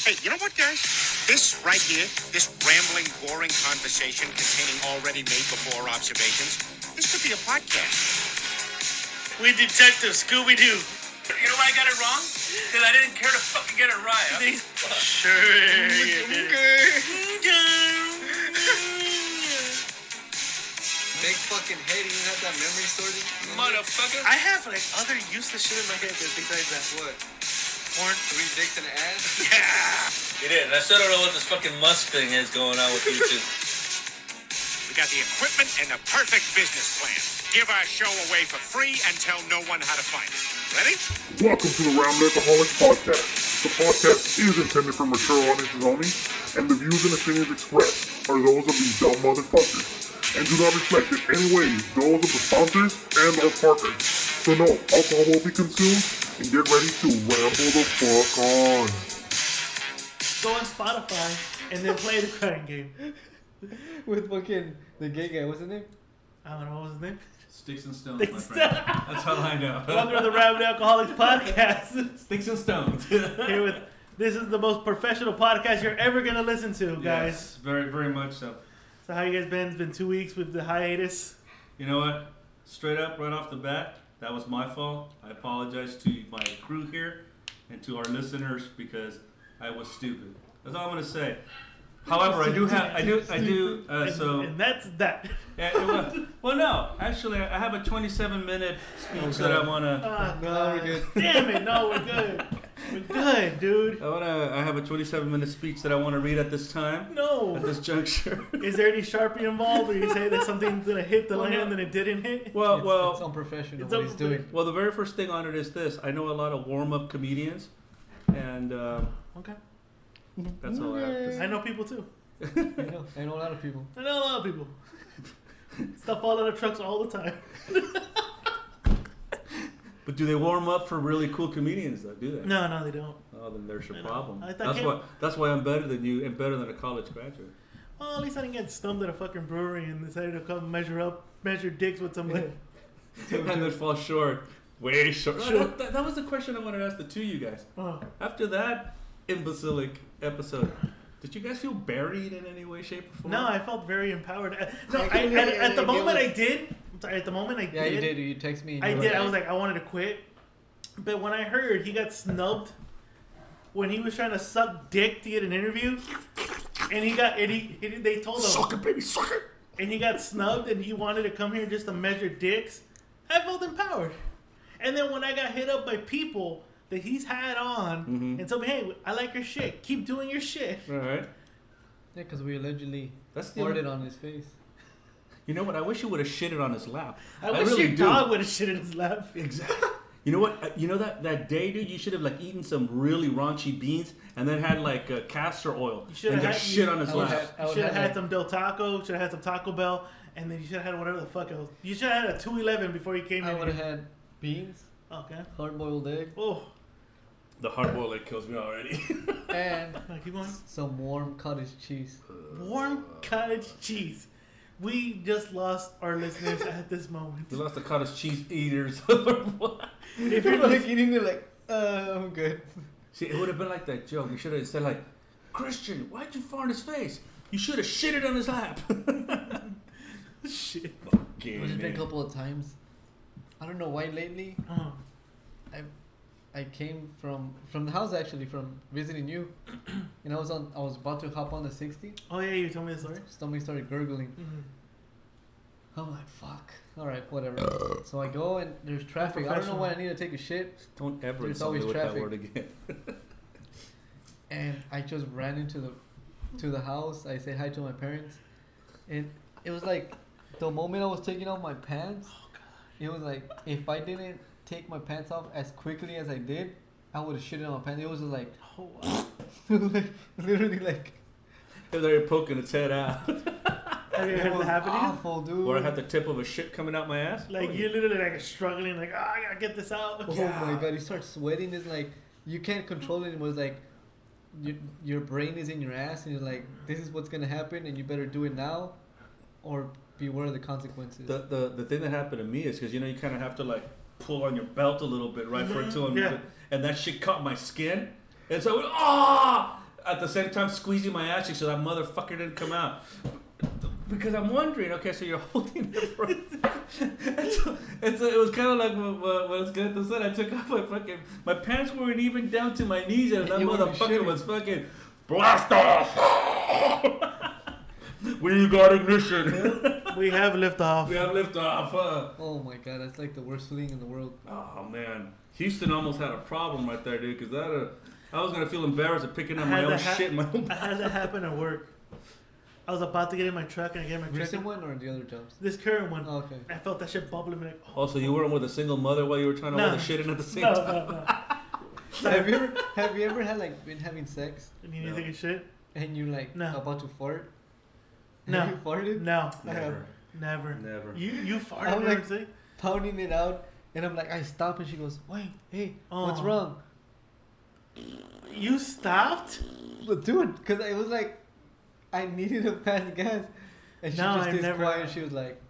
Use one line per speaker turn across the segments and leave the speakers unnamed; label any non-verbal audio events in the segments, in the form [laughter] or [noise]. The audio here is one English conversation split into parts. Hey, you know what, guys? This right here, this rambling, boring conversation containing already made before observations, this could be a podcast. We detective Scooby Doo. You know why I got it wrong? Because I didn't care to fucking get it right. They- Sure. you did it.
Big fucking head, you have that memory stored in you?
Motherfucker. I have like other useless shit in my head that besides that.
What?
Porn.
Three dicks and ass?
It is. I still don't know what this fucking Musk thing is going on with YouTube.
We got the equipment and the perfect business plan. Give our show away for free and tell no one how to find it. Ready?
Welcome to the Round Alcoholics Podcast. The podcast is intended for mature audiences only, and the views and opinions expressed are those of these dumb motherfuckers, and do not reflect in any way those of the sponsors and or partners. So no, alcohol will be consumed, and get ready to ramble the fuck on.
go on Spotify and then play the crying game.
With fucking the gay guy, what's his name?
I don't know what was his name.
Sticks and stones, my
Sticks-
friend.
[laughs]
That's all I know.
Welcome to the Rabbit Alcoholics Podcast. [laughs]
Sticks and stones.
Here with this is the most professional podcast you're ever gonna listen to, guys.
[laughs] Yes, very, very much so.
So how you guys been? It's been two weeks with the hiatus.
You know what? Straight up, right off the bat, that was my fault. I apologize to my crew here and to our listeners because I was stupid. That's all I'm gonna say. However, I do have, I do, I do. Uh,
And,
so,
and that's that.
yeah, it was- well, no, actually, I have a 27 minute speech that I wanna.
Ah,
No, we're good.
Damn it! No, we're good. We're good, dude.
I wanna. I have a 27 minute speech that I wanna read at this time, at
No.
this juncture. [laughs]
Is there any sharpie involved, or you say that something's gonna hit the
Well, no.
land and it didn't hit?
Well,
It's,
well,
it's unprofessional
It's
what
un-
he's doing.
Well, the very first thing on it is this. I know a lot of warm-up comedians, and um,
Okay.
that's all I have to say.
I know people too.
I know, I know a lot of people.
I know a lot of people. [laughs] Stuff all out of trucks all the time. [laughs]
But do they warm up for really cool comedians, though? Do they?
No, no, they don't.
Oh, then there's your
I know.
problem.
I thought
that's
Kim-
why. That's why I'm better than you and better than a college
[laughs]
graduate.
Well, at least I didn't get stumped at a fucking brewery and decided to come measure up, measure dicks with [laughs] somebody.
and then fall short, way short.
Sure.
That, that- that was the question I wanted to ask the two of you guys.
Oh,
After that imbecilic episode, did you guys feel buried in any way, shape, or form?
no, I felt very empowered. [laughs] Uh, No, I,
Yeah,
at,
yeah, yeah,
at the
yeah,
moment I
it was-
did. I'm sorry, at the moment I
Yeah,
did.
you did. You text me. And
I
you were
did. I was like, I wanted to quit. But when I heard he got snubbed when he was trying to suck dick to get an interview, and he got and he, and they told him
Suck it, baby, suck it.
and he got snubbed and he wanted to come here just to measure dicks, I felt empowered. And then when I got hit up by people that he's had on and told me, hey, I like your shit. Keep doing your shit.
All right.
Yeah, because we allegedly
That's the.
farted on his face.
You know what? I wish you would have shitted on his lap.
I, wish
really
your
do.
dog would have shit in his lap.
Exactly. You know what? uh, You know that that day, dude. You should have like eaten some really raunchy beans and then had like uh, castor oil
You should
and
have
just
had-
shit on his
I
lap.
would have, I
You
would
should have
have
had
like,
some Del Taco, should have had some Taco Bell, and then you should have had whatever the fuck else. You should have had a 211 before you came
I
in.
would have
here.
had beans,
Okay.
hard boiled egg,
Oh,
The hard boiled egg kills me already. [laughs]
and
no, keep going.
some warm cottage cheese.
Warm cottage cheese. We just lost our listeners at this moment.
[laughs] we lost the cottage cheese
[laughs]
eaters. [laughs] See,
If
You're [laughs]
you're
like eating it like, uh, I'm good.
it would have been like that joke. You should have said like, Christian, why'd you fart in his face? You should have shitted on his lap. [laughs]
shit.
Okay,
Which has been
man.
a couple of times. I don't know why lately.
Uh,
I I came from from the house actually from visiting you, [clears throat] and I was on I was about to hop on the sixty.
Oh yeah, you told me the story.
Stomach started gurgling.
Mhm.
I'm like, Oh, fuck. All right, whatever. so I go and there's traffic. I don't know why I need to take a shit,
Don't ever
There's
insult me
always
with that
traffic.
word again. [laughs]
and I just ran into the to the house. I say hi to my parents, and it was like the moment I was taking off my pants.
Oh,
It was like if I didn't take my pants off as quickly as I did, I would have shit on my pants. It was just like, [laughs]
Oh, wow.
like literally like
If they're poking its head out, [laughs]
Have you
it
heard
was
that happen to you?
awful, dude.
or I have the tip of a shit coming out my ass.
Like
Oh,
you're literally like struggling, like ah, I gotta get this out.
Oh my god, you start sweating. It's like you can't control it. It was like your your brain is in your ass, and you're like, this is what's gonna happen, and you better do it now, or beware of the consequences.
The, the the thing that happened to me is because you know you kind of have to like pull on your belt a little bit right for it to
Mhm, yeah.
and that shit caught my skin and so I went ah at the same time squeezing my ass cheek so that motherfucker didn't come out. Because I'm wondering, okay, so you're [laughs] holding it for. and so, and so it was kind of like what, what, what Escalante said. I took off my fucking. My pants weren't even down to my knees, and that
You would've
motherfucker
shitted.
was fucking. Blast off! [laughs] we got ignition!
We have liftoff.
we have liftoff! Uh,
Oh my god, that's like the worst feeling in the world.
Oh man, Houston almost had a problem right there, dude. Because that, uh, I was gonna feel embarrassed of picking up
I
my
had
own
that ha-
shit. in My own.
I had that happen at work. I was about to get in my truck and I get in my truck.
Recent one or the other jobs? Oh,
This current one. [laughs]
Okay.
I felt that shit bubbling. Like, [laughs] oh,
Also, you weren't with a single mother while you were trying to
No.
hold the shit in at the same
no,
time.
no, no.
have you ever have you ever had like been having sex
And you need
No.
to take a
[laughs]
shit?
and you like
No.
about to fart?
No.
Have you farted?
No,
I
Never,
have.
never.
never.
You you farted
I'm
and
like-
everything?
Pounding it out, and I'm like, I stop, and she goes, "Wait, hey, what's
Aw.
wrong?"
You stopped?
But dude, because it was like, I needed to pass gas, and she
No,
just
I've
stays
never-
quiet. And she was like,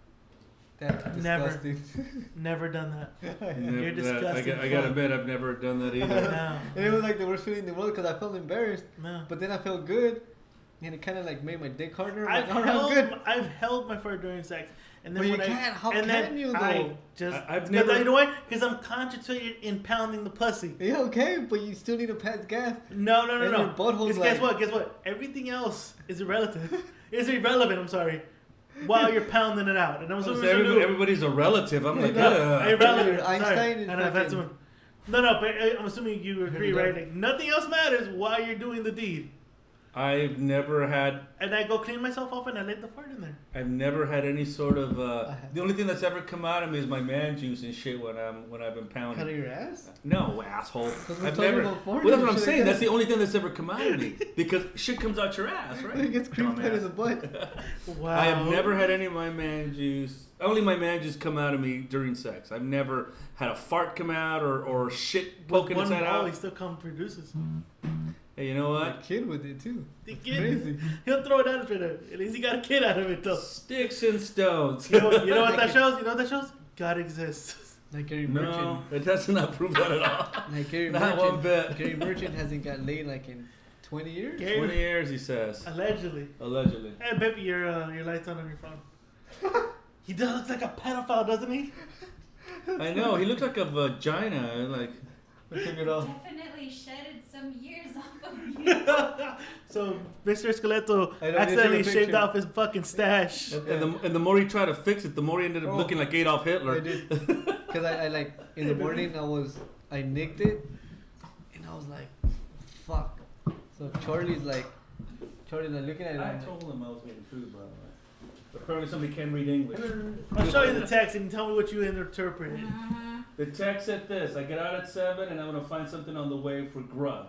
"That's
Never.
disgusting." [laughs]
Never done that.
Never
You're
that- I,
disgusting
got, I gotta
fuck.
admit, I've never done that
[laughs]
either.
No,
and it was like the worst feeling in the world because I felt embarrassed,
no.
but then I felt good, and it kind of like made my dick harder. I'm
I've
like, all right, I'm
held,
good.
I've held my fart during sex, and then
But you
when I
can't. How
and
can
then
you,
I
though?
just
I- I've
But
never-
You know why? Because I'm concentrated in pounding the pussy.
Yeah, okay, but you still need to pass gas.
No, no, no,
And
no.
your butthole's
'Cause
like-
guess what? Guess what? Everything else is irrelevant. [laughs] it's irrelevant. I'm sorry. While you're pounding it out, and I'm
So
supposed to
everybody,
do.
everybody's a relative. I'm like,
No,
yeah.
irrelevant.
Dude, Einstein
Sorry.
is
I know, I've had
fucking-
someone- No, no, but I- I'm assuming you agree,
you
right?
go.
Like, nothing else matters while you're doing the deed.
I've never had,
And I go clean myself off, and I let the fart in there.
I've never had any sort of. Uh,
have.
the only thing that's ever come out of me is my man juice and shit when I'm when I've been
Out of
pounding.
your ass?
No, asshole.
we're
I've
talking
never.
about
Well,
farting
that's
and
what I'm
shit
saying.
like
That's
that.
the only thing that's ever come out of me because shit comes out your ass, right?
[laughs] It gets cream
Dumbass.
pie in the butt.
[laughs]
Wow.
I have never had any of my man juice. Only my man juice come out of me during sex. I've never had a fart come out or, or shit
But
poking
one
inside
ball, he
out. Hmm.
still come produces.
Hey, you know
A
what?
kid with it too.
The
It's
kid-
crazy.
He'll throw it out straight up. At least he got a kid out of it,
[laughs]
though.
Sticks and stones.
[laughs]
You know, you know what that shows? You know what that shows? God exists. [laughs]
Like Gary Merchant.
[laughs] no, it does not prove that at
[laughs]
all.
Like Gary
[laughs] Not
Merchant.
one bit.
Gary Merchant hasn't got laid like in 20 years.
Gary-
20 years, he says.
Allegedly.
Allegedly.
Hey, Pepe, your uh, your lights on on your phone.
[laughs]
he does look like a pedophile, doesn't he?
I know, he looked like a vagina. Like,
I took it off.
Definitely shedded some years [laughs] off of you.
So Mr. Esqueleto
I don't
accidentally
get your
shaved
picture.
off his fucking stash.
and, the, and the more he tried to fix it, the more he ended up
Oh.
looking like Adolf
I
Hitler.
did.
[laughs]
Because I, I like, in the morning I was, I nicked it. And I was like, fuck. So Charlie's like, Charlie's like looking at it. I'm like,
him I was getting food, by the way. Apparently, somebody can read English.
I'll show you the text and tell me what you interpreted.
The text said this: I get out at seven, and I'm gonna find something on the way for grub.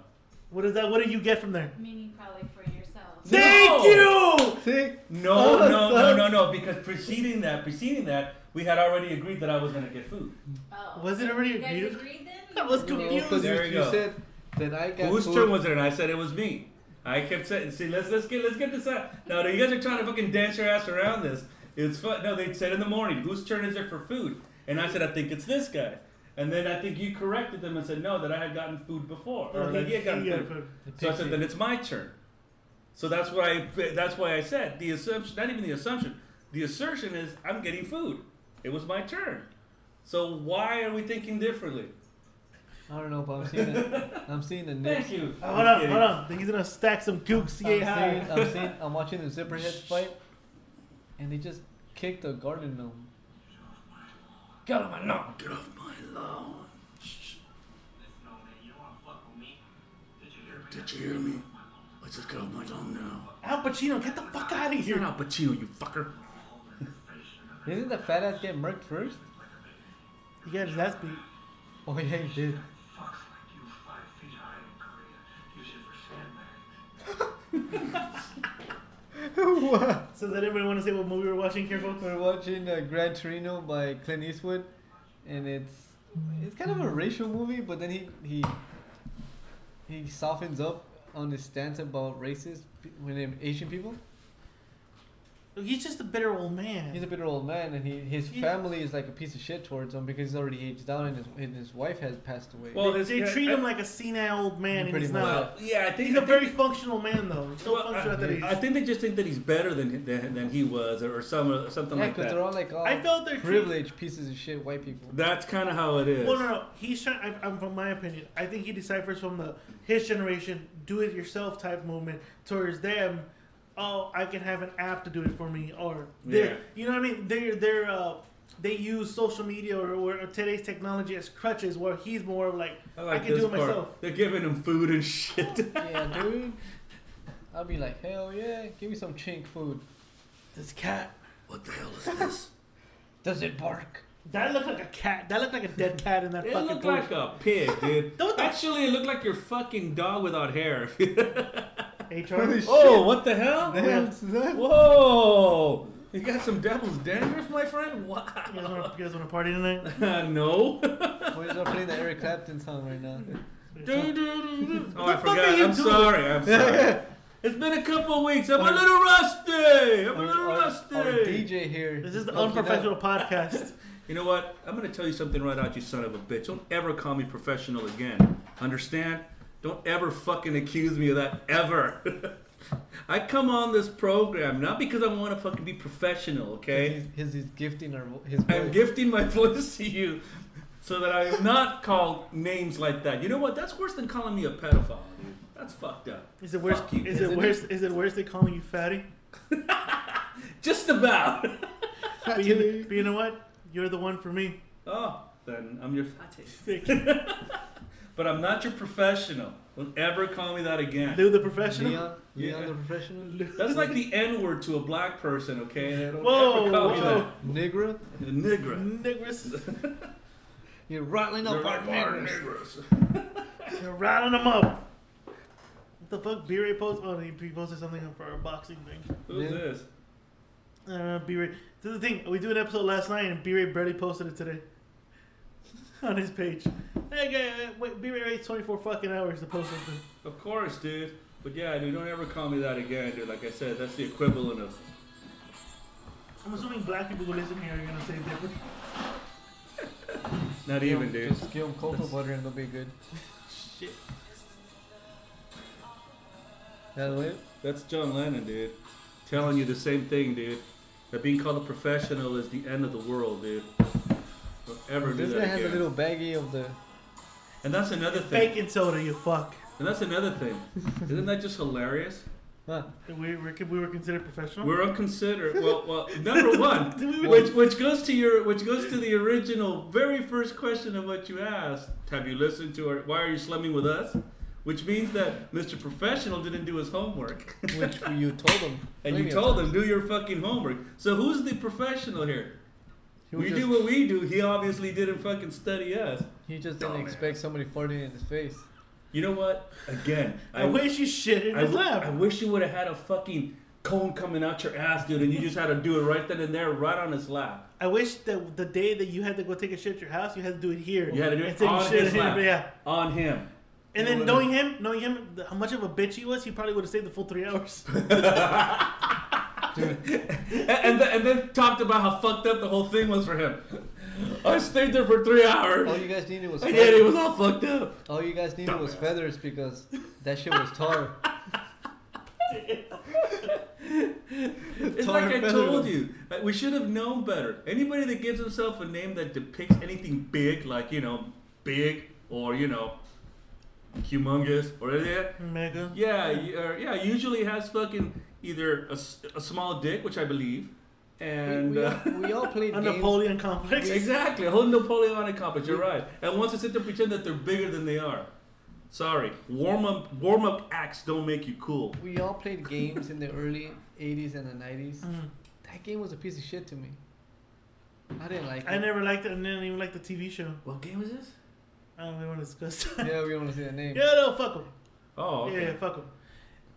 What is that? What do you get from there?
Meaning probably for yourself.
[laughs] Thank you. Oh,
See?
No,
Oh,
no, no,
son.
no, no. Because preceding that, preceding that, we had already agreed that I was gonna get food.
Oh.
Was it already
you guys
agreed?
agreed
[laughs]
then?
I was
You-
No,
confused.
'cause
There
you,
you
you
go.
said that I got
Whose
food.
turn was it? And I said it was me. I kept saying, "See, let's let's get let's get this out." Now you guys are trying to fucking dance your ass around this. It's fun. No, they said in the morning, "Whose turn is it for food?" And I said, "I think it's this guy." And then I think you corrected them and said, "No, that I had gotten food before, or
Oh,
that he
he-
had gotten
he got
food."
food.
So I said, then it's my turn. So that's why I, that's why I said the assumption, not even the assumption, the assertion is I'm getting food. It was my turn. So why are we thinking differently?
I don't know, but I'm seeing it. I'm seeing the nips.
Thank you.
Oh, Hold
I'm
on,
kidding.
hold on. He's gonna stack some gooks
I'm
yay
seeing,
high.
I'm seeing, I'm watching the Zipperheads fight, and they just kicked the garden gnome.
Get off my lawn. Get off my lawn. Did you hear me? Let's just get off my lawn now.
Al Pacino, get the fuck out of
You're
here.
not Pacino, you fucker.
Didn't the fat ass get murked first?
He got his ass beat.
Oh yeah, he did. What?
So does anybody want to say what movie we're watching here, folks?
[laughs] We're watching uh, Gran Torino by Clint Eastwood, and it's it's kind of a racial movie, but then he he he softens up on his stance about racist pe- when they're Asian people.
He's just a bitter old man.
He's a bitter old man, and he, his
Yeah.
family is like a piece of shit towards him because he's already aged down, and his, and his wife has passed away.
Well,
they
it's-
they
yeah,
treat
I-
him like a senile old man, and
Pretty
he's
much.
not.
Well,
Well, yeah, I think
He's a
I think-
very functional man, though. He's So
well,
functional that
I, I
he's.
think they just think that he's better than than, than he was, or, or some something
yeah,
like
because
that.
they're all like all
I felt they're treat-
privileged pieces of shit white people.
That's kind of how it is.
Well, no, no. He's trying. I, I'm from my opinion. I think he deciphers from the his generation do-it-yourself type movement towards them. Oh, I can have an app to do it for me, or they-
Yeah.
you know what I mean. They're they're uh, they use social media or, or today's technology as crutches. Where he's more of like,
I,
I,
like
can
this
do it
part.
myself.
They're giving him food and shit.
[laughs]
[laughs]
yeah, dude. I'll be like, hell yeah, give me some chink food.
This cat.
what the hell is this?
Does it [laughs] bark?
That looked like a cat. That looked like a dead cat in that
It
fucking
looked
bush.
like a pig,
[laughs]
dude.
Don't-
Actually, it looked like your fucking dog without hair. [laughs]
HR.
oh, what the hell?
yeah.
Whoa! You got some devil's dandruff, my friend? [laughs]
You guys, want
Wow.
to, you guys want to party tonight?
[laughs] no.
Boys are playing the Eric Clapton song right now. [laughs]
oh, I
fuck are
forgot.
you doing?
I'm sorry. I'm sorry. It's been a couple weeks. I'm a little rusty. I'm a
Our,
little
our- our
rusty.
DJ here.
This is the
fucking up.
unprofessional podcast.
You know what? I'm gonna tell you something right out, you son of a bitch. Don't ever call me professional again. Understand? Don't ever fucking accuse me of that ever. [laughs] I come on this program not because I want to fucking be professional, okay?
He's, he's, he's gifting our, vo- his voice.
I'm gifting my [laughs] voice to you so that I am not called names like that. You know what? That's worse than calling me a pedophile, dude. That's fucked up.
Is it worse?
Fuck you.
Is
Isn't
it
it?
worse? Is it worse than calling you fatty?
Just about. [laughs]
But you, but you know what? You're the one for me.
oh, then I'm your fatty.
Do
But I'm not your professional. Don't ever call me that again.
the professional.
Leon, Leon
Yeah.
the professional.
That's
[laughs]
like the N word to a black person, okay? They don't
Whoa,
ever call me
whoa.
that.
Negra.
The nigger.
Niggers.
You're rattling up our niggers.
You're riling them up. What the fuck? B-Ray post. Oh, he he posted something for our boxing thing.
Who's
Yeah.
this?
Uh, B-Ray. This is the thing. We do an episode last night, and B-Ray barely posted it today. [laughs] On his page. Hey, guy, uh, wait, B-Ray waits 24 fucking hours to post something.
Of course, dude. But yeah, dude, don't ever call me that again, dude. Like I said, that's the equivalent of
I'm assuming black people who listen here are gonna say different.
not even, dude.
Just give him cocoa butter and they'll be good.
Shit.
That way,
That's John Lennon, dude. Telling you the same thing, dude. That being called a professional is the end of the world, dude. Don't ever do
this
that
guy has a
again.
little baggie of the.
And that's another thing.
Bacon soda, you fuck.
And that's another thing. Isn't that just hilarious?
Huh.
We were, we were considered professional.
We're unconsidered. Well, well, number one,
We were-
which which goes to your which goes to the original very first question of what you asked. Have you listened to our? Why are you slumming with us? Which means that Mr. Professional didn't do his homework. [laughs]
Which you told him.
And you
plenty of
told
times.
him, do your fucking homework. So who's the professional here?
He was
we
just-
do what we do. He obviously didn't fucking study us.
He just
Oh,
didn't expect somebody farting in
[laughs]
his face.
You know what?
[laughs]
Again,
I, wish you shit in
I,
his
w-
lap.
I wish you would have had a fucking cone coming out your ass, dude, and you just had to do it right then and there, right on his lap.
I wish that the day that you had to go take a shit at your house, you had to do it here.
You had to do
And
it
take a
on his
in-
lap,
Yeah.
on him.
And
You
then
know what I
knowing him, knowing him, th- how much of a bitch he was, he probably would have stayed the full three
[laughs]
hours.
And, and, then, and then talked about how fucked up the whole thing was for him. I stayed there for three hours,
All Oh, you guys needed was
and yet it
feathers.
was all fucked up.
All you guys needed
[laughs]
was
Dumbass.
feathers because that shit was tar.
It's
Tar
like I
feather
told
was-
you. uh, We should have known better. Anybody that gives himself a name that depicts anything big, like, you know, big or, you know, humongous or anything, like that,
Mega.
yeah, you- or, yeah, usually has fucking either a, s- a small dick, which I believe, [laughs]
We,
and.
we,
uh,
all, we
[laughs]
all played
A
games.
Napoleon complex.
Exactly, a whole Napoleonic complex. You're right, and wants to sit there and pretend that they're bigger than they are. Sorry, warm up, warm up acts don't make you cool.
We all played games in the early '80s and the '90s.
Mm.
That game was a piece of shit to me. I didn't like it.
I never liked it, and didn't even like the TV show.
What game is this?
I don't even want to discuss [laughs] that.
Yeah, we don't want to say the name.
Yeah, no, fuck him.
Oh, okay.
Yeah, yeah, fuck him.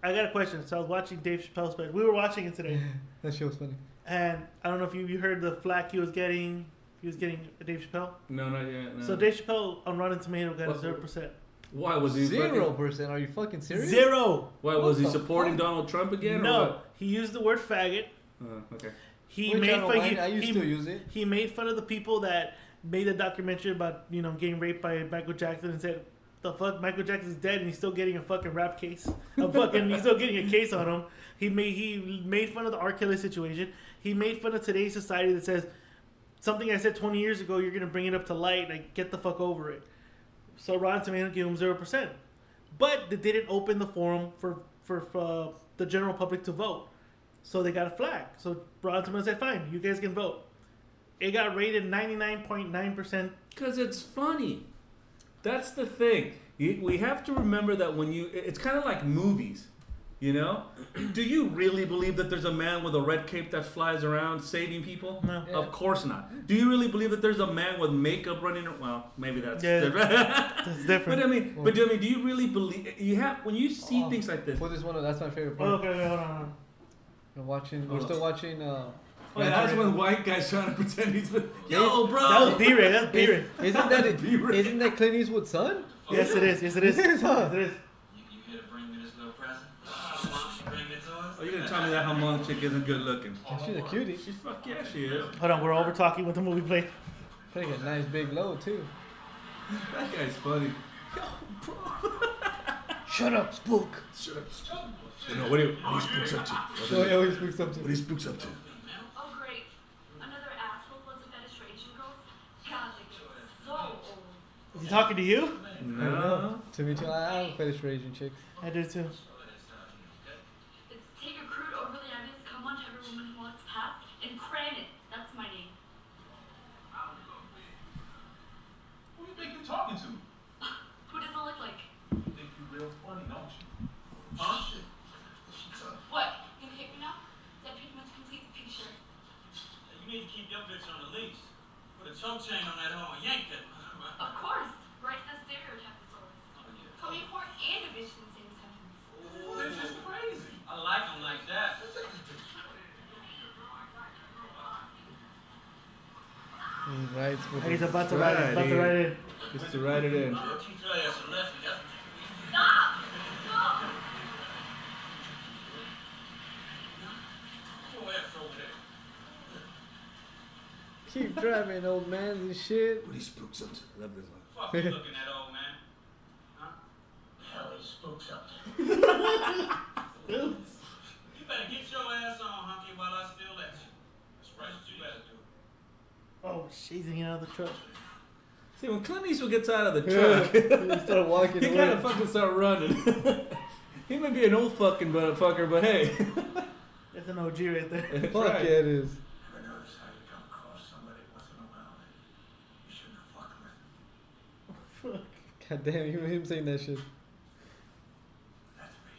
I got a question. So I was watching Dave Chappelle's special. We were watching it today.
That shit was funny.
And I don't know if you, you heard the flack he was getting. He was getting Dave Chappelle.
no, not yet. No.
So Dave Chappelle on Rotten Tomato got a
What's-
zero percent.
why was he
Zero
fucking-
percent. Are you fucking serious?
Zero.
why was
What
he
the
supporting
fuck?
Donald Trump again? or
No,
what?
he used the word faggot
Uh, okay.
He
Which I
made
don't
fun.
mind,
He,
I used
he-
to use it.
he made fun of the people that made the documentary about you know getting raped by Michael Jackson and said, "The fuck, Michael Jackson's dead and he's still getting a fucking rap case. A fucking he's still getting a case on him." He made he made fun of the R. Kelly situation. He made fun of today's society that says something I said 20 years ago. You're gonna bring it up to light. Like get the fuck over it. So Rotten Tomatoes gave him zero percent, but they didn't open the forum for for, for uh, the general public to vote. So they got a flag. So Rotten Tomatoes said, "Fine, you guys can vote." It got rated ninety nine point nine percent.
Because it's funny. That's the thing. You, we have to remember that when you, it- it's kind of like movies, you know? [clears throat] Do you really believe that there's a man with a red cape that flies around saving people?
No.
Yeah.
Of course not. Do you really believe that there's a man with makeup running? ar- Well, maybe that's
Yeah.
different. [laughs]
That's different.
but I mean, but do, I mean, do you really believe you have when you see
Oh.
things like this?
Well, this one, that's my favorite
Oh,
part.
okay, wait, hold on. Hold on.
We're watching.
Hold
We're
on.
still watching. Uh,
Oh, yeah, that's when white guys trying to pretend he's been, yo, bro.
That was B-rated. That's B-rated.
is, not that [laughs]
B-rated.
isn't that Clint Eastwood's son?
Yes, it is. Yes, it is.
Yes,
yes, it is.
You here to bring me this little [laughs] present? Bring it to us?
Oh, you're gonna tell me that Hmong chick isn't good looking?
Oh, She's a cutie.
She's fuck yeah, she is.
Hold on, we're over talking with the movie play.
Take a nice big load too.
That guy's funny.
Shut up, spook.
No, what do you, what do you up to?
So he always speaks up to me.
spooks up to?
Oh, great. Another asshole was a penetration girl? God, they get so old.
Is he talking to you?
No.
To me too. I I don't fetish raging chicks.
I do too.
It's take a crude, overly obvious come on to every woman who walks past and cram it. That's my name.
Who do you think you're talking to?
Who doesn't look like?
You think you're real funny, don't you? Huh? Oh, Shit. She's tough.
What? You gonna hit me now? That pretty much completes the picture.
You need to keep your bitch on the leash. Put a choke chain on that hoe and yank [laughs] that motherfucker.
Of course. Right in the stereotype of sorts.
Oh, yeah.
Put me poor and a bitch in the same sentence.
Ooh, this is crazy. I like them like that.
He writes Mm, with
Oh, He's
his-
about to write it. About to write it.
Just to write it in.
I'll teach your ass a lesson. That's what you need.
Stop! Stop!
Your ass over
[laughs]
there.
Keep driving, old man, and shit.
What he spooks up to? I love this one.
[laughs]
Fuck you looking at old man. Huh? Hell, he spooks up there. You better get your ass on, hunky, while I still let you. That's right, you better do.
Oh, she's getting out of the truck.
See, when Clint Eastwood gets out of the
Yeah.
[laughs] truck,
[laughs] he started walking
he
away.
kind of fucking start running. [laughs] he may be an old fucking motherfucker, but hey.
[laughs]
That's an OG right there.
That's
Fuck
right.
yeah, it is.
Ever notice how you come across somebody once in a while that you shouldn't have fucked with?
Fuck.
God damn, even him saying that shit.
That's me.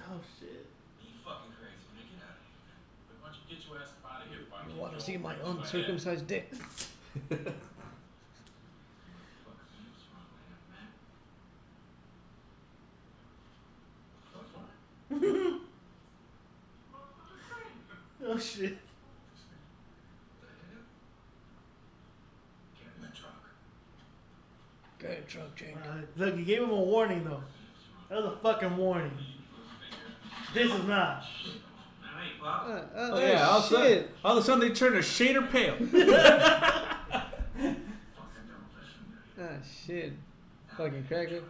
Oh shit.
You fucking crazy, man. Get out of here, man. But why don't you get your ass up out of here? Why
You
don't
want to
go
see my
over to ass?
uncircumcised dick?
Fuck, man, what's wrong with that, man? What's wrong?
Oh shit.
What the hell? Get in the truck.
Get a truck, Jake.
Uh, look, you gave him a warning though. That was a fucking warning. This is not.
Now, hey, Pop.
Uh, uh,
Oh, yeah, all, of a sudden,
shit.
all of a sudden they turn a shade of pale.
Fucking don't listen to you.
Ah, shit. Fucking cracker.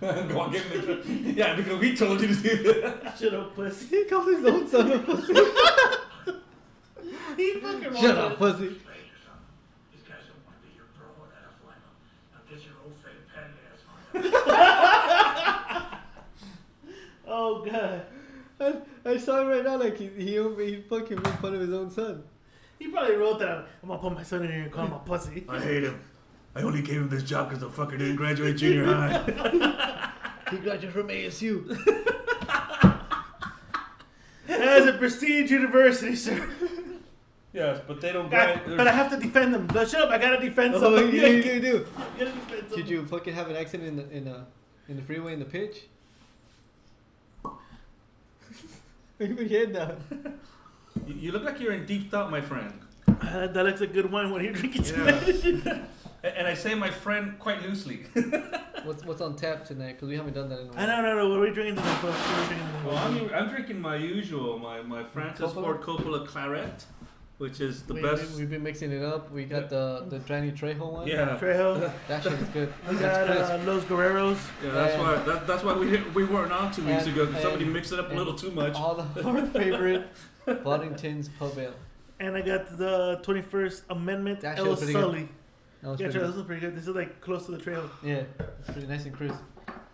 [laughs] Go on, get in the truck. Yeah, because we told you to do that.
Shut up, pussy. [laughs]
He calls his own son a [laughs] pussy.
He fucking wrote
Shut
it.
up, pussy.
Late or something. These guys don't want to be your bro or that flame. Now get your old fat patty ass on.
Oh god.
I, I saw him right now, like, he, he, he fucking made fun of his own son.
He probably wrote that. I'm gonna put my son in here and call him a
[laughs]
pussy.
[laughs] I hate him. I only gave him this job because the fucker didn't graduate [laughs] junior high.
He graduated from [laughs] ASU.
That is a prestige university, sir.
Yes, but they don't.
Ah,
God,
grad-
but I have to defend them. But shut up, I gotta defend
Oh,
somebody.
you, you, you do.
I [laughs] gotta defend
Did
somebody.
you fucking have an accident in the in the in the freeway in the [laughs] pitch? Look at my head now.
You- You look like you're in deep thought, my friend.
Uh, that looks a good wine when you drink it.
A- And I say my friend quite loosely.
What's what's on tap tonight? Because we haven't done that in
[laughs]
a
I
while.
don't know. No, what are we drinking tonight, folks? What are we drinking tonight?
Well, I'm, I'm drinking my usual, my, my Francis
Coppola?
Ford Coppola Claret, which is the
we,
best.
We, have been mixing it up. We got
Yeah.
the the Dranny Trejo one.
yeah,
[laughs]
Trejo.
That shit is
[laughs]
good.
We
That's
got
crisp.
uh, Los Guerreros.
yeah. That's
And-
why that, that's why we didn't- we weren't on two weeks
and-
ago because somebody
and-
mixed it up a
and
little too much.
All the, our favorite Boddington's Pub Ale.
And I got the 21st Amendment
That shit
El
was pretty good.
Sully.
That was
Yeah,
pretty
Trejo,
good.
this is pretty good. This is like close to the trail.
Yeah, it's pretty nice and crisp.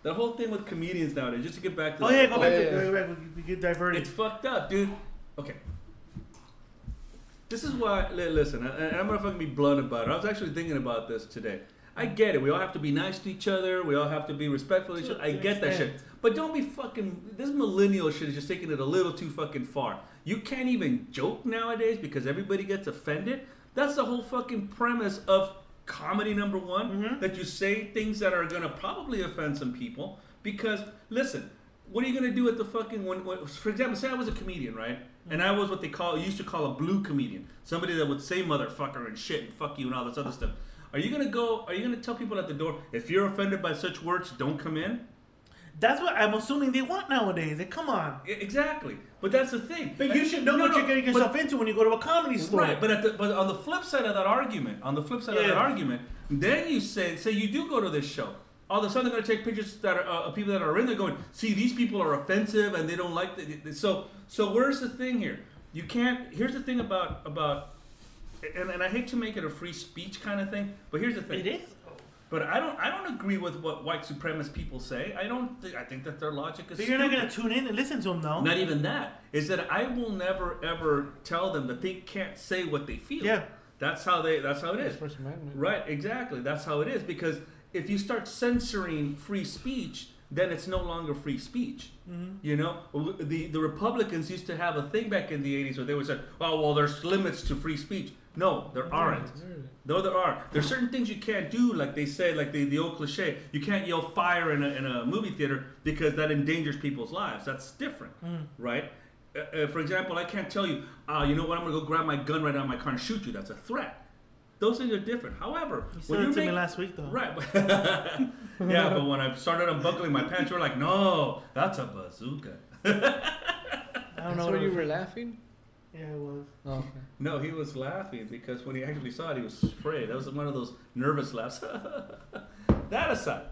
That whole thing with comedians nowadays, just to get back to
Oh
that,
yeah, go
Oh,
back.
yeah,
to,
yeah.
Go back. We, we get diverted.
It's fucked up, dude. Okay. This is why. li- Listen, I, I- I'm gonna fucking be blunt about it. I was actually thinking about this today. I get it. We all have to be nice to each other. We all have to be respectful to each other. I get that shit. But don't be fucking. This millennial shit is just taking it a little too fucking far. You can't even joke nowadays because everybody gets offended. That's the whole fucking premise of comedy number one. That you say things that are gonna probably offend some people. Because listen, what are you gonna do at the fucking when, when for example say i was a comedian right and i was what they call used to call a blue comedian somebody that would say motherfucker and shit and fuck you and all this other stuff are you gonna go are you gonna tell people at the door if you're offended by such words don't come in
That's what I'm assuming they want nowadays. Like, come on.
E- exactly but that's the thing
But you should know
No,
what
no,
you're getting
but-
yourself into when you go to a comedy store.
Right, but at the, but on the flip side of that argument, on the flip side of
Yeah.
that argument, then you say say you do go to this show. All of a sudden, they're going to take pictures that are uh, of people that are in there going, see, these people are offensive and they don't like the, the- So so where's the thing here? You can't. Here's the thing about about, and, and I hate to make it a free speech kind of thing, but here's the thing.
it is.
But I don't I don't agree with what white supremacist people say. I don't. Th- I think that their logic is.
But you're not
stupid.
gonna tune in and listen to them though.
Not even that. Is that I will never ever tell them that they can't say what they feel.
Yeah.
That's how they. That's how it is.
First Amendment.
Right. Exactly. That's how it is. Because if you start censoring free speech, then it's no longer free speech.
Mm-hmm.
You know, W- the the Republicans used to have a thing back in the '80s where they would say, "Oh, well, there's limits to free speech." No, there aren't. No, there are. There's certain things you can't do, like they say, like the, the old cliche. You can't yell fire in a, in a movie theater because that endangers people's lives. That's different,
Mm.
right? Uh, uh, for example, I can't tell you, uh, you know what, I'm going to go grab my gun right out of my car and shoot you. That's a threat. Those things are different. However,
You said
when
it
you
to me
make-
last week though.
Right. [laughs] yeah, but when I started unbuckling my pants, you were like, no, that's a bazooka. [laughs]
I don't
That's
know
where
what
you
you
were laughing.
Yeah, it was.
Oh, okay.
No, he was laughing because when he actually saw it, he was afraid. That was one of those nervous laughs. [laughs] that aside,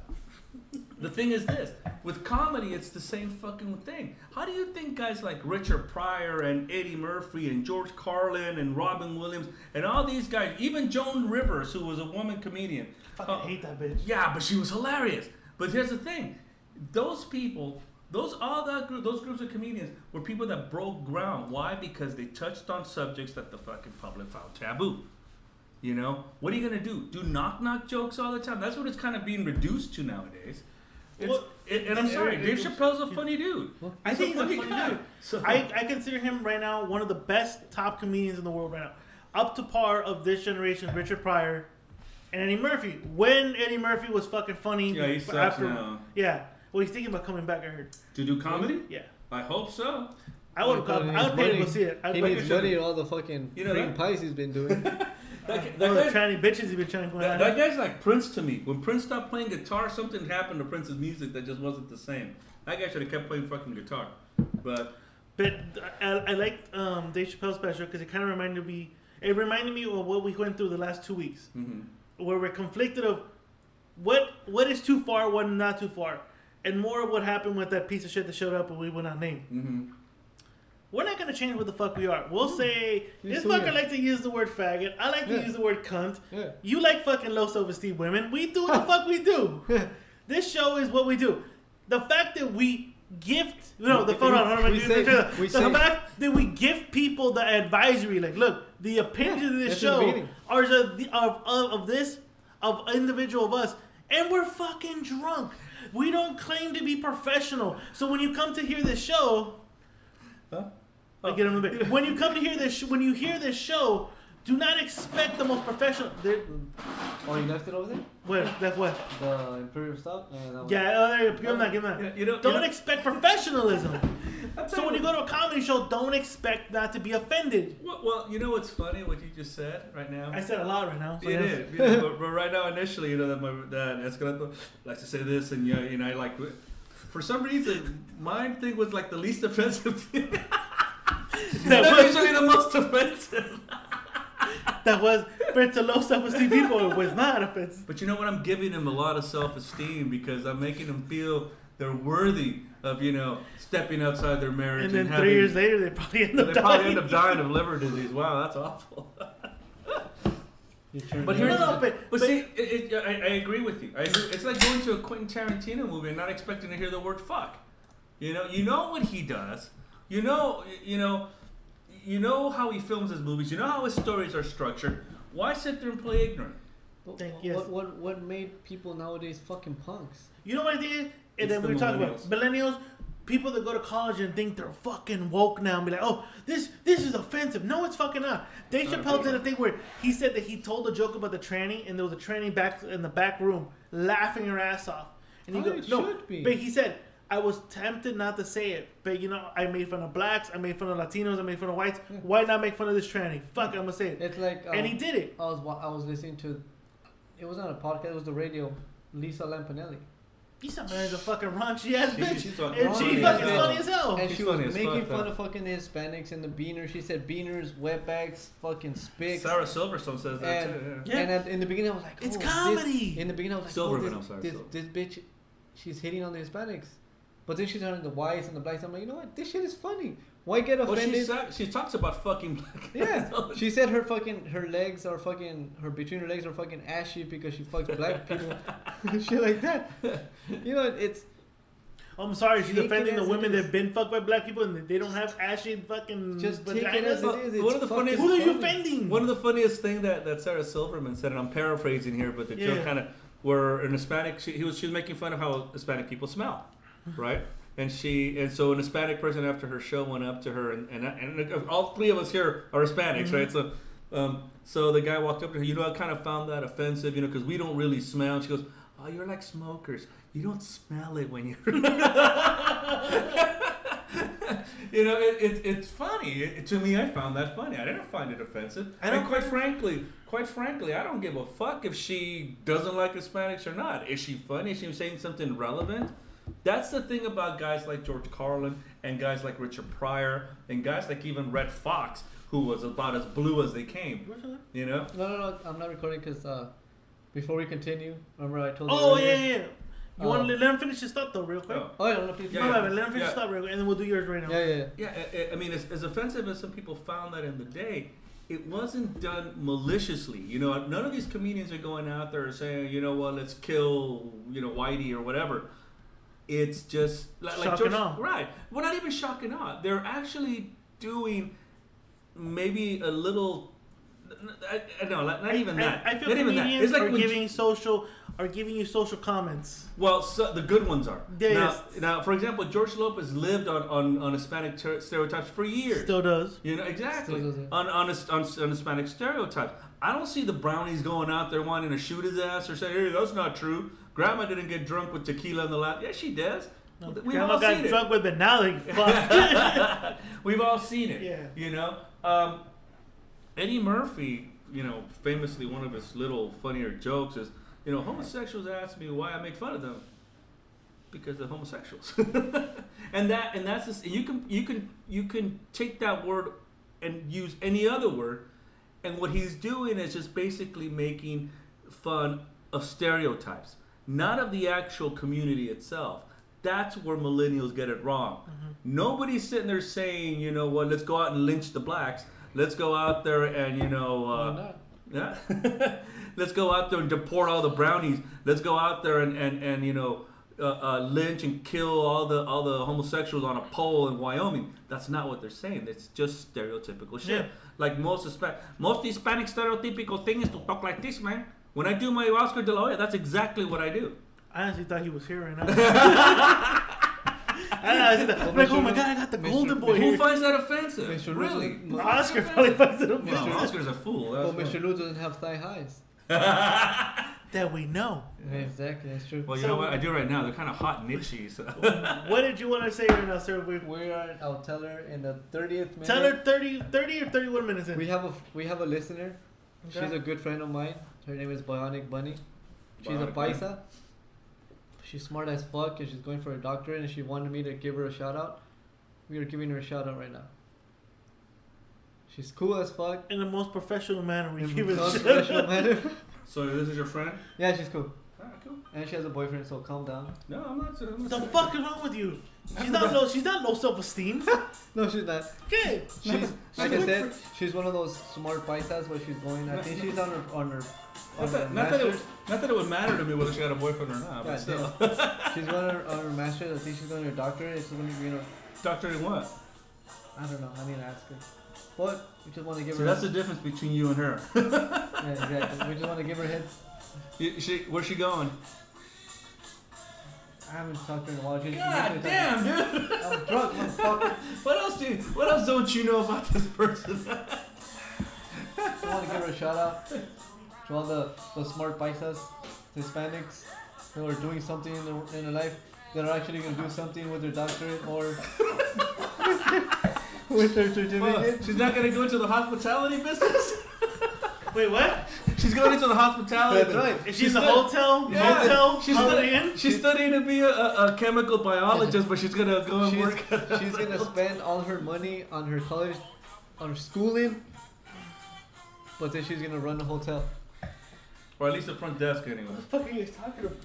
the thing is this: with comedy, it's the same fucking thing. How do you think guys like Richard Pryor and Eddie Murphy and George Carlin and Robin Williams and all these guys, even Joan Rivers, who was a woman comedian,
Fucking
uh,
hate that bitch.
yeah, but she was hilarious. But here's the thing: those people, those all that group, those groups of comedians were people that broke ground. Why? Because they touched on subjects that the fucking public found taboo. You know, what are you gonna do? Do knock knock jokes all the time? That's what it's kind of being reduced to nowadays. It's,
Well,
it- and I'm
it-
sorry,
it-
Dave
it's-
Chappelle's a funny dude.
I
He's
think he's a
funny
funny
guy.
dude.
So-
I, I consider him right now one of the best top comedians in the world right now. Up to par of this generation, Richard Pryor and Eddie Murphy. When Eddie Murphy was fucking funny.
Yeah, he
bef-
sucks now.
Yeah. Well, he's thinking about coming back, I heard.
To do comedy?
Yeah.
I hope so.
I would
Because
have
he
I
needs
would pay to
money.
go see it. I'd
He
pay
needs
to
money and all the fucking
You know
cream
that?
pies he's been doing.
[laughs] That,
One
that
of the
guy's-
tranny bitches he's been trying to go
That,
out.
that guy's like Prince to me. When Prince stopped playing guitar, something happened to Prince's music that just wasn't the same. That guy should have kept playing fucking guitar. But
But I, I liked um, Dave Chappelle's special because it kind of reminded me. It reminded me of what we went through the last two weeks,
Mm-hmm.
where we're conflicted of what what is too far, what not too far, and more of what happened with that piece of shit that showed up and we will not name.
Mm-hmm.
We're not gonna change what the fuck we are. We'll say this
Yes, we
fucker
are.
like to use the word faggot. I like to
Yeah.
use the word cunt.
Yeah.
You like fucking low self-esteem women. We do what the fuck we do. This show is what we do. The fact that we gift no the hold on, hold on,
We
the-
say-
the-
we
the
say-
fact that we give people the advisory like look the opinions of this
that's in the
show
beginning.
are of, the- of, of, of this of individual of us and we're fucking drunk. We don't claim to be professional. So when you come to hear this show, I get him a bit. When you come to hear this, sh- when you hear this show, do not expect the most professional. There,
Oh, you left it over there?
what? That what?
The Imperial Stout? Yeah, that one.
Yeah, oh, there you go. Give him that. Give him that.
you know, you
Don't
know- [laughs]
expect professionalism.
I'm
So when you go to a comedy show, don't expect not to be offended.
Well, well, you know what's funny? What you just said right now.
I said a lot right now. so
It
that's-
is, you know, but, but right now, initially, you know, that my that Escalante likes to say this, and you know, and I like, for some reason, my thing was like the least [laughs] offensive thing.
[laughs] That
That's
was,
usually the most offensive.
[laughs] that was, but to low self-esteem people, it was not offensive.
But you know what? I'm giving them a lot of self-esteem because I'm making them feel they're worthy of, you know, stepping outside their marriage
And
and,
then
having.
three years later, they probably end up
[laughs] they probably end
dying.
up dying of liver disease. Wow, that's
[laughs]
awful. But
No,
here's
no,
the,
but-
but,
but-
see, it, it, I, I agree with you. I agree. It's like going to a Quentin Tarantino movie and not expecting to hear the word fuck. You know, you know what he does. You know, you know, you know how he films his movies. You know how his stories are structured. Why sit there and play ignorant?
But
Thank-
wh-
yes.
What, what what made people nowadays fucking punks?
You know what I think? Is?
It's
And then
the
we were talking about millennials, people that go to college and think they're fucking woke now and be like, oh, this this is offensive. No, it's fucking not. Dave Chappelle did a thing where he said that he told a joke about the tranny and there was a tranny back in the back room laughing her ass off. And he
Oh,
goes,
it
no,
should be.
but he said, I was tempted not to say it, but you know, I made fun of blacks, I made fun of Latinos, I made fun of whites. Why not make fun of this tranny? Fuck, I'm gonna say it.
It's like
and
um,
he did it.
I was wa- I was listening to, it was not a podcast. It was the radio. Lisa Lampanelli,
He's not married to fucking raunchy ass
She-
bitch.
she's fucking
and she
raunchy
fucking
as hell.
funny as hell.
and
she's
she was
Oh, funny as
making
fuck,
fun
though.
of fucking the Hispanics and the beaners. She said beaners, wetbacks, fucking spicks.
Sarah Silverstone says that
And,
too. Yeah.
Yeah.
and at, in the beginning, I was like,
It's
oh, this-
comedy.
in the beginning, I was like,
Silverman,
oh,
I'm
this,
sorry,
this,
Silver.
this bitch, she's hitting on the Hispanics. But then she's turning the whites and the blacks. I'm like, you know what? This shit is funny. Why get
Well, she,
offended?
sa- she talks about fucking black [laughs]
yeah.
guys all the
She said her fucking her legs are fucking her between her legs are fucking ashy because she fucks
[laughs]
black people. [laughs] shit like that. You know, it's
I'm sorry, she's
Take
offending
it
the
as it
women
is.
that've been fucked by black people and they don't have ashy
Mm,
fucking
just take it
vaginas.
as it is. It's
One of the
fucking
funniest-
Who are you
funny.
offending?
One of the funniest thing that, that Sarah Silverman said, and I'm paraphrasing here, but the
Yeah.
joke kind of where an Hispanic she, he was she was making fun of how Hispanic people smell, right? And she and so an Hispanic person after her show went up to her and and, and all three of us here are Hispanics, right? So. Um, so the guy walked up to her. You know, I kind of found that offensive, you know, because we don't really smell. She goes, "Oh, you're like smokers. You don't smell it when you're." [laughs] you know, it, it, it's funny. It- to me, I found that funny. I didn't find it offensive.
I don't-
and quite frankly, quite frankly, I don't give a fuck if she doesn't like Hispanics or not. Is she funny? Is she saying something relevant? That's the thing about guys like George Carlin and guys like Richard Pryor and guys like even Red Fox, who was about as blue as they came. You know,
No, no, no. I'm not recording because uh, before we continue, remember I told
Oh,
you.
yeah,
earlier-
yeah. You want to let him finish his thought, though, real quick?
Oh.
Oh yeah, no, please.
Yeah,
No,
yeah.
wait, let him finish his
Yeah.
thought, real quick, and then we'll do yours right now.
yeah, yeah. yeah.
Yeah, I, I- I mean, as, as offensive as some people found that in the day, it wasn't done maliciously. You know, none of these comedians are going out there saying, you know what, let's kill, you know, Whitey or whatever. It's just like, like
Shock
George,
and awe.
right? We're not even shocking out. They're actually doing maybe a little. I, I no, not, not even that.
I, I feel
not even that.
comedians are
when-
giving social are giving you social comments.
well, so the good ones are.
Yeah,
now,
yes.
now, for example, George Lopez lived on, on, on Hispanic ter- stereotypes for years.
Still does.
You know exactly
Still doesn't.
on on, his- on on Hispanic stereotypes. I don't see the brownies going out there wanting to shoot his ass or say, "Hey, that's not true." Grandma didn't get drunk with tequila on the lap. Yeah, she does. We've
Grandma
all
got
seen [laughs]
drunk with banana. Fuck.
it. We've all seen it.
Yeah.
You know, um, Eddie Murphy. You know, famously one of his little funnier jokes is, you know, homosexuals ask me why I make fun of them because they're homosexuals. [laughs] and that and that's just, you can you can you can take that word and use any other word. And what he's doing is just basically making fun of stereotypes, not of the actual community itself. That's where millennials get it wrong. Nobody's sitting there saying, you know what, let's go out and lynch the blacks. Let's go out there and you know uh,
Why not?
yeah. [laughs] Let's go out there and deport all the brownies. Let's go out there and, and, and you know, uh, uh, lynch and kill all the all the homosexuals on a pole in Wyoming. That's not what they're saying. It's just stereotypical shit.
Yeah.
Like most Hispanic, most Hispanic stereotypical thing is to talk like this, man. When I do my Oscar de la Hoya, that's exactly what I do.
I honestly thought he was here right now. I honestly thought, I'm like, oh my god, I got the
Mr.
golden boy
Who
here.
finds that offensive?
Mr. Russo-
Really?
Mr.
Oscar probably finds it
Well,
offensive.
[laughs] Oscar's a fool.
Well,
That's
Mr. Lou doesn't have thigh highs.
why.
that we know.
Exactly, that's true.
Well, you know what? I do right now. They're kind of hot and itchy. So.
What did you want to say right now, sir? We,
We are at our teller in the 30th minute.
tell her 30, 30 or 31 minutes in.
We have a we have a listener. She's a good friend of mine. Her name is Bionic Bunny. She's a
Bionic Bunny.
paisa. She's smart as fuck, and she's going for a doctorate. And she wanted me to give her a shout out. We are giving her a shout out right now. She's cool as fuck.
in the most professional manner, we
in
give it
[laughs]
a
a
professional
shot.
manner.
so this is your friend?
yeah, she's cool,
Ah, cool.
and she has a boyfriend. So calm down.
No, I'm not. I'm
[laughs]
not
The fuck is wrong with you? She's not low. She's not low self esteem.
No, she's not.
Okay.
[laughs]
She's like I said, she's one of those smart paisas where she's going. I think she's on her on her. On
Not
her
that, not, that it,
master's.
not that it would matter to me whether she had a boyfriend or not, but [laughs]
God
still.
damn. she's going on her, on her master's. I think she's going to her doctorate. She's going to be in her
Doctor in what?
I don't know. I need to ask her. But we just want to give
So
her.
that's the difference between you and her.
yeah, exactly. We just want to give her heads.
You- she, where's she going?
I haven't talked to her in a while. She's
God damn, dude!
I'm drunk, motherfucker.
What else do? You, what else don't you know about this person?
I want to give her a shout out to all the, the smart paisas, Hispanics, who are doing something in their, in their life that are actually going to do something with their doctorate or with their
Well,
certificate.
she's not gonna go into the hospitality business.
Wait, what?
She's going into the hospitality.
That's right.
Is she in the
stud-
hotel?
Yeah,
Motel?
she's,
Holiday
studying,
Inn?
she's studying to be a, a, a chemical biologist, but she's gonna go and
She's,
work.
she's going to spend all her money on her college, on her schooling, but then she's going to run a hotel.
Or at least the front desk, anyway.
What the fuck are you talking about?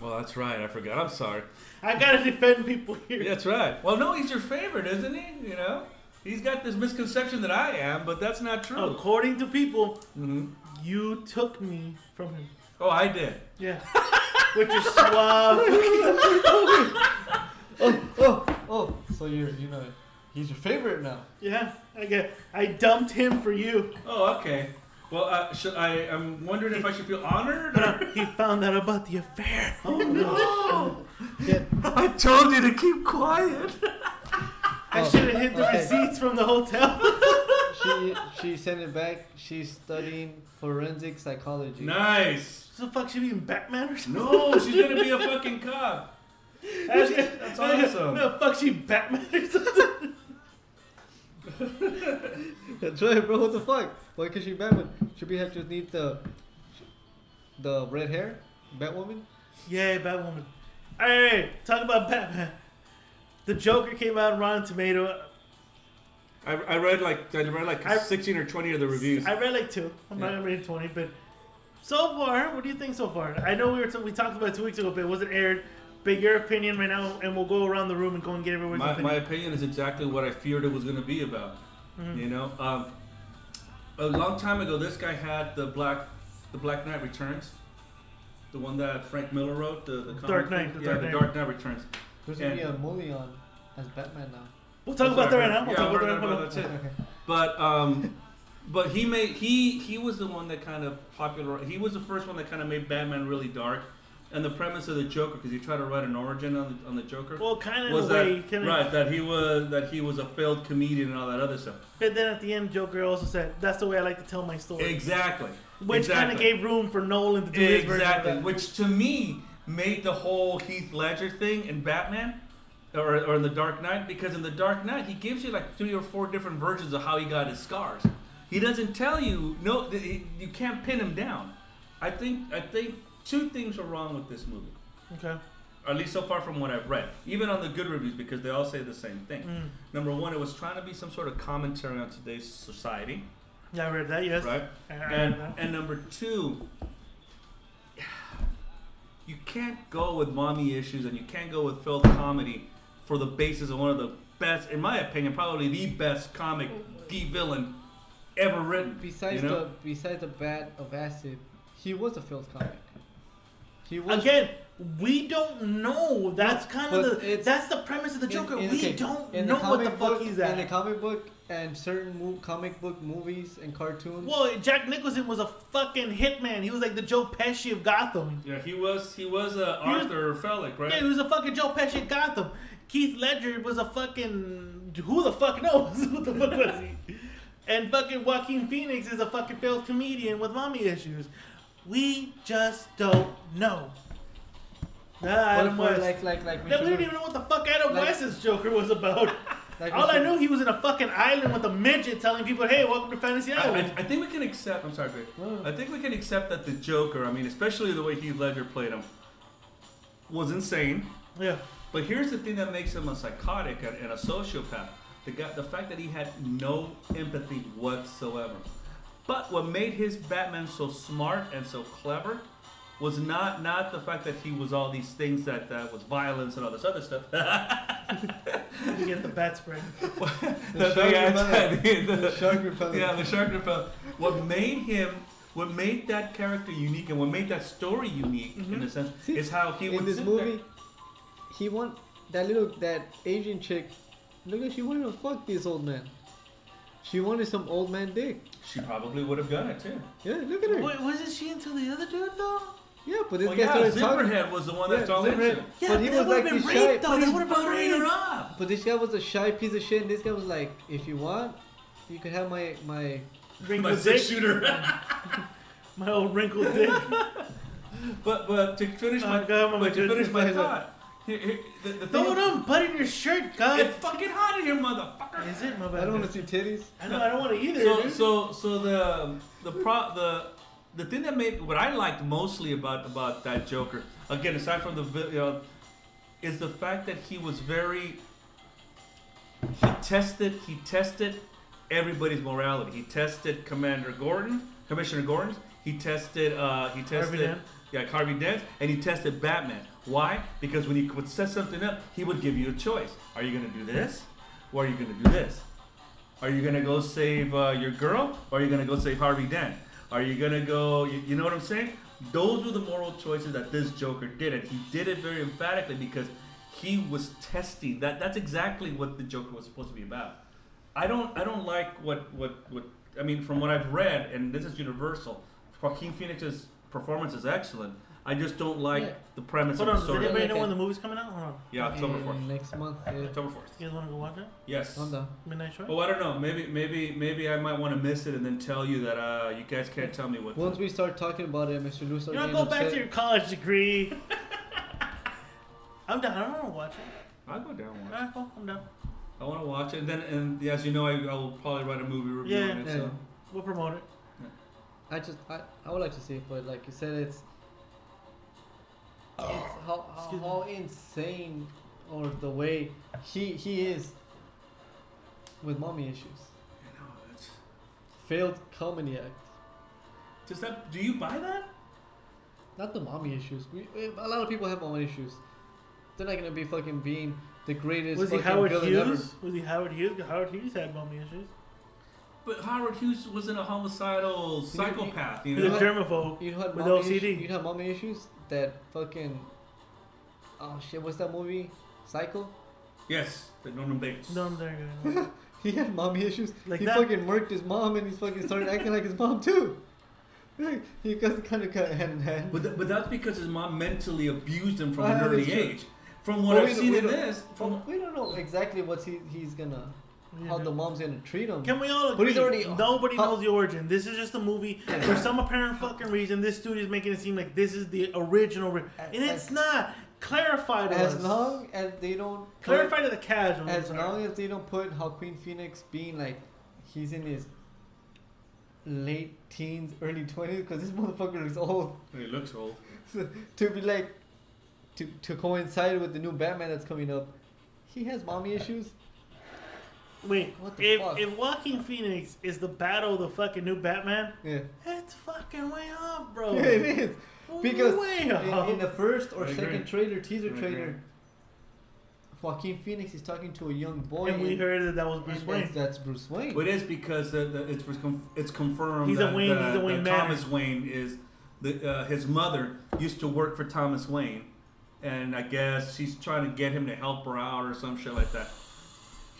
Well, that's right. I forgot. I'm sorry.
I gotta defend people here.
That's right. Well, no, he's your favorite, isn't he? You know, he's got this misconception that I am, but that's not true.
According to people,
Mm-hmm.
hmm
you took me from him.
Oh, I did.
Yeah. With your
[laughs]
suave.
oh, oh, oh. So you're, you know, he's your favorite now.
Yeah. I get. I dumped him for you.
Oh, okay. Well, uh, should I? I'm wondering if I should feel honored. [laughs] Or...
He found out about the affair.
Oh no! I told you to keep quiet. Oh.
I should have hid the
okay.
receipts from the hotel. [laughs]
She she sent it back. She's studying forensic psychology.
Nice.
So fuck, should be in Batman or something.
No, she's gonna be a fucking cop.
That's,
[laughs]
that's [laughs]
awesome.
No, fuck, she Batman or something. [laughs]
That's right, bro. What the fuck? Why could she Batman? Should we have just need the the red hair Batwoman?
Yeah, Batwoman. All right, all right, talk about Batman. The Joker came out on Rotten Tomato.
I, I read like I read like
I-
16 or 20 of the reviews.
I read like two. I'm not
Yeah.
gonna read twenty, but so far, what do you think so far? I know we were t- we talked about it two weeks ago, but it wasn't aired. But your opinion right now, and we'll go around the room and go and get everyone's
my,
opinion.
my opinion is exactly what I feared it was going to be about.
Mm-hmm.
You know, um, a long time ago, this guy had the Black, the Black Knight Returns, the one that Frank Miller wrote, the, the comic
Dark
book.
Knight, the
yeah,
Dark
the
Knight.
Dark Knight Returns.
There's gonna be
Yeah.
a Mullion as Batman now.
we'll talk about that right now. We'll
Yeah,
talk
we're
about that.
not-
Hold on.
that's it. But um, but he made he he was the one that kind of popular. He was the first one that kind of made Batman really dark, and the premise of the Joker because he tried to write an origin on the, on the Joker.
Well, kind of
was
in a way.
that
Kind of,
right that he was that he was a failed comedian and all that other stuff.
But then at the end, Joker also said, "That's the way I like to tell my story,"
Exactly.
which kind of
exactly.
gave room for Nolan to do his version. of
exactly,
that.
which to me made the whole Heath Ledger thing in Batman. Or, or in the Dark Knight, because in the Dark Knight he gives you like three or four different versions of how he got his scars. He doesn't tell you no, th- he- you can't pin him down. I think I think two things are wrong with this movie
Okay.
or at least so far from what I've read, even on the good reviews, because they all say the same thing.
Mm.
Number one, it was trying to be some sort of commentary on today's society,
Yeah, I read that. Yes.
right?
I heard
And
that.
and number two, [sighs] you can't go with mommy issues and you can't go with failed comedy for the basis of one of the best, in my opinion, probably the best comic, the villain ever written.
Besides
you know?
the besides the bat of acid, he was a filth comic. He was
Again, we don't know. That's kind
but
of the
it's-
that's the premise of the
In-
Joker.
in-
we
okay,
don't
in
know what the
comic
fuck
book-
he's
In the
at.
comic book and certain mo- comic book movies and cartoons.
well, Jack Nicholson was a fucking hitman. He was like the Joe Pesci of Gotham.
yeah, he was he was uh, Arthur Felick, right?
Yeah, he was a fucking Joe Pesci of Gotham. Keith Ledger was a fucking who the fuck knows [laughs] what the fuck was he? And fucking Joaquin Phoenix is a fucking failed comedian with mommy issues. We just don't know. Nah,
But
Adam
for
West.
like, like, like, we
Then we
should've-
don't even know what the fuck Adam
Like-
West's Joker was about.
[laughs] Like we
All I
should-
knew he was in a fucking island with a midget telling people, "Hey, welcome to Fantasy
I, I,
Island."
I think we can accept. I'm sorry,
No,
Greg.
no.
I think we can accept that the Joker. I mean, especially the way Heath Ledger played him, was insane.
yeah,
But here's the thing that makes him a psychotic and, and a sociopath: the guy, the fact that he had no empathy whatsoever. But what made his Batman so smart and so clever was not not the fact that he was all these things that that was violence and all this other stuff. [laughs]
you get the bat spread.
the,
shark
yeah,
repellent.
the-
[laughs] The shark repellent.
Yeah, the shark repellent. What made him, what made that character unique, and what made that story unique in a sense,
Mm-hmm. See,
is how he
in
would
this
sit
movie,
there.
he want that little that Asian chick. Look at she wanted to fuck this old man. She wanted some old man dick.
She probably would have done it too.
Yeah, look at her.
Wait, wasn't she into the other dude though?
Yeah, but this
Well,
guy
Oh, yeah,
started talking.
Zipperhead was the one that's all
Zipperhead.
into.
Yeah,
but he
that
was
would've
like
been
this
rape,
shy.
though.
But,
That
this-
would've been
buttering her
rape.
up.
but this guy was a shy piece of shit. And this guy was like, if you want, you can have my my.
Wrinkled
My
dick.
six [laughs] shooter.
My old wrinkled [laughs] dick.
but but to finish my
Oh, God, my
but to
goodness.
finish my thought, here- here- the, the thing
Throw it on, put it in your shirt, God.
It's fucking hot in here, motherfucker.
Is it? My bad.
I don't want to see titties.
I know. I don't want to either.
so
dude.
so so the the pro the the thing that made what I liked mostly about about that Joker again aside from the vi- you know is the fact that he was very he tested he tested everybody's morality he tested Commander Gordon Commissioner Gordon he tested uh, he tested
Dent.
yeah Harvey Dent and he tested Batman why because when he would set something up he would give you a choice are you gonna do this or are you gonna do this are you gonna go save uh, your girl, or are you gonna go save Harvey Dent? Are you gonna go? You, you know what I'm saying? Those were the moral choices that this Joker did, and he did it very emphatically because he was testing. That that's exactly what the Joker was supposed to be about. I don't I don't like what what what I mean from what I've read, and this is universal. Joaquin Phoenix's performance is excellent. I just don't like
Yeah.
the premise
Hold
of
on,
the
does
story.
anybody Mm. know
Okay.
when the movie's coming out? Hold on.
Yeah, October
And
fourth.
Next month. Yeah.
October fourth.
You guys want to go watch it?
Yes.
I'm down.
Midnight Short?
Oh, I don't know. Maybe, maybe, maybe I might want to miss it and then tell you that uh, you guys can't tell me what.
Once we start talking about it, Mr. Lou
you
starts
know,
getting
go back to
upset.
your college degree. I'm down. I don't want to watch it.
I'll go down and watch.
Alright, cool. I'm down.
it. I want to watch it, and then, and as you know, I, I will probably write a movie review
Yeah.
on it.
Yeah.
So.
We'll promote it.
I just I, I would like to see it, but like you said, it's it's how how,
Excuse me.
how insane or the way he he is with mommy issues.
I know, it's-
Failed comedy act,
Does that? Do you buy that?
not the mommy issues. We, we- a lot of people have mommy issues. They're not gonna be fucking being the greatest.
Was he
fucking
Howard
villain
Hughes?
ever.
Was he Howard Hughes? 'Cause Howard Hughes had mommy issues.
But Howard Hughes wasn't a homicidal psychopath, you
He's a
know.
know-
germaphobe
You know what
with
mommy issues-
OCD.
You know what mommy issues that fucking oh shit. What's that movie? Psycho.
Yes, the Norman Bates.
no, I'm there. yeah.
He had mommy issues.
Like
he
that?
fucking murked his mom and he fucking started acting like his mom too. Like, he kind of kind of hand in hand.
But, th- but that's because his mom mentally abused him from
Ah,
an
that is
early
true.
age. From what
But
I've
we-
seen
we
in
don't-
this, from
we don't know exactly what's he he's gonna
Yeah,
how
no.
the mom's gonna treat him.
Can we all agree?
But he's already- Oh.
Nobody
how-
knows the origin. This is just a movie. For some apparent fucking reason, this dude is making it seem like this is the original, ri- and it's
As-
not. Clarify to
as
us.
long as they don't put-
Clarify to the casual.
as long as they don't put how Queen Phoenix being like he's in his late teens, early twenties, because this motherfucker is old. [laughs]
he looks old.
to be like to to coincide with the new Batman that's coming up. He has mommy issues.
Wait,
What the
if
fuck?
if Walking Phoenix is the battle of the fucking new Batman,
Yeah.
it's fucking way off, bro.
Yeah, [laughs] it is. Because
way off. [laughs]
in, in the first or
I agree.
second trailer, teaser
I agree.
trailer, Joaquin Phoenix is talking to a young boy.
and we heard that that was Bruce
and
Wayne.
That's, that's Bruce Wayne.
But it is because the, the, it's was conf- it's confirmed
He's a
that,
Wayne-
that-
he's a Wayne
that
Manor.
Thomas Wayne is the, uh, his mother used to work for Thomas Wayne, and I guess she's trying to get him to help her out or some shit like that.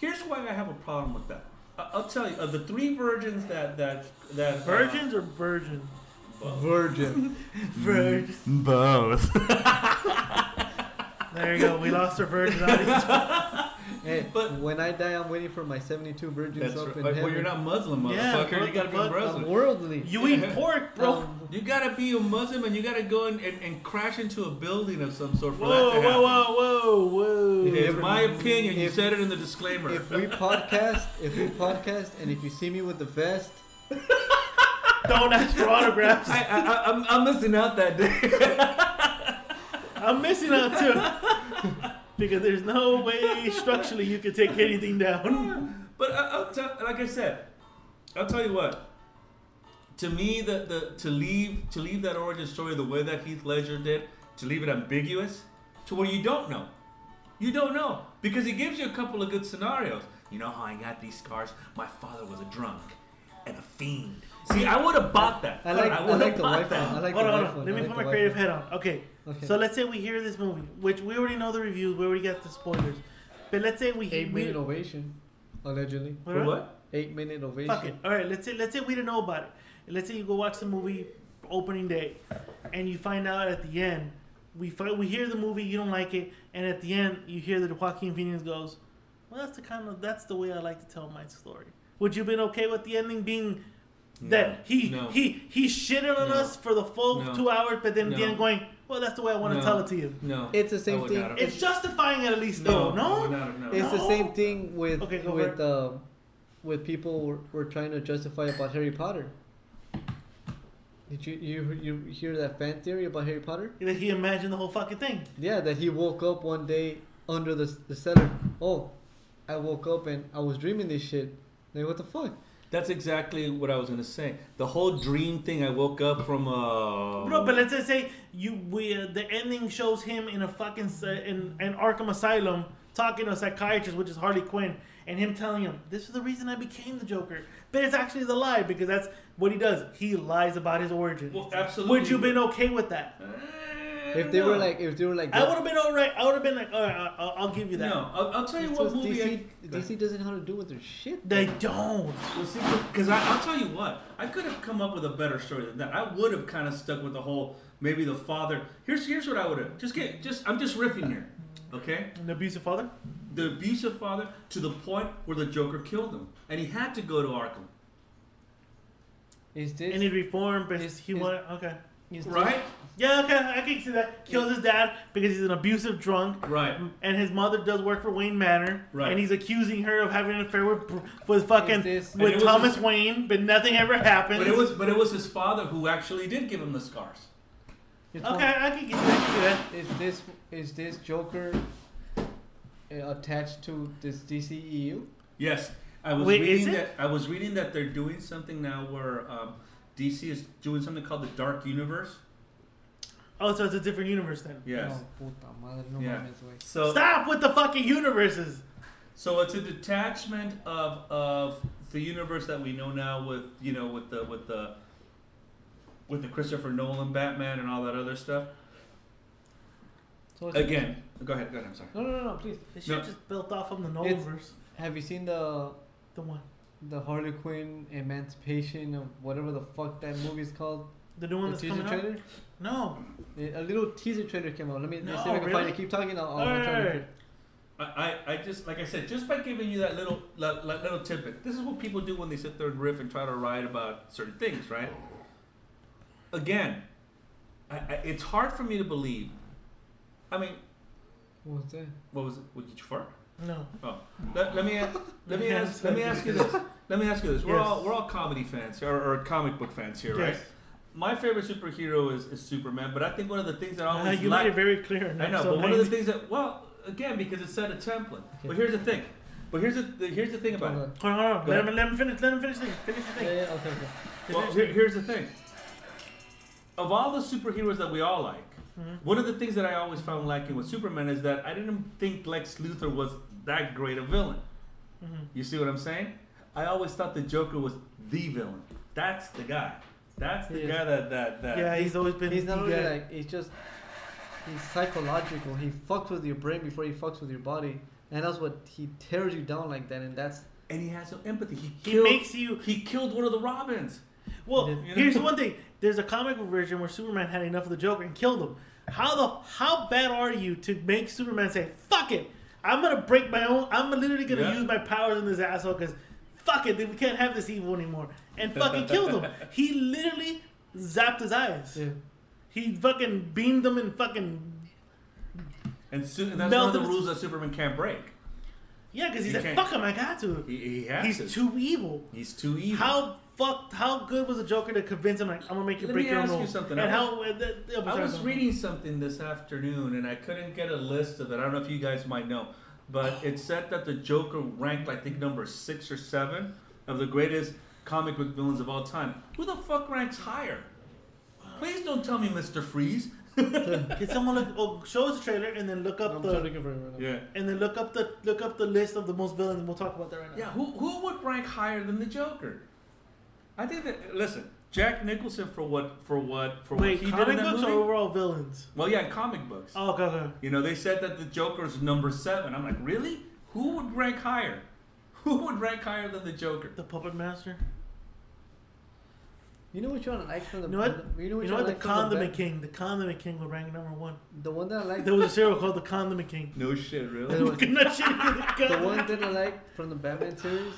Here's why I have a problem with that. I- I'll tell you of the three virgins that that that uh,
Virgins or virgin?
Virgin.
Virgin.
both.
[laughs]
There you go. We lost our virgin audience.
[laughs]
[laughs]
Hey,
But-
when I die, I'm waiting for my 72 virgins
That's
up
right.
in
Like,
heaven.
well, you're not Muslim,
Yeah,
motherfucker.
what
you gotta
the
be a
fuck?
I'm
Muslim.
worldly.
You eat pork, bro.
Um,
You gotta be a Muslim and you gotta go and, and, and crash into a building of some sort for that
whoa,
to happen.
whoa, whoa, whoa, whoa.
[laughs] Yeah.
It's my opinion. you
If-
said it in the disclaimer.
[laughs] if we podcast, if we podcast, and if you see me with the vest,
Don't ask for autographs.
I, I, I, I'm, I'm missing out that day. [laughs]
I'm missing out too. Because there's no way structurally you could take anything down.
but I, I'll tell, like I said, I'll tell you what. To me, the, the to leave to leave that origin story the way that Heath Ledger did, to leave it ambiguous, to where you don't know, you don't know because he gives you a couple of good scenarios. You know how I got these scars? My father was a drunk and a fiend. See, I would have bought that.
I like. I,
would've
like the
bought
wife one. I like
Hold
the
on, hold
wife
on.
one.
Let
I
me
like
put
the
my
wife
creative
one.
hat on. Okay.
Okay.
So let's say we hear this movie, which we already know the reviews, we already got the spoilers. But let's say we
Eight
we,
minute ovation, allegedly.
Wait,
For
what?
what?
Eight minute ovation.
Fuck it. All right, let's say let's say we didn't know about it. Let's say you go watch the movie opening day, and you find out at the end. We find, we hear the movie, you don't like it, and at the end you hear that Joaquin Phoenix goes, "Well, that's the kind of that's the way I like to tell my story." Would you been okay with the ending being that he
No.
he he shitted on
No.
us for the full
No.
two hours, but then at the
No.
end going, "Well, that's the way I want
No.
to tell it to you."
No.
It's the same
I would
thing.
not have-
It's justifying it at least
no,
though, no?
I would not have- no.
It's the
No.
same thing with
Okay, go for it.
with um, with people were, were trying to justify about Harry Potter. Did you you you hear that fan theory about Harry Potter?
That he imagined the whole fucking thing.
Yeah, that he woke up one day under the the cellar. Oh, I woke up and I was dreaming this shit. Like what the fuck?
That's exactly what I was gonna say. The whole dream thing. I woke up from uh, a.
No, but let's just say you we uh, the ending shows him in a fucking s- uh, in an Arkham Asylum talking to a psychiatrist, which is Harley Quinn, and him telling him this is the reason I became the Joker. But it's actually the lie because that's what he does. He lies about his origin.
Well, absolutely. Uh,
Would you been okay with that?
If they were like, if they were like,
I would have been all right. I would have been like, all right, I- I'll, I'll give you that.
no, I'll, I'll tell you
It's
what
just
movie.
DC,
I,
DC doesn't know how to do with their shit.
They don't.
because I'll tell you what, I could have come up with a better story than that. I would have kind of stuck with the whole maybe the father. Here's here's what I would have. Just get just I'm just riffing here, okay?
An abusive father.
The abusive father to the point where the Joker killed him, and he had to go to Arkham,
Is
And he
this
reformed, but
it's-
he
it's-
wanted okay.
is
right?
Yeah, okay, I can see that. Kills his dad because he's an abusive drunk.
Right.
Mm.
and his mother does work for Wayne Manor,
Right.
and he's accusing her of having an affair with with fucking
Is this-
And it
with
was
Thomas
his-
Wayne, but nothing ever happened.
But it was but it was his father who actually did give him the scars.
This, it's
okay. I can get that.
one- Is this is this Joker uh, attached to this E DCEU?
Yes, I was
Wait, is
reading
it?
that. I was reading that they're doing something now where um, DC is doing something called the Dark Universe.
Oh, so it's a different universe then.
Yes.
No, puta madre, no
Yeah.
mames, güey.
So
Stop with the fucking universes.
so it's a detachment of of the universe that we know now with you know with the with the with the Christopher Nolan Batman and all that other stuff.
So it's-
Again, go ahead. Go ahead. I'm sorry.
No, no, no, no, please.
This shit
No.
just built off of the
It's-
Nolanverse.
Have you seen the
The one,
the Harley Quinn Emancipation of whatever the fuck that movie is called?
the new one
the
that's
teaser
coming out.
trailer.
No.
A little teaser trailer came out. Let me
No,
let's see if I can find
really?
it. Keep talking. I'll, I'll
All
I'll try to-
right.
I, I, I just like I said, just by giving you that little that, that little tidbit, this is what people do when they sit there and riff and try to write about certain things, right? Again, I, I, it's hard for me to believe. I mean,
What's that?
what was it? What did you fart?
No.
Oh, let, let me a- let me ask let me ask you this. Let me ask you this. We're
Yes.
all we're all comedy fans here, or, or comic book fans here, right?
Yes.
My favorite superhero is, is Superman, but I think one of the things that I
Uh,
always
you
like
made it very clear. in
I know,
episode
but one of the
90.
things that well, again, because it set a template. But here's the thing. But here's the, the here's the thing about
Hold
it.
Hold
on.
on, hold on.
Go
Let
ahead.
him, let him finish. Let him finish the thing. Finish the
Yeah,
thing.
yeah, okay, okay.
Well, here, here's the thing. Of all the superheroes that we all like, one of the things that I always found lacking with Superman is that I didn't think Lex Luthor was that great a villain. You see what I'm saying? I always thought the Joker was the villain. That's the guy. That's the
He is.
guy that that that.
Yeah, he's always been.
He's not
the
only
guy.
like he's just he's psychological. He fucks with your brain before he fucks with your body, and that's what he tears you down like that. And that's
And he has no empathy. He,
He
killed,
makes you-
He killed one of the Robins.
Well,
You know?
here's the one thing. There's a comic book version where Superman had enough of the Joker and killed him. How the how bad are you to make Superman say "fuck it"? I'm gonna break my own. I'm literally gonna
Yeah.
use my powers on this asshole because fuck it, dude, we can't have this evil anymore, and fucking killed
[laughs]
him. He literally zapped his eyes.
Yeah.
He fucking beamed them and fucking
And su- that's
No,
one of the
there's-
rules that Superman can't break.
yeah, because he's
You
like
can't-
fuck him, I got to.
He, he has to.
He's too evil.
He's too evil.
How fucked? How good was the Joker to convince him like I'm gonna make you
Let
break
me
your own
ask you
rules?
something.
And
I
how? uh, th- yeah,
I
sorry,
was
go.
reading something this afternoon and I couldn't get a list of it. I don't know if you guys might know,
[sighs]
but it said that the Joker ranked, I think, number six or seven of the greatest comic book villains of all time. Who the fuck ranks higher? Please don't tell me Mr. Freeze.
Can someone look? Oh, show us the trailer and then look up
I'm
the
trying to get rid of it.
yeah.
and then look up the look up the list of the most villains. We'll talk about that right now.
Yeah, who, who would rank higher than the Joker? I think that listen, Jack Nicholson for what for what for
Wait,
what he did in
comic
that
books
movie.
or overall villains?
well, yeah, in comic books.
Oh, okay, okay.
You know, they said that the Joker's number seven. I'm like, really? Who would rank higher? [laughs] Who would rank higher than the Joker?
The Puppet Master.
You know which one I like from the
You know what?
You know, which
you know what? The
one I like from the
Condiment
back?
King. The Condiment King would rank number one.
The one that I like.
There was a serial called the Condiment King.
[laughs] No shit,
The
really?
one-
Fucking [laughs] that shit.
the one that I like from the Batman series,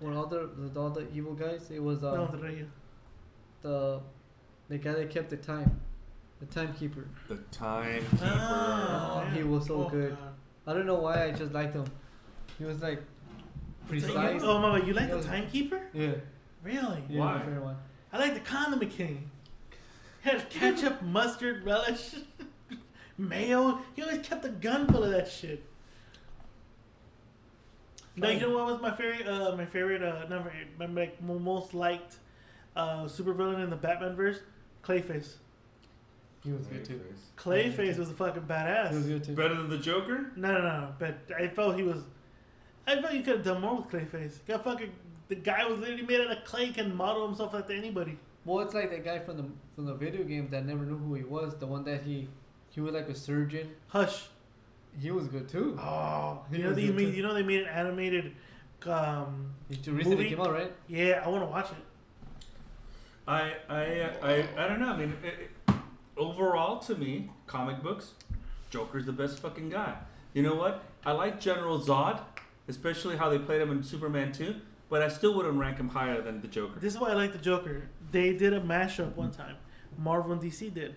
when all the with all the evil guys, it was
No,
uh,
the radio.
the the guy that kept the time, the timekeeper.
the timekeeper.
Ah,
he was so
Oh,
good.
God.
I don't know why I just liked him. He was like precise.
Oh my! You like
That
the
was-
Timekeeper?
Yeah.
Really?
yeah
Why?
my favorite one.
I like the Condiment King. He had ketchup, mustard, relish, [laughs] mayo. He always kept a gun full of that shit. No, you know what was my favorite? Uh, my favorite, uh, number, my, my mo- most liked uh, supervillain in the Batman verse, Clayface.
He was good too.
Clayface was a fucking
He was
badass.
good too.
Better than the Joker?
No, no, no. But I felt he was. I felt you could have done more with Clayface. Got fucking. The guy was literally made out of clay. Can model himself after anybody.
Well, it's like that guy from the from the video game that never knew who he was. The one that he he was like a surgeon.
Hush.
He was good too.
Oh,
He
you know
was
they
good
made
too.
you know they made an animated. Um,
He just recently
Movie?
came out, right?
yeah, I want to watch it.
I I uh, I, I don't know. I mean, it, it- overall, to me, comic books, Joker's the best fucking guy. You know what? I like General Zod, especially how they played him in Superman 2, but I still wouldn't rank him higher than the Joker.
This is why I like the Joker. They did a mashup one time, Marvel and DC did,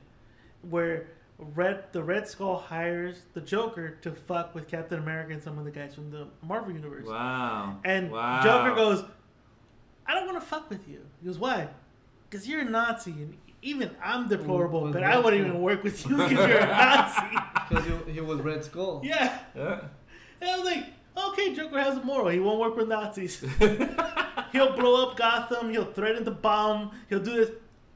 where Red the Red Skull hires the Joker to fuck with Captain America and some of the guys from the Marvel universe.
Wow.
And
wow.
Joker goes, "I don't want to fuck with you." He goes, "Why?" Because you're a Nazi, and even I'm deplorable,
Well,
but
that's
I wouldn't
cool.
even work with you because you're
[laughs]
a Nazi.
Because he, he was Red Skull.
yeah.
Yeah.
And I was like, okay, Joker has a moral. He won't work with
[laughs]
Nazis. he'll blow up Gotham. He'll threaten to bomb. He'll do this.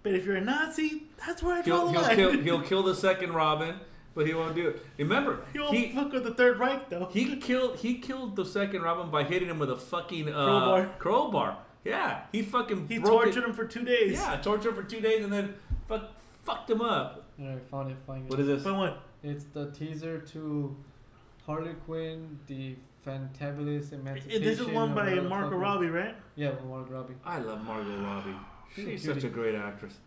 But if you're a Nazi, that's where I draw
He'll,
the
he'll
line.
kill he'll kill the second Robin, but he won't do it. Remember,
[laughs] He won't
he
fuck with the Third Reich, though.
he killed he killed the second Robin by hitting him with a fucking uh, crowbar. Yeah, he fucking
he
broke it-
tortured him for two days.
Yeah, tortured him for two days and then fuck, fucked him up.
All right, found it. Find it.
What is this?
But what?
It's the teaser to Harley Quinn, the Fantabulous Emancipation.
This is one
or
by
whatever the
Marco
fuck it-
Robbie, right?
Yeah, by Margot Robbie.
I love Margot Robbie.
She's
She's,
a Uh,
such
cutie.
a great actress.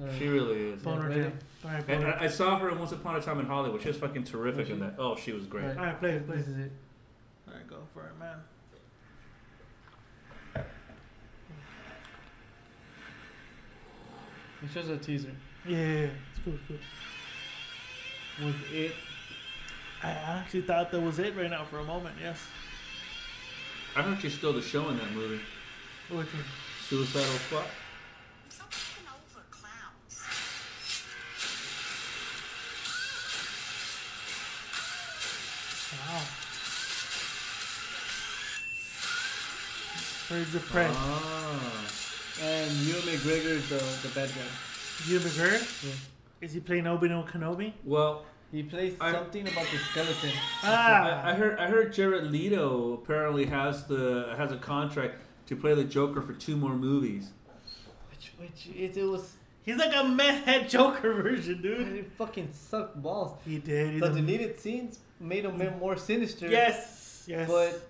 All right.
She really is.
Boner
ready.
jam. All right,
And uh,
boner.
I, I saw her in Once Upon a Time in Hollywood. She was fucking terrific in that. Oh, she was great.
Right.
All right, play it, play it.
This is it.
All right, go for it, man.
It's just a teaser.
Yeah, yeah, yeah. it's cool, it's cool.
With it,
I actually thought that was it right now for a moment. Yes.
I heard she stole the show in that movie,
Which one?
Suicidal Squad.
Wow. Birds of prey.
Ah.
and Ewan McGregor is the, the bad guy.
You McGregor?
Yeah.
Is he playing Obi Wan Kenobi?
Well,
He plays
I-
something about the skeleton.
Ah,
I, I heard I heard Jared Leto apparently has the has a contract to play the Joker for two more movies.
Which, which it, it was.
he's like a meth head Joker [laughs] version, dude.
It fucking sucked balls.
He did. He's
The
a-
deleted scenes made him more sinister.
yes, yes.
But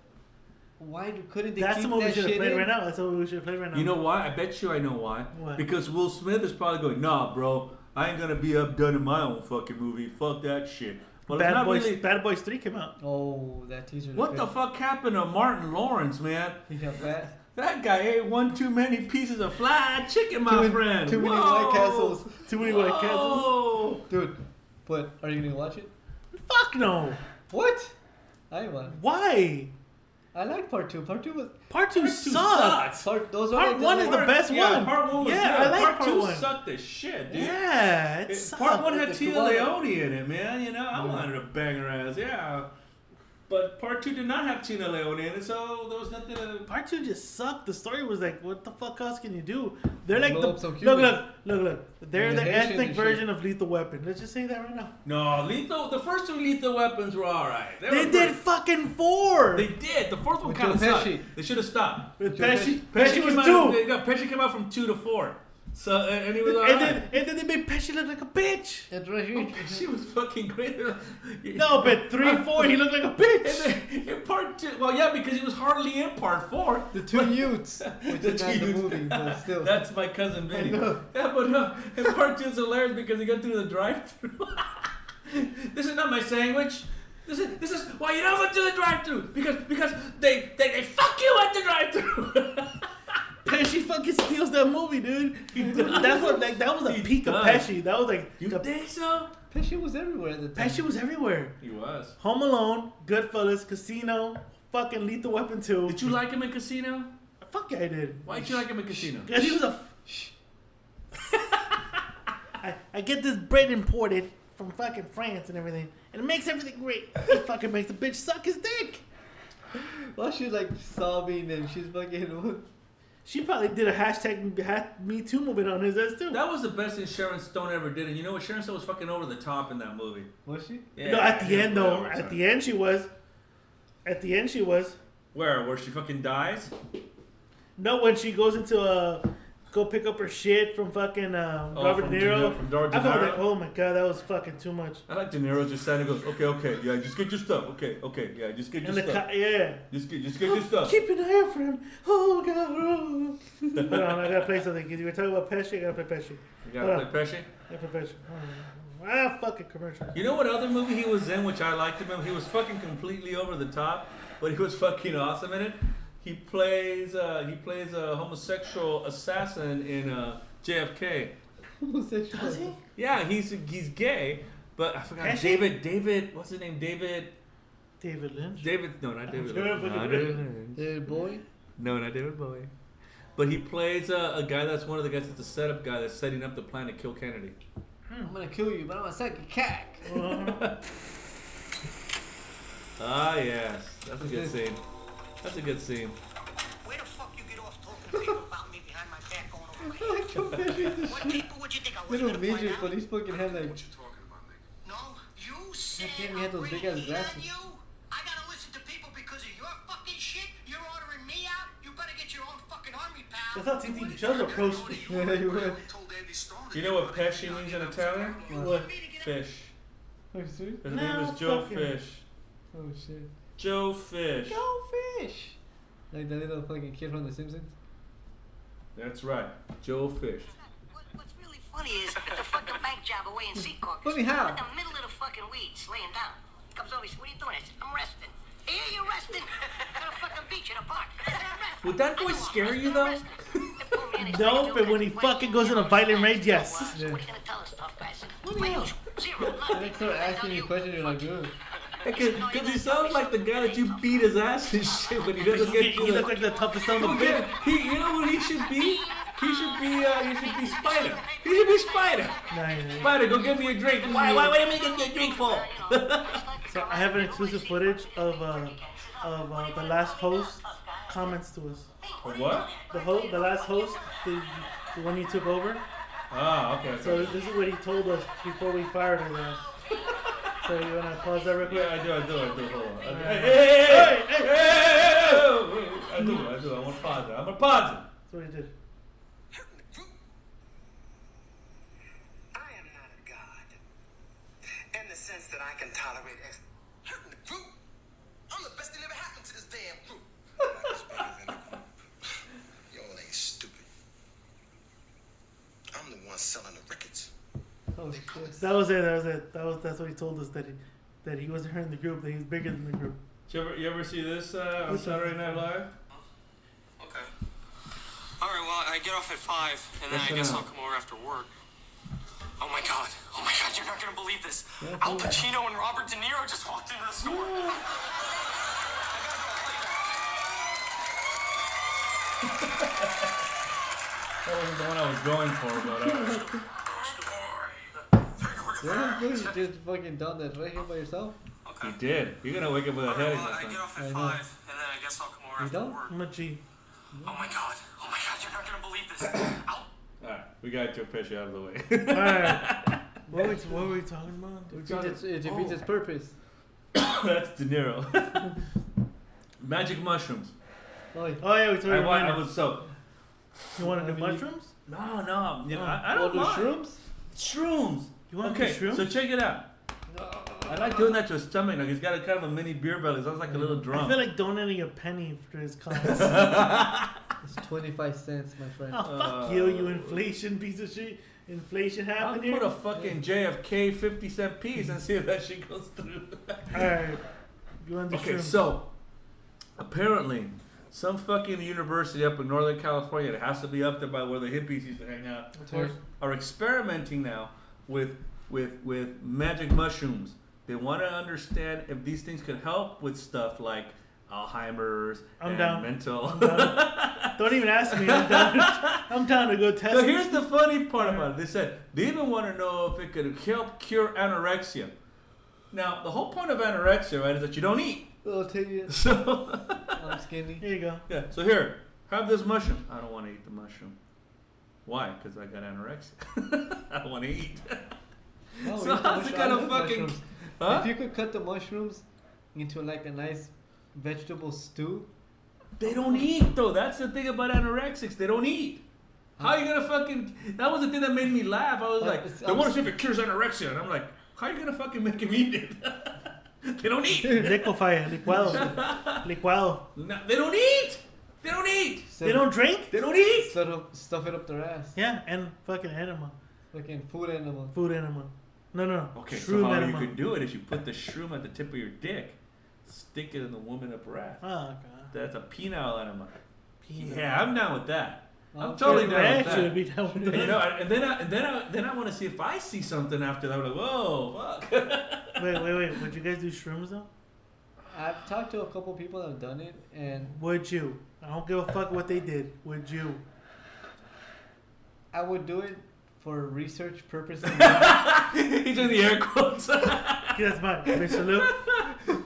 why do- couldn't they
that's
keep
the one we
that
should have
shit
played
in?
right now. That's what we should have played right now.
You know why? I bet you I know why.
Why?
Because Will Smith is probably going, nah, bro, I ain't gonna be up done in my own fucking movie. Fuck that shit. Well, it's
Bad
not
Boys,
really.
Bad Boys Three came out. [laughs]
Oh, that teacher. is
What the
good.
fuck happened to Martin Lawrence, man?
He got fat.
That guy ate one too many pieces of fried chicken, my
Ah,
Too many-
friend.
Too many
Whoa. Oh,
White Castles.
Too many white castles.
Whoa.
Dude, but are you gonna watch it?
Fuck no.
What? I want.
Why?
I like part two. Part two was.
Part two, sucked.
sucks.
Part, those are
Part
like
one is the
other-
best
yeah,
one.
Part one was
yeah,
good.
I like
part,
part,
two
one.
sucked as shit, dude.
Yeah, it,
It-
sucked.
part one had
It's
Tia
the
Leone in it, man. You know, I wanted to bang her ass, yeah. But part two did not have Tina Leone in it, so there was nothing to.
Part two just sucked. The story was like, what the fuck else can you do? They're like
Blow
the
up some
look,
Cubans.
look, look, look. They're
Yeah,
the
Haitians
ethnic
and
version of Lethal Weapon. Let's just say that right now.
No, lethal. The first two lethal weapons were all right.
They
were
did
pretty-
fucking four.
They did. The fourth one
With
kind of
Joe
sucked.
Pesci.
They should have stopped.
With Pesci,
Pesci
Pesci was
came out,
two,
No, Pesci came out from two to four. So uh, and he was all right.
and then and then they made Pesci look like a bitch.
It's right here.
Pesci was fucking great. [laughs]
No, but three, four, he looked like a
And
bitch.
then in part two, well, yeah, because he was hardly in part four.
[laughs] The two Utes, which
The
is not the
Utes.
movie, but still.
That's my cousin Vinny.
I
Yeah,
know.
but no, and part two is hilarious because he got through the drive-through. [laughs] this is not my sandwich. This is this is why you don't go to the drive-through because because they they, they fuck you at the [laughs] drive-through.
Pesci fucking steals that movie, dude.
[laughs]
That's what like that was the
He
peak of
does.
Pesci. That was like
you
the-
think so?
Pesci was everywhere at the time.
Pesci was everywhere.
He was.
Home Alone, Goodfellas, Casino, fucking Lethal Weapon 2.
Did you like him in Casino?
Fuck yeah, I did.
Why did you like him in Casino?
Cause he was a. [laughs] I, I get this bread imported from fucking France and everything, and it makes everything great. It fucking makes the bitch suck his dick.
Well, she's like sobbing and she's fucking.
She probably did a hashtag ha- Me Too movement on his ass too.
That was the best thing Sharon Stone ever did, and you know what? Sharon Stone was fucking over the top in that movie.
Was she?
no, at the
Yeah,
end though,
whatever,
at
sorry.
the end she was. At the end she was.
Where? Where she fucking dies?
No, when she goes into uh Go pick up her shit from fucking um,
Oh,
Robert
from
De
De
Niro.
Niro- from Robert De
I felt
Niro?
like, oh my god, that was fucking too much.
I like De Niro just standing and goes, okay, okay, yeah, just get your stuff, okay, okay, yeah, just get your
And the
stuff.
co- yeah,
Just get, just get your stuff.
Keep an eye out for him. Oh god. Oh. Hold on, I gotta play something. 'cause You were talking about Pesci. I gotta play Pesci.
You
Hold
gotta
on.
play Pesci.
I gotta play Pesci. Oh, ah, fucking commercial.
You know what other movie he was in, which I liked him in? He was fucking completely over the top, but he was fucking awesome in it. He plays, uh, he plays a homosexual assassin in uh, JFK.
Homosexual.
Does he?
Yeah, he's he's gay, but I forgot
Pesci?
David. David, what's his name? David.
David Lynch.
David. No, not David.
Sure,
Lynch.
but-
Not David Lynch.
The boy?
No, not David Bowie. But he plays a, a guy that's one of the guys that's the setup guy that's setting up the plan to kill Kennedy.
I'm gonna kill you, but I'm gonna suck your cack.
Ah, yes. That's a good
[laughs] Is
scene. That's a good scene.
Where the fuck you get off talking to people about me behind my back going over my head?
[laughs]
What people would you think I was
Little
gonna point
midget,
out?
but his fucking head like.
No, you said
damn, you had
I'm
those big
bringing
ass
heat on
glasses.
you? I gotta listen to people because of your fucking shit? You're ordering me out? You better get your own fucking army, pal.
That's how T.T. Jones approached
[laughs]
me.
Yeah, you were.
You know what pesci means in Italian?
What?
Fish.
Are you serious?
His
No,
name is Joe
fucking-
Fish.
Oh shit.
Joe Fish.
Go fish! Like that little fucking kid from The Simpsons?
That's right. Joe Fish.
What's really funny is that the fucking bank job away in Sea Caucus.
Funny how?
I'm in the middle of the fucking weeds, laying down. He comes over, he says, what are you doing? I said, I'm resting. Yeah, you're resting. on a fucking beach in a park. I said, "I'm resting."
Would that
I know
voice
I'm
scare
resting,
you,
I'm
though? [laughs]
resting. They pull me in, they say,
No,
"You
but when he
resting?
fucking goes in a violent rage, yes.
So what are you
Yeah.
gonna tell us, tough guys?
What
My
the hell?
usual, zero,
And
nothing.
they start
I tell
asking you
you,
questions, you're like, dude.
Because he sounds like the guy that you beat his ass and shit when he doesn't [laughs]
He,
get
he looked like the toughest son of a
Okay,
bitch.
he, you know what he should be? He should be, uh, he should be Spider. He should be Spider.
Nah, nah, nah.
Spider, go get me a drink. Why, why, why am I get me a drink for? [laughs]
So I have an exclusive footage of uh, of uh, the last host comments to us.
what?
The ho- the last host, the, the one you took over.
Ah, okay.
So this is what he told us before we fired him. uh, So you wanna pause that real quick?
Yeah, I do, I do, I do. Hold on. I- Hey, hey,
Hey,
hey, hey, hey, hey,
hey.
hey, hey, hey, I do, I do. I'm gonna pause it. I'm gonna pause it.
That's what he did.
I am not a god in the sense that I can tolerate ex- hurting the group. I'm the best thing that ever happened to this damn [laughs] group.
Y'all ain't stupid. I'm the one selling the records.
Oh shit.
That was it. That was it. That was that's what he told us that he, that he wasn't hurting the group, that he was bigger than the group.
You ever, you ever see this uh, on
What's that?
Saturday Night Live?
Okay. All right. Well, I get off at five, and then
Yes
I
or
guess
no?
I'll come over after work. Oh my god! Oh my god! You're not gonna believe this.
Yeah,
Al
yeah.
Pacino and Robert De Niro just walked into the store.
That wasn't the one I was going for, but
[laughs]
uh,
What is this? You just fucking done that right here by yourself?
he did. You're gonna wake up with a headache.
Well, I
next
get
time.
off at
I know.
five, and then I guess I'll come over
You
after
don't?
work.
I'm a G.
Oh my god! Oh my god! You're not gonna
[coughs]
believe this. Al.
All right, we got Joe Pesci out of the way. [laughs]
Alright. What, were we- what were we talking about?
It defeats its, it defeats its purpose.
That's De Niro. [laughs] Magic mushrooms.
Like,
Oh, yeah, we talked
I,
about
wa- I was so
You want to
I
do
mean,
mushrooms?
no no. You know, I, I
all
don't
the
mind.
shrooms?
Shrooms.
You wanna
okay,
do shrooms?
so check it out. I like doing that to his stomach. Like he's got a kind of a mini beer belly. Sounds like a little
I
drum.
feel like donating a penny for his
[laughs]
cause.
It's 25 cents, my friend.
Oh,
Uh,
fuck you, you inflation piece of shit. Inflation
I'll
happened here.
put a fucking JFK 50 cent piece and see if that shit goes
[laughs]
through.
Alright. You want to do
okay,
shrooms?
so apparently, some fucking university up in Northern California, it has to be up there by where the hippies used to hang out,
Of course.
are experimenting now with with with magic mushrooms. They want to understand if these things could help with stuff like Alzheimer's
I'm
and
down.
mental.
Don't even ask me. I'm
[laughs]
down, I'm down to go test
So
it.
here's the funny part about it. They said they even want to know if it could help cure anorexia. Now, the whole point of anorexia, right, is that you don't eat. [laughs]
I'll tell you,
So,
Oh, I'm
[laughs]
skinny.
Here you go.
yeah. So here, have this mushroom. I don't want to eat the mushroom. Why? Because I got anorexia. [laughs] I don't want to eat.
No,
So
Oh, you can
how's it
mush- I
gonna
love
fucking-
mushrooms.
Huh?
If you could cut the mushrooms into like a nice vegetable stew,
They don't eat though. That's the thing about anorexics. They don't eat. How are you gonna fucking? That was the thing that made me laugh. I was
But
like,
it's-
they want to see if it cures anorexia, and I'm like, how are you gonna fucking make them eat it? [laughs] they don't eat.
Liquefy, liquado. Liquado.
No, they don't eat. They don't eat.
stuff,
They don't drink?
They don't eat.
stuff, up- stuff it up their ass.
Yeah, and fucking enema.
Fucking food animal.
Food enema. No, no.
Okay,
Shroom
so how you
enema.
could do it is you put the shroom at the tip of your dick, stick it in the woman up her ass.
Oh, God.
That's a penile enema.
Penile.
Yeah, I'm down with that. I'm,
I'm
totally
Yeah,
down
I
with
actually
that.
would be down with
And,
that.
[laughs] you know, I- and then I, and then I, then I want to see if I see something after that. I'm like, whoa, fuck. [laughs]
Wait, wait, wait. Would you guys do shrooms, though?
I've talked to a couple people that have done it, and
Would you? I don't give a fuck what they did. Would you?
I would do it for research
[laughs]
purposes.
He's doing the air quotes. [laughs]
Yeah, That's mine. Mr. Luke.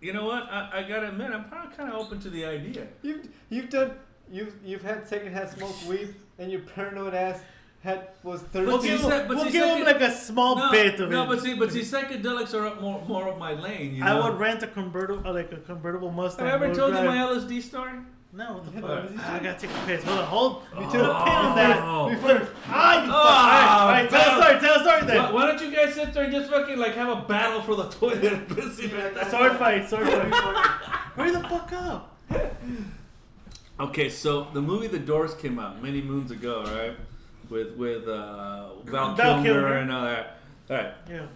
you know what? I, I gotta admit, I'm probably kind of open to the idea.
you've you've done you've you've had secondhand smoke weed, and your paranoid ass had was thirty.
We'll
see,
give,
sec-
him,
but
we'll
see,
give him like
second-
a small bit of
no,
it.
but see, but see, psychedelics are up more, more of my lane. You know?
I would rent a convertible, uh, like a convertible Mustang.
Have I ever
We'll
told you
drive-
my LSD story?
No, what the
Yeah,
fuck?
this is-
I gotta take a piss. Hold on, hold. You
took
a pin on that.
Oh.
We first-
Ah, you fuck. Alright, alright, tell a story, tell a story
Why,
then.
why don't you guys sit there and just fucking like have a battle for the toilet [laughs] and piss you back there?
[laughs] Sword fight, sword [laughs] fight. Hurry the fuck up.
Okay, so the movie The Doors came out many moons ago, right? With with uh, Val,
Val
Kilmer,
Kilmer.
and all that. All right,
Yeah.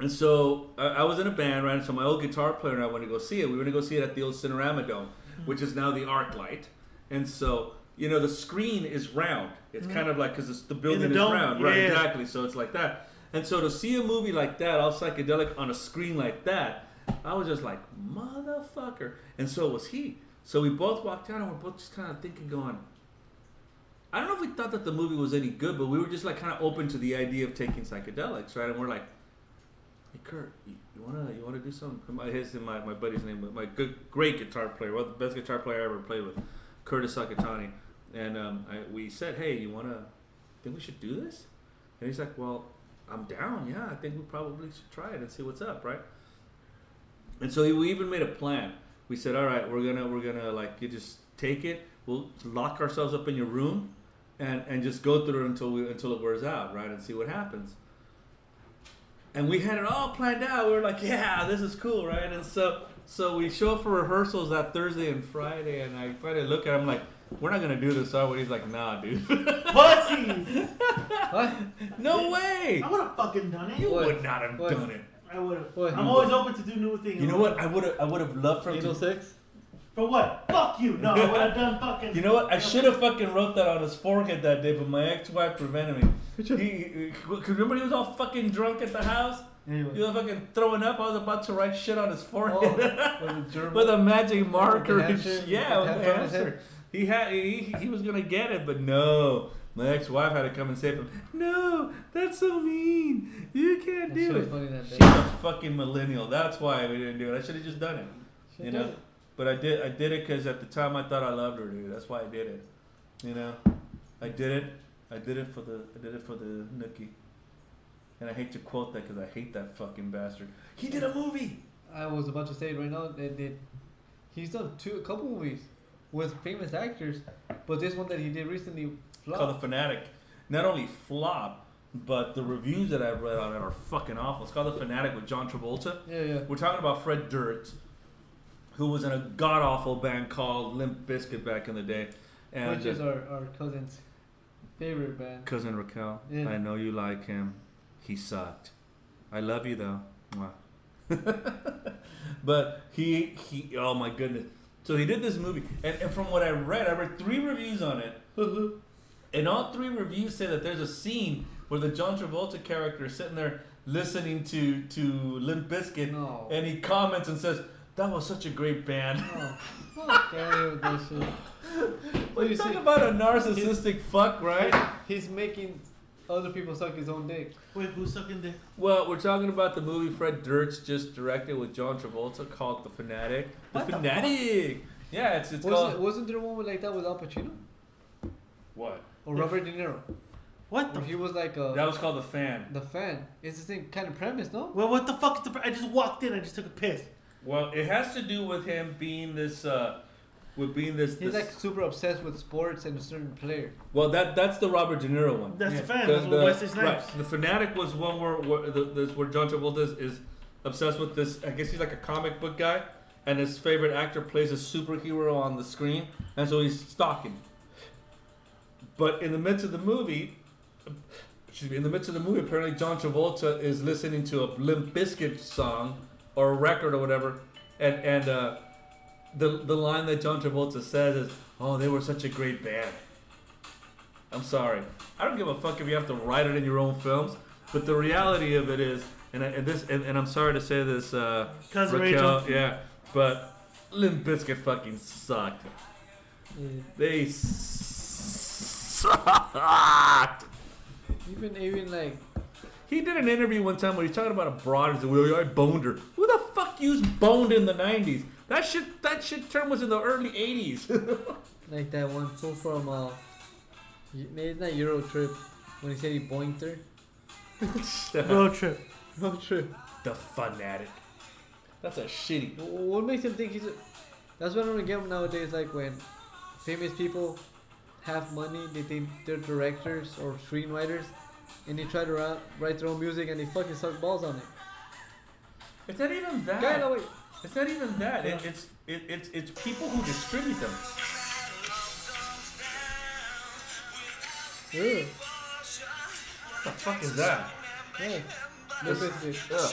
and so I, I was in a band, right? So my old guitar player and I went to go see it. We were going to go see it at the old Cinerama Dome,
Hmm.
which is now the Arc Light. And so you know the screen is round. It's kind of like because the building is
Hmm. dome,
round, right?
yeah.
Exactly. So it's like that. And so to see a movie like that, all psychedelic on a screen like that, I was just like motherfucker. And so was he. So we both walked out and we're both just kind of thinking, going. I don't know if we thought that the movie was any good, but we were just like kind of open to the idea of taking psychedelics, right? And we're like, Hey Kurt, you, you wanna you wanna do something? My his my, my buddy's name, my good great guitar player, well the best guitar player I ever played with, Curtis Sakatani, and um, I, we said, hey, you wanna? Think we should do this? And he's like, well, I'm down. Yeah, I think we probably should try it and see what's up, right? And so we even made a plan. We said, all right, we're gonna we're gonna like you just take it. We'll lock ourselves up in your room, and and just go through it until we until it wears out, right? And see what happens. And we had it all planned out. We were like, yeah, this is cool, right? And so so we show up for rehearsals that Thursday and Friday, and I Friday look at him like, we're not gonna do this, are we? He's like, nah, dude, [laughs]
Pussies.
What?
no way.
I would have fucking done it.
You
What?
would not have
What?
done it.
I would have.
What?
I'm always open to do new things.
You know what? I would have. I would have loved for him to.
806?
For what? Fuck you. No, I would have done fucking.
You know what? I should have fucking wrote that on his forehead that day, but my ex-wife prevented me. He, he- 'cause remember he was all fucking drunk at the house.
Anyway.
He was fucking throwing up. I was about to write shit on his forehead [laughs]
Oh, with a gerbil.
with a magic marker. and [laughs]
hamster?
shit. yeah,
With
with
the
the
hamster on his
hamster.
head?
He had he, he was gonna get it, but no. My ex-wife had to come and save him. No, that's so mean. You can't
That shit
do
was
it.
funny that day.
She's a fucking millennial. That's why we didn't do it. I should have just done it. [laughs] you
Shoulda
know.
did it.
But I did. I did it because at the time I thought I loved her, dude. That's why I did it. You know. I did it. I did it for the. I did it for the nookie. And I hate to quote that because I hate that fucking bastard. He did a movie.
I was about to say it right now. They did. He's done two, a couple movies with famous actors, but this one that he did recently
called
flopped.
The Fanatic. Not only flop, but the reviews that I've read on it are fucking awful. It's called The Fanatic with John Travolta.
Yeah, yeah.
We're talking about Fred Durst, who was in a god awful band called Limp Bizkit back in the day. And
Which is our, our cousin's
[laughs]
favorite band.
cousin Raquel,
Yeah.
I know you like him. He sucked. I love you though. Mwah. [laughs] but he he oh my goodness. So he did this movie, and, and from what I read, I read three reviews on [laughs] it. And all three reviews say that there's a scene where the John Travolta character is sitting there listening to to Limp Bizkit,
No.
and he comments and says, "That was such a great band."
Oh, fuck out here with this shit.
Well, you
You
[laughs] talk
see-
about a narcissistic fuck, right?
He's making other people suck his own dick.
Wait, who's sucking dick?
Well, we're talking about the movie Fred Durst just directed with John Travolta called The Fanatic. The
What the fuck?
Fanatic. yeah, it's it's
Wasn't,
called
wasn't there one with- like that with Al Pacino
what?
or Robert De Niro?
What the?
Where
f-
he was like a,
That was called The Fan.
the fan. It's the same kind of premise, no?
Well, what the fuck is the? pr- I just walked in. I just took a piss.
Well, it has to do with him being this, uh, with being this.
He's
this
like super obsessed with sports and a certain player.
well, that that's the Robert De Niro one.
That's
Yeah.
the fan.
The-
That's what
the-
Wesley Snipes.
right. The Fanatic was one where where, the, this, where John Travolta is, is obsessed with this. I guess he's like a comic book guy, and his favorite actor plays a superhero on the screen, and so he's stalking. But in the midst of the movie, excuse me, in the midst of the movie, apparently John Travolta is listening to a Limp Bizkit song or a record or whatever, and and uh, the the line that John Travolta says is, "Oh, they were such a great band." I'm sorry. I don't give a fuck if you have to write it in your own films, but the reality of it is, and, I, and this, and, and I'm sorry to say this, uh,
Cousin Rachel.
yeah, but Limp Bizkit fucking sucked. They sucked.
Even even like
He did an interview one time where he's talking about a broad. He's like, "Well, I boned her." Who the fuck used boned in the '90s? That shit, that shit term was in the early [laughs] '80s.
like that one fool from uh, Y- maybe it's not Euro Trip when he said he boinked her.
Road trip.
Euro Trip.
the fanatic. That's a shitty.
Wh- What makes him think he's? A, that's what I don't get nowadays. Like when famous people have money, they think they're directors or screenwriters, and they try to ra- write their own music and they fucking suck balls on it.
It's not even that.
Guy, no, wait.
It's not even that. It, it's it, it's it's people who distribute them.
Ew.
What the fuck is that?
Yeah. Limp Bizkit.
Ugh.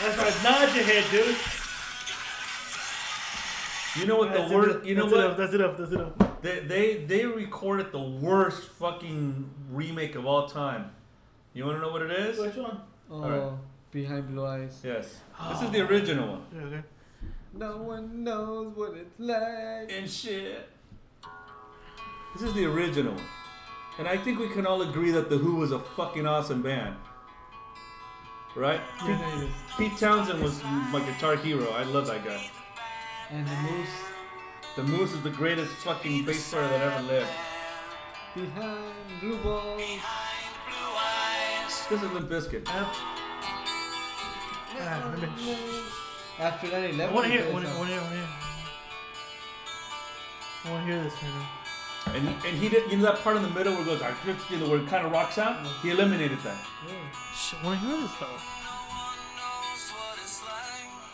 That's right. Nod your head, dude.
You know what
That's it
the word?
up.
You know
that's It up.
what?
That's it up. That's it up.
They, they they recorded the worst fucking remake of all time. You want to know what it is?
Which one?
Oh,
Alright.
behind blue eyes.
Yes.
Oh,
This is the original one.
Yeah, okay.
No one knows what it's like.
and shit. This is the original. And I think we can all agree that The Who was a fucking awesome band. Right?
Yeah, there it is.
Pete Townsend was my guitar hero. I love that guy.
And the moose
The Moose is the greatest fucking bass player that ever lived.
behind blue balls.
This is Limp Bizkit.
Ah, let me-
After 9 11.
I want to hear. it, I want to hear. it, I want to hear. it. I want to hear this right now.
And, and he did, you know that part in the middle where it goes, I just, you know, where it kind of rocks out? He eliminated that.
Shh, I want to hear this though.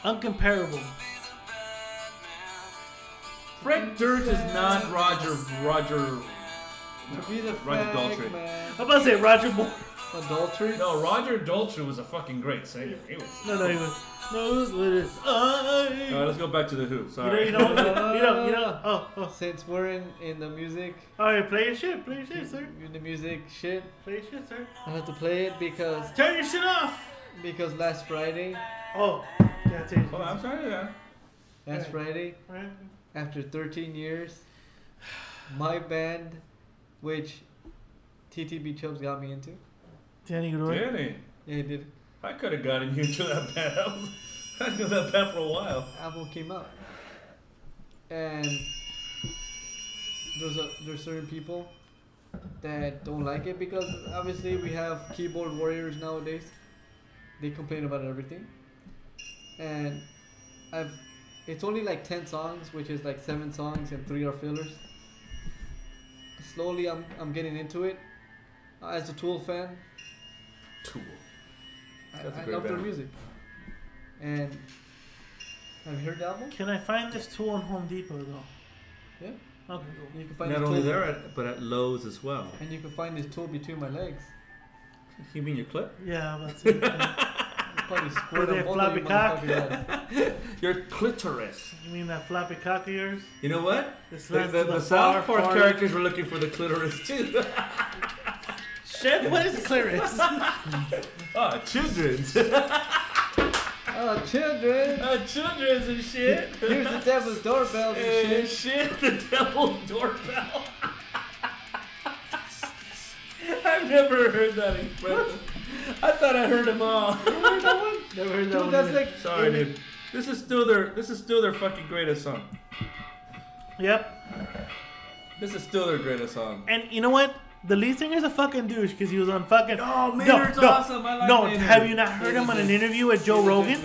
Uncomparable.
Fred Durst is not Roger, Roger,
To be the
Roger
fag
Daltrey.
man.
I'm about to say Roger Moore. [laughs]
Adultery?
No, Roger Daltrey was a fucking great singer. He was.
No, no, he was. No, it was- it was- I-
All right, let's go back to the Who.
You know,
Sorry.
you know, you know, you know. Oh, oh.
Since we're in, in the music,
All right, play your shit, play your shit, sir.
in the music shit,
Play your shit, sir.
I have to play it because
Turn your shit off.
because last Friday,
Oh, yeah, turn your shit
Hold on, I'm sorry. Yeah.
last
Right.
Friday,
Right.
after 13 years, my band, which TTB Chubs got me into,
Danny Goodwin.
Danny,
yeah, it did.
I could have gotten you into that band. I was- [laughs] I knew that band for a while.
album came out, and there's a there's certain people that don't like it because obviously we have keyboard warriors nowadays. They complain about everything, and I've it's only like ten songs, which is like seven songs and three are fillers. Slowly, I'm I'm getting into it. Uh, As a Tool fan,
Tool.
I,
That's a
I
great
love their
band.
music, and. Have you heard the album?
Can I find this tool on Home Depot though?
Yeah.
Okay.
You can find
Not
this
only
tool-
there, at, but at Lowe's as well.
And you can find this tool between my legs.
You mean your clip?
Yeah, I'm about to say. [laughs]
You probably squirt
With that
on both of
floppy
you
cock. [laughs]
motherfuckers' legs.
Your clitoris.
You mean that floppy cock of yours?
You know what?
It
The,
slides to
the, the
the far,
South Park
far-
characters were looking for the clitoris too.
Chef, what is [laughs] clearance?
[laughs] Ah, [laughs] children's. Ah,
Oh, children!
children's and shit. [laughs]
Here's the devil's doorbell and
Hey,
shit.
shit, the devil doorbell. [laughs] I've never heard that expression. I thought I heard them all. [laughs]
Never heard that
Dude,
one.
that's
either.
like.
Sorry, dude. This is still their this is still their fucking greatest song.
Yep.
This is still their greatest song.
And you know what? The lead singer's a fucking douche because he was on fucking.
No, Maynard's awesome. I like
no,
Maynard.
have you not heard him on an interview with Joe Rogan?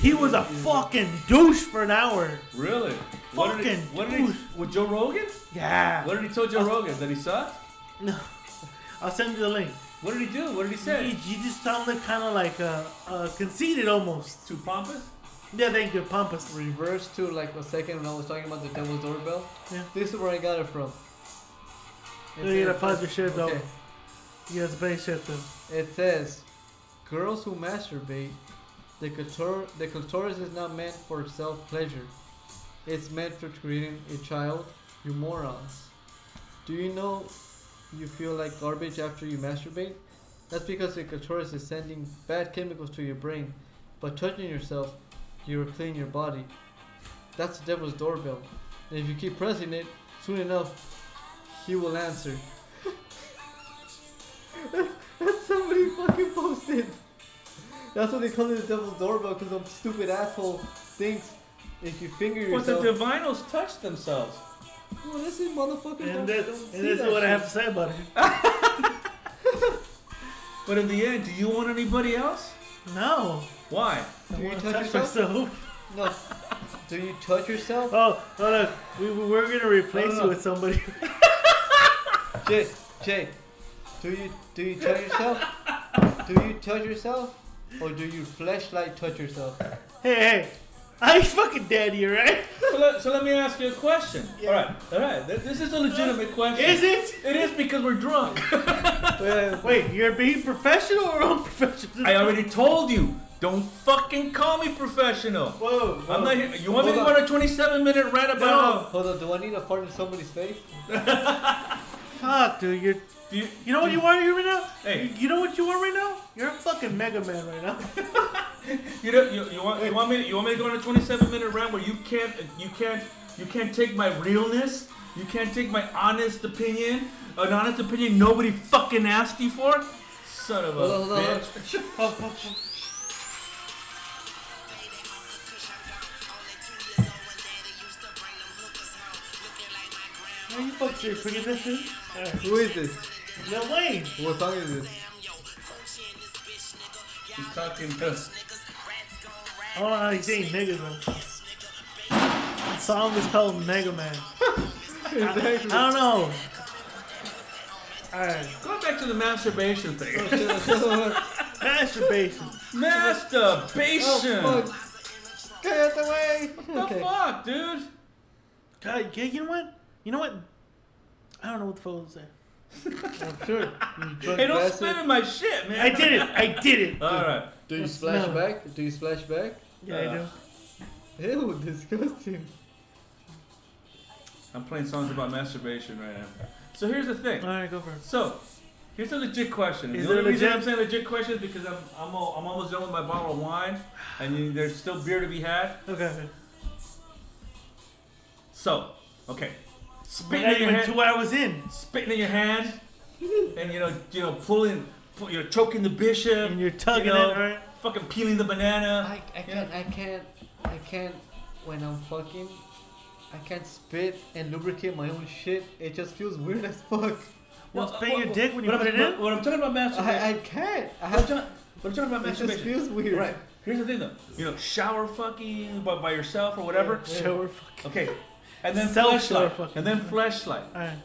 He was a fucking douche for an hour.
Really? What did he,
Fucking
what did he,
douche.
with Joe Rogan?
Yeah.
What did he tell Joe Rogan? That he sucked?
No. [laughs] I'll send you the link.
What did he do? What did he
You,
say?
you just sounded kind of like uh, uh, conceited almost.
Too pompous?
Yeah, thank you, pompous.
Reverse to like a second when I was talking about the devil's doorbell.
Yeah.
This is where I got it from.
You gotta pause your shit though.
okay.
You guys play shit though.
It says, girls who masturbate, the clitor- the clitoris is not meant for self pleasure. It's meant for creating a child. You morons. Do you know you feel like garbage after you masturbate? That's because the clitoris is sending bad chemicals to your brain. By touching yourself, you are clean your body. That's the devil's doorbell. And if you keep pressing it, soon enough, he
[laughs]
will answer. That somebody fucking posted. That's what they call it the devil's doorbell because some stupid asshole thinks if you finger
But the
yourself.
divinos touched themselves.
well, this is Oh, motherfucker. don't,
And, that,
don't see
and this is
that
what I
shit.
have to say about it.
But in the end, do you want anybody else?
No.
Why?
Do
I
you
wanna
touch
touch
yourself?
myself.
No. Do you touch yourself?
Oh, no, no. We, we- we're gonna replace
No, no,
Oh.
you
no.
with somebody. [laughs]
Jake, Jake, do you do you touch yourself? Do you touch yourself, or do you flashlight touch yourself?
hey, hey. I ain't fucking daddy, right? [laughs]
So let, so let me ask you a question. All right, all right. Th- This is a legitimate question.
Is it?
It is because we're drunk. [laughs]
Well,
[laughs] Wait, you're being professional or [laughs] unprofessional?
I already told you. Don't fucking call me professional.
Whoa, whoa.
I'm not here. You want me to go
Hold on.
on a 27 minute rant about
Hold on, do I need to fart in somebody's face?
Fuck, dude. You're.
how? Do you,
You know what you are right now?
Hey.
You, you know what you are right now? You're a fucking Mega Man right now. [laughs]
you, don't- you, you want you want me to, you want me to go on a 27 minute rant where you can't you can't you can't take my realness. You can't take my honest opinion. An honest opinion nobody fucking asked you for. Son of a
Hold on, hold on, hold on.
bitch.
Are you fuck serious? Forget this shit. Alright.
Who is this?
Lil Wayne.
What song
[laughs]
is this?
He's talking to
I don't know how he's saying niggas though. The song is called Mega Man. I
Exactly.
don't know. Alright.
Going back to the masturbation thing.
Oh,
Masturbation.
masturbation.
oh fuck! Get out the way!
The fuck, dude?
God, yeah, you know what? You know what? I don't know what the fuck was there.
I'm sure.
Hey, don't spit in my shit, man.
I did it. I did it.
All right.
Do you
I
splash
smell it.
back? Do you splash back?
Yeah, I do.
do. Ew, [laughs] disgusting.
I'm playing songs about masturbation right now. So here's the thing.
All right, go for it.
So, here's a legit question.
Is
the only
it
reason
legit?
I'm saying legit question is because I'm I'm, all, I'm almost done with my bottle of wine, and you- there's still beer to be had.
Okay.
So, okay,
We're
spitting
not
in your
even
hand,
two hours in.
spitting in your hand, and you know you know pulling, pull, you're choking the bishop, and
you're tugging
you know,
it, right?
Fucking peeling the banana.
I, I can't I can't I can't when I'm fucking I can't spit and lubricate my own shit. It just feels weird as fuck.
Well, spit in your dick when you
what
put
I'm-
it in?
What, what I'm talking about masturbation.
I, I can't. I
But I'm
have
talking, but I'm talking about
It just
masturbation.
feels weird.
Right. Here's the thing though. You know, shower fucking by, by yourself or whatever.
Shower fucking.
Okay. And then
Self shower
flashlight.
fucking.
And then flashlight.
All right.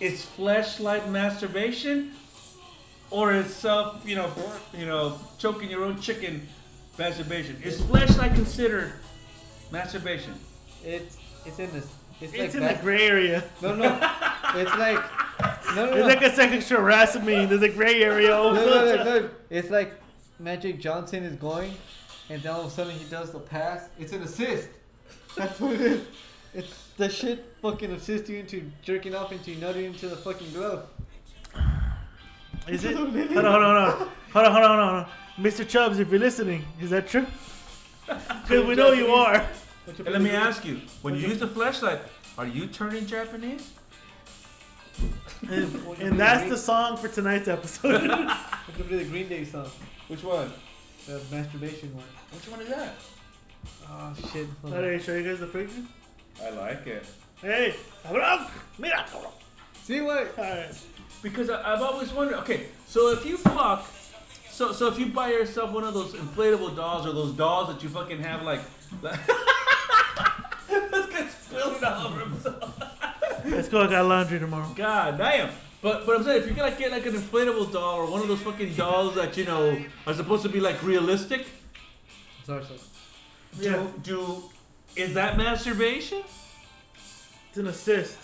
Is flashlight masturbation, or is self you know you know choking your own chicken masturbation? Is flashlight considered masturbation?
It's it's in this.
It's
It's, like
in the
that.
gray area.
no no. It's like no no no.
It's like a sexual harassment meeting. There's a gray area.
look,
over
look,
the
look, look. It's like Magic Johnson is going, and then all of a sudden he does the pass. It's an assist. That's what it is. It's the shit fucking assists you into jerking off into nutting into the fucking glove.
top. Is it? Hold on, hold on, hold on, hold on, hold on, hold on. Mr. Chubbs, if you're listening, is that true? Because we know you are.
And let me ask you, when you use the flashlight, are you turning Japanese?
And, and that's the song for tonight's episode. [laughs]
It's gonna be the Green Day song,
Which one?
the masturbation one.
Which one is that?
Oh shit. hold
All
on.
right, show you guys the picture.
I like it.
Hey, cabrón, mira, cabrón.
See what?
All right.
Because I, I've always wondered. Okay, so if you fuck, so so if you buy yourself one of those inflatable dolls or those dolls that you fucking have like. [laughs] like this guy's spilling all over himself.
Let's go. I got laundry tomorrow.
God damn. But, but I'm saying if you're gonna get like an inflatable doll or one of those fucking dolls that you know are supposed to be like realistic,
Sorry, sorry.
Yeah,
do, do is that masturbation?
it's an assist.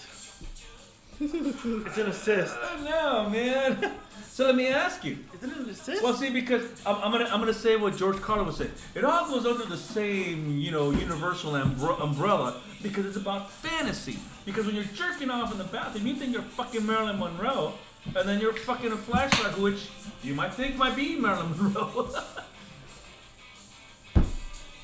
It's an assist.
I don't know, man. [laughs] so let me ask you.
Is it an assist?
Well, see, because I'm, I'm gonna I'm gonna say what George Carlin would say. It all goes under the same, you know, universal umbre- umbrella because it's about fantasy. Because when you're jerking off in the bathroom, you think you're fucking Marilyn Monroe, and then you're fucking a flashlight, which you might think might be Marilyn [laughs] Monroe.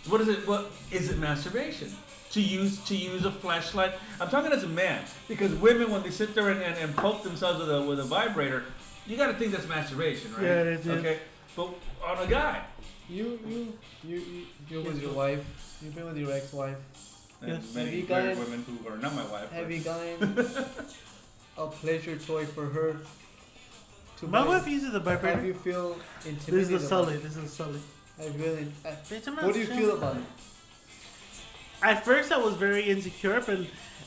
what is it? What is it? Masturbation. To use to use a flashlight. I'm talking as a man because women, when they sit there and, and, and poke themselves with a with a vibrator, you got to think that's masturbation, right?
Yeah, it is.
Okay, but on a guy.
You you you you you're with your wife. You've been with your ex-wife.
And
Yes.
many
Have you
married
guys-
women who are not my wife.
Have
but-
[laughs]
you gotten a pleasure toy for her? To
My
buy?
wife uses a
Have
vibrator.
you feel
This is
intimidated?
the
about
Sully.
it?
This is the Sully.
I really. I,
Bitch, I'm not
what do you
sure.
feel about it?
At first, I was very insecure, but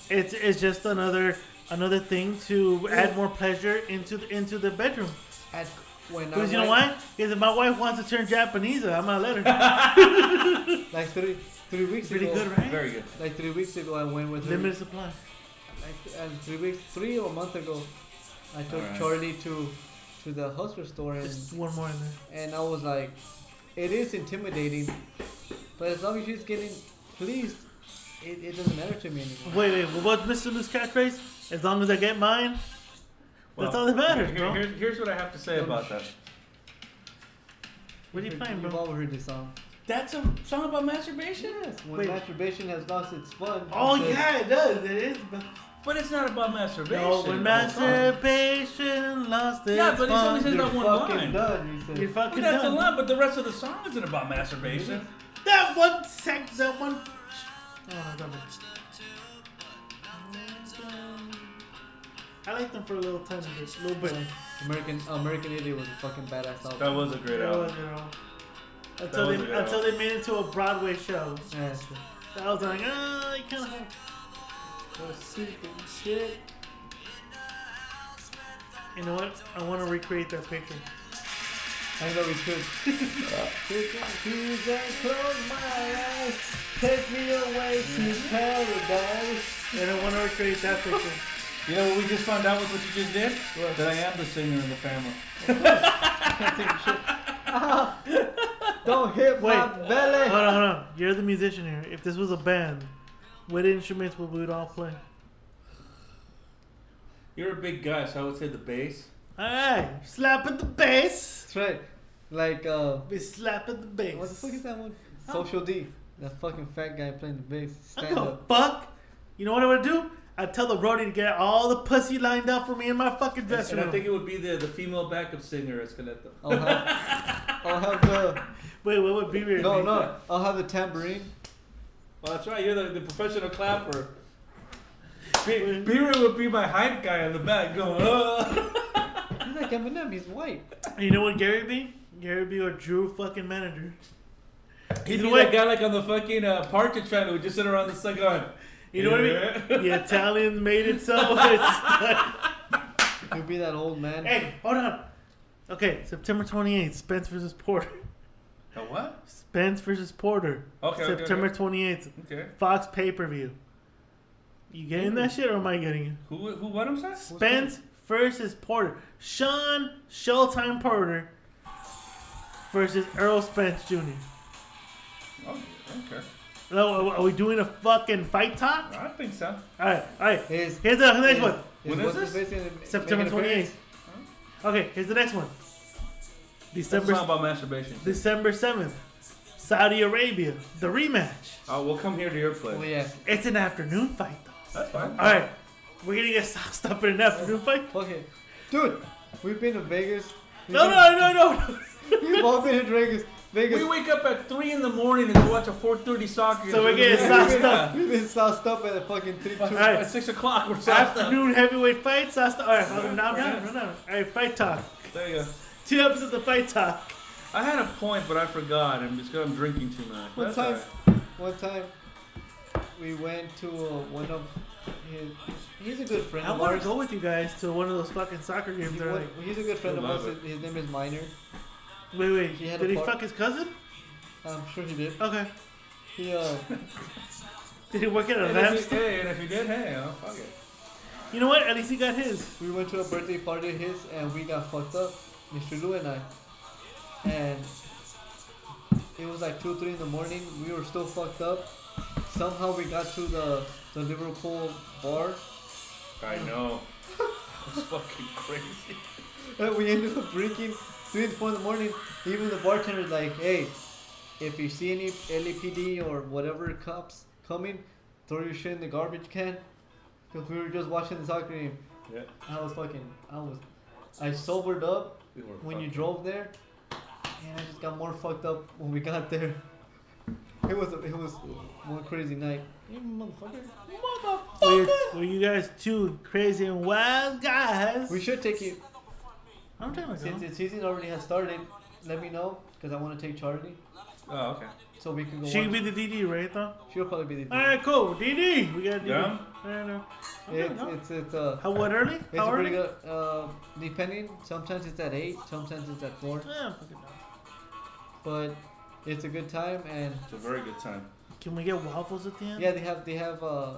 it's it's just another another thing to add more pleasure into the, into the bedroom.
At when
Because
I
you know
went-
why? Because if my wife wants to turn Japanese, I'm gonna let her.
[laughs] Like three three weeks
Pretty
ago.
good, right?
Very good.
Like three weeks ago, I went with her.
Limited supply.
Like uh, three weeks, three or a month ago, I took
Alright.
Charlie to to the hustler store and
Just one more in there.
and I was like, it is intimidating, but as long as she's getting pleased, it, it doesn't matter to me anymore.
Wait, wait, well, what's Mr. Lou's catchphrase? As long as I get mine, that's
Well,
all that matters,
here-
bro.
here's, here's what I have to say about that.
What are you playing,
You've
bro?
all heard this song.
That's a song about masturbation.
When
Wait.
masturbation has lost its fun.
Oh,
it says,
yeah, it does. It is. but-
But it's not about masturbation.
No, when
the song.
masturbation lost its
Yeah, but it's only
fun,
says
You're
that one
fucking
line.
done. He said.
You're
Well,
fucking
that's a
done.
lot, but the rest of the song isn't about masturbation.
That one sec, that one. Oh, that one. I like them for a little time, just a little bit.
American American Idiot was a fucking badass album.
That was a great
That was
album.
it all. Until
was
they,
a good
until they made it to a Broadway show.
Yeah, it's a-
I was like, ah, it kind of.
the secret shit.
You know what? I want to recreate that picture.
I know we could.
[laughs]
Take my shoes and close my eyes. Take me away to paradise. [laughs]
And I want to recreate that picture.
You know what we just found out with what you just did? That I am the singer in the family.
Don't hit
Wait,
my belly.
Hold on, hold on. You're the musician here. If this was a band, what instruments would we all play?
You're a big guy, so I would say the bass.
Alright, slap at the bass.
That's right. Like uh,
Be slap at the bass.
what the fuck is that one? Social D. That fucking fat guy playing the bass. Stand
Uncle
up.
fuck. You know what I would do? I'd tell the roadie to get all the pussy lined up for me in my fucking
And,
dressing
and I think
room.
it would be the, the female backup singer, Escaleta.
I'll have, I'll have the
Wait, what would be weird? [laughs]
no no. I'll have the tambourine.
Well, that's right. You're the, the professional clapper.
B- B-Ray would be my hype guy in the back going, [laughs] oh.
He's like Eminem. He's white.
You know what Gary be? Gary be our Drew fucking manager.
He'd
Either
be
way-
that guy like on the fucking uh, Partridge Family who just sit around the sun going,
You know what
yeah.
[laughs]
I mean? The Italians made it so.
[laughs]
It's like,
He'll be that old
[laughs]
man.
hey, hold on. Okay, September 28th, Spence versus Porter.
The what?
Spence versus Porter.
Okay, okay,
September
okay.
28th.
Okay.
Fox pay per view. You getting that shit or am I getting it?
Who, who, what I'm saying?
Spence versus Porter. Sean Showtime Porter versus Earl Spence Jr.
Oh, okay.
Now, are- Are we doing a fucking fight talk?
I think so.
All right, all right.
Is-
Here's the next
is-
one.
When is
what's
this?
his face gonna make
September
an appearance?
28th. Okay, here's the next one.
That's
December
not about masturbation.
December 7th, Saudi Arabia, the rematch.
Uh, we'll come here to your place.
Oh yeah.
It's an afternoon fight, though.
That's fine.
All right, we're gonna get [laughs] sauced up in an afternoon fight.
Okay, dude. We've been to Vegas. We've
No,
been-
no, no, no.
We've all been to Vegas. Vegas.
We wake up at 3 in the morning and go watch a 4.30 soccer.
So we're getting
Yeah.
sauced up.
We've been sauced up at the fucking three two.
Alright.
At 6 o'clock, we're sauced up.
Afternoon heavyweight fight, sauced up. All right, I'm down, down, down. All right, fight talk.
There you go.
Two episodes of fight talk.
I had a point, but I forgot. I'm just I'm drinking too much.
One
That's
time,
all right.
one time, we went to uh, one of his. He's a good friend
I
of
want
ours.
to go with you guys to one of those fucking soccer games.
He
They're
wa-
like,
he's a good friend of
Love
ours.
it.
His, his name is Minor.
wait, wait,
He had
did
a
he
part-
fuck his cousin?
I'm sure he did.
Okay. [laughs]
He
[laughs]
uh,
Did he work at a
And
lamp
if, you,
store?
hey, and if you did, hey, oh, fuck it.
You know what? At least he got his.
we went to a birthday party of his and we got fucked up, Mr. Lou and I. And it was like two, three in the morning. We were still fucked up. Somehow we got to the the Liverpool bar
I know. [laughs] That was fucking crazy.
And we ended up drinking three and four in the morning. Even the bartender's like, hey, if you see any LAPD or whatever cops coming, throw your shit in the garbage can. Because we were just watching the soccer game.
Yeah.
I was fucking, I was, I sobered up
We were
when you
fucked
drove there. And I just got more fucked up when we got there. It was, it was one crazy night. You motherfucker.
Were, were you guys two crazy and wild guys?
We should take you,
I'm trying to
since the season already has started, let me know. Because I want to take Charlie.
Oh, okay.
So we can go
She
watch-
could be the DD, right? Though.
She'll probably be the.
All right, cool. DD, we got DD.
Yeah?
I don't know. Okay,
It's
no.
it's it's uh.
How what early?
It's
How
a
early?
pretty good. Uh, depending, sometimes it's at eight, sometimes it's at four,
Yeah, I'm fucking down.
but it's a good time and
It's a very good time.
Can we get waffles at the end?
yeah, they have they have uh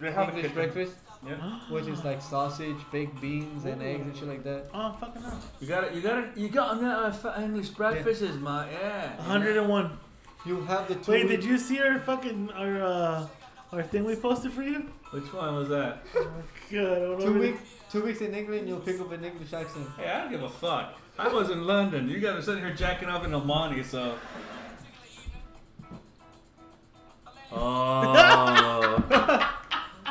They have a
English
kitchen.
breakfast,
Yeah.
which is like sausage, baked beans, and eggs and shit like that.
Oh, I'm fucking up.
[gasps] You got it. You got it. You got on that uh, fa- English breakfast is my yeah.
101.
You have the two.
Wait, did you see our fucking our uh our thing we posted for you?
Which one was that?
Oh my god, I don't know.
Two weeks, two weeks in England, you'll pick up an English accent.
[laughs] Hey, I don't give a fuck. I was in London. You guys are sitting here jacking off in Omani, so. Oh.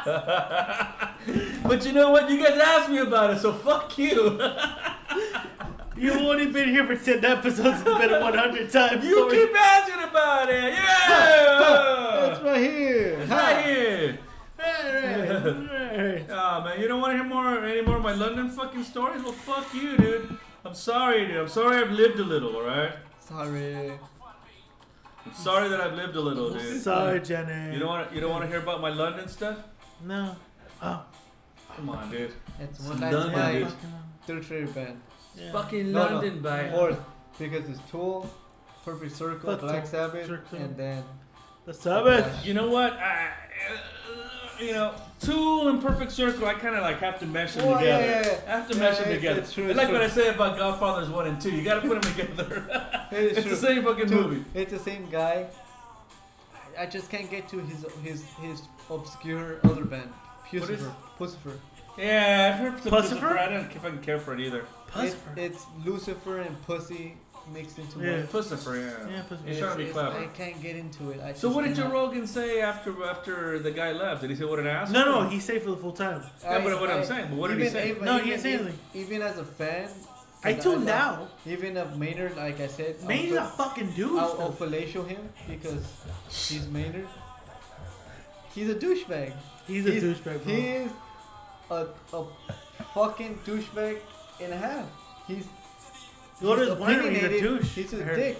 [laughs] but you know what? You guys asked me about it, so fuck you. [laughs]
You've only been here for 10 episodes. It's been 100 times.
you
Sorry.
keep asking about [laughs] it.
It's
Yeah.
right here.
Right here.
Alright, alright.
Oh man, you don't want to hear more any more of my London fucking stories? Well, fuck you, dude. I'm sorry, dude. I'm sorry I've lived a little, all right?
Sorry.
I'm sorry that I've lived a little, dude.
Sorry, Jenny.
You don't want to, you don't want to hear about my London stuff?
No. Oh,
Come on, dude.
It's one night
London,
my
dude.
third favorite band.
yeah.
Fucking
No, no,
London, by
Fourth, because it's Tool, Perfect Circle,
Fuck
Black
Tool,
Oh,
Sabbath,
Circle.
and then
The Sabbath.
You know what? I, uh, you know, two in perfect circle. I kind of like have to mesh them
Well, yeah,
together.
yeah, yeah.
I have to
Yeah,
mesh them
it's-
together.
it's true,
I
it's
like
true.
what I say about Godfathers one and two. You got to put them together.
It
[laughs] it's
is
the
true.
same fucking
Dude,
movie.
It's the same guy. I I just can't get to his his his obscure other band,
What is-
Pucifer. Pucifer.
Yeah, I've heard some
Pussifer?
Pussifer. I don't if I can care for it either.
It, it's Lucifer and Pussy mixed into
Yeah,
one.
Pussifer, yeah. Yeah, Pussifer. He's
It's-
trying to be
it's-
clever.
I can't get into it. I
So
just
what did Joe
cannot.
Rogan say after after the guy left? Did he say what an asshole?
No, no, he stayed for the full time.
Yeah, but what I, am saying, but what did he
even
say?
if-
No, he didn't
even-
say anything.
Even as a fan,
I tuned
now. Even of Maynard, like I said,
Maynard's
I'll
a fucking douche,
I'll,
though.
I'll fellatio him because he's Maynard. He's a douchebag.
He's a douchebag, bro.
He is a, a fucking douchebag and a half. He's
Go to
he's
his winery, he's a
opinionated,
douche.
He's
I
a
heard.
dick.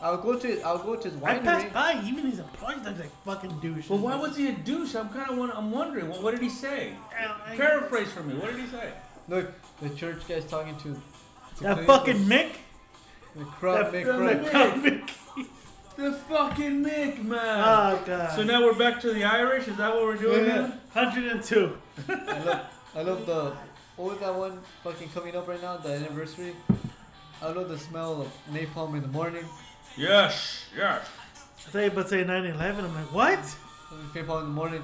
I'll go to his, I'll go to his
I
winery.
passed by, even his apartment, I was like, fucking douche.
But why was he a douche? I'm kind of want, I'm wondering. Well, what did he say?
I-
Paraphrase for me. What did he say?
Look, the church guy's talking to, to
That
Clint
fucking
Eastwood.
Mick?
That-
McCrum, McCrum.
[laughs]
that [laughs] The fucking Mick, man.
Oh, God.
So now we're back to the Irish. Is that what we're doing?
Yeah.
now?
102.
I love, I love the. What was that one fucking coming up right now? The anniversary. I love the smell of napalm in the morning.
Yes, yes.
I thought you were about to say 9 11. I'm like, what?
Napalm in the morning.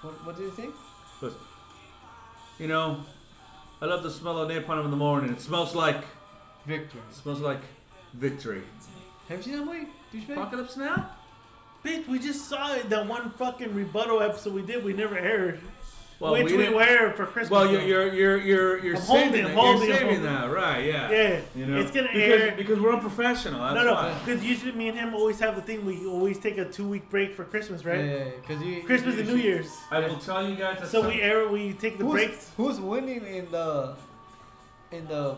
What, what did you think?
Listen, you know, I love the smell of napalm in the morning. It smells like
victory.
It smells like victory.
Have you seen that movie? Douchebag?
Apocalypse Now?
Bitch, we just saw it, that one fucking rebuttal episode we did, we never aired.
Well,
Which
we
we,
didn't-
aired for Christmas.
Well, you're
though.
you're you're you're, you're
I'm
saving
holding,
that.
holding,
you're saving
holding.
that, right? Yeah.
Yeah.
You know,
It's gonna
because,
air-
because we're unprofessional. That's
no, no,
why.
because usually me and him always have the thing we always take a two week break for Christmas, right?
Yeah, yeah, yeah, 'cause you-
Christmas
you-
and New
you-
Year's.
I will tell you guys. That
So
some-
we air, we take the
who's,
breaks.
Who's winning in the, in the,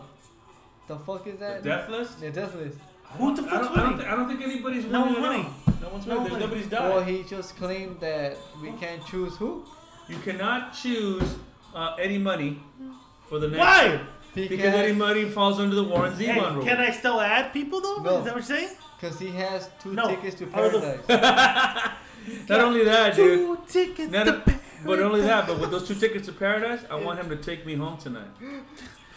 the fuck is that?
The death list?
The death list.
Who the
I don't, I don't, thi- I don't think anybody's
No
winning.
one's
at all.
winning.
No one's
No
winning.
one
There's
winning.
Nobody's
Well,
died.
he just claimed that we can't choose who.
You cannot choose uh, Eddie Money for the next.
Why?
Because,
Because-
Eddie Money falls under the Warren Zevon
Hey,
rule.
can I still add people though?
No.
Is that what you're saying?
Because he has two
No.
tickets to
Are the-
paradise.
Not only that,
Two
dude.
tickets
Not
to
a- but only that, but with those two tickets to paradise, I want him to take me home tonight.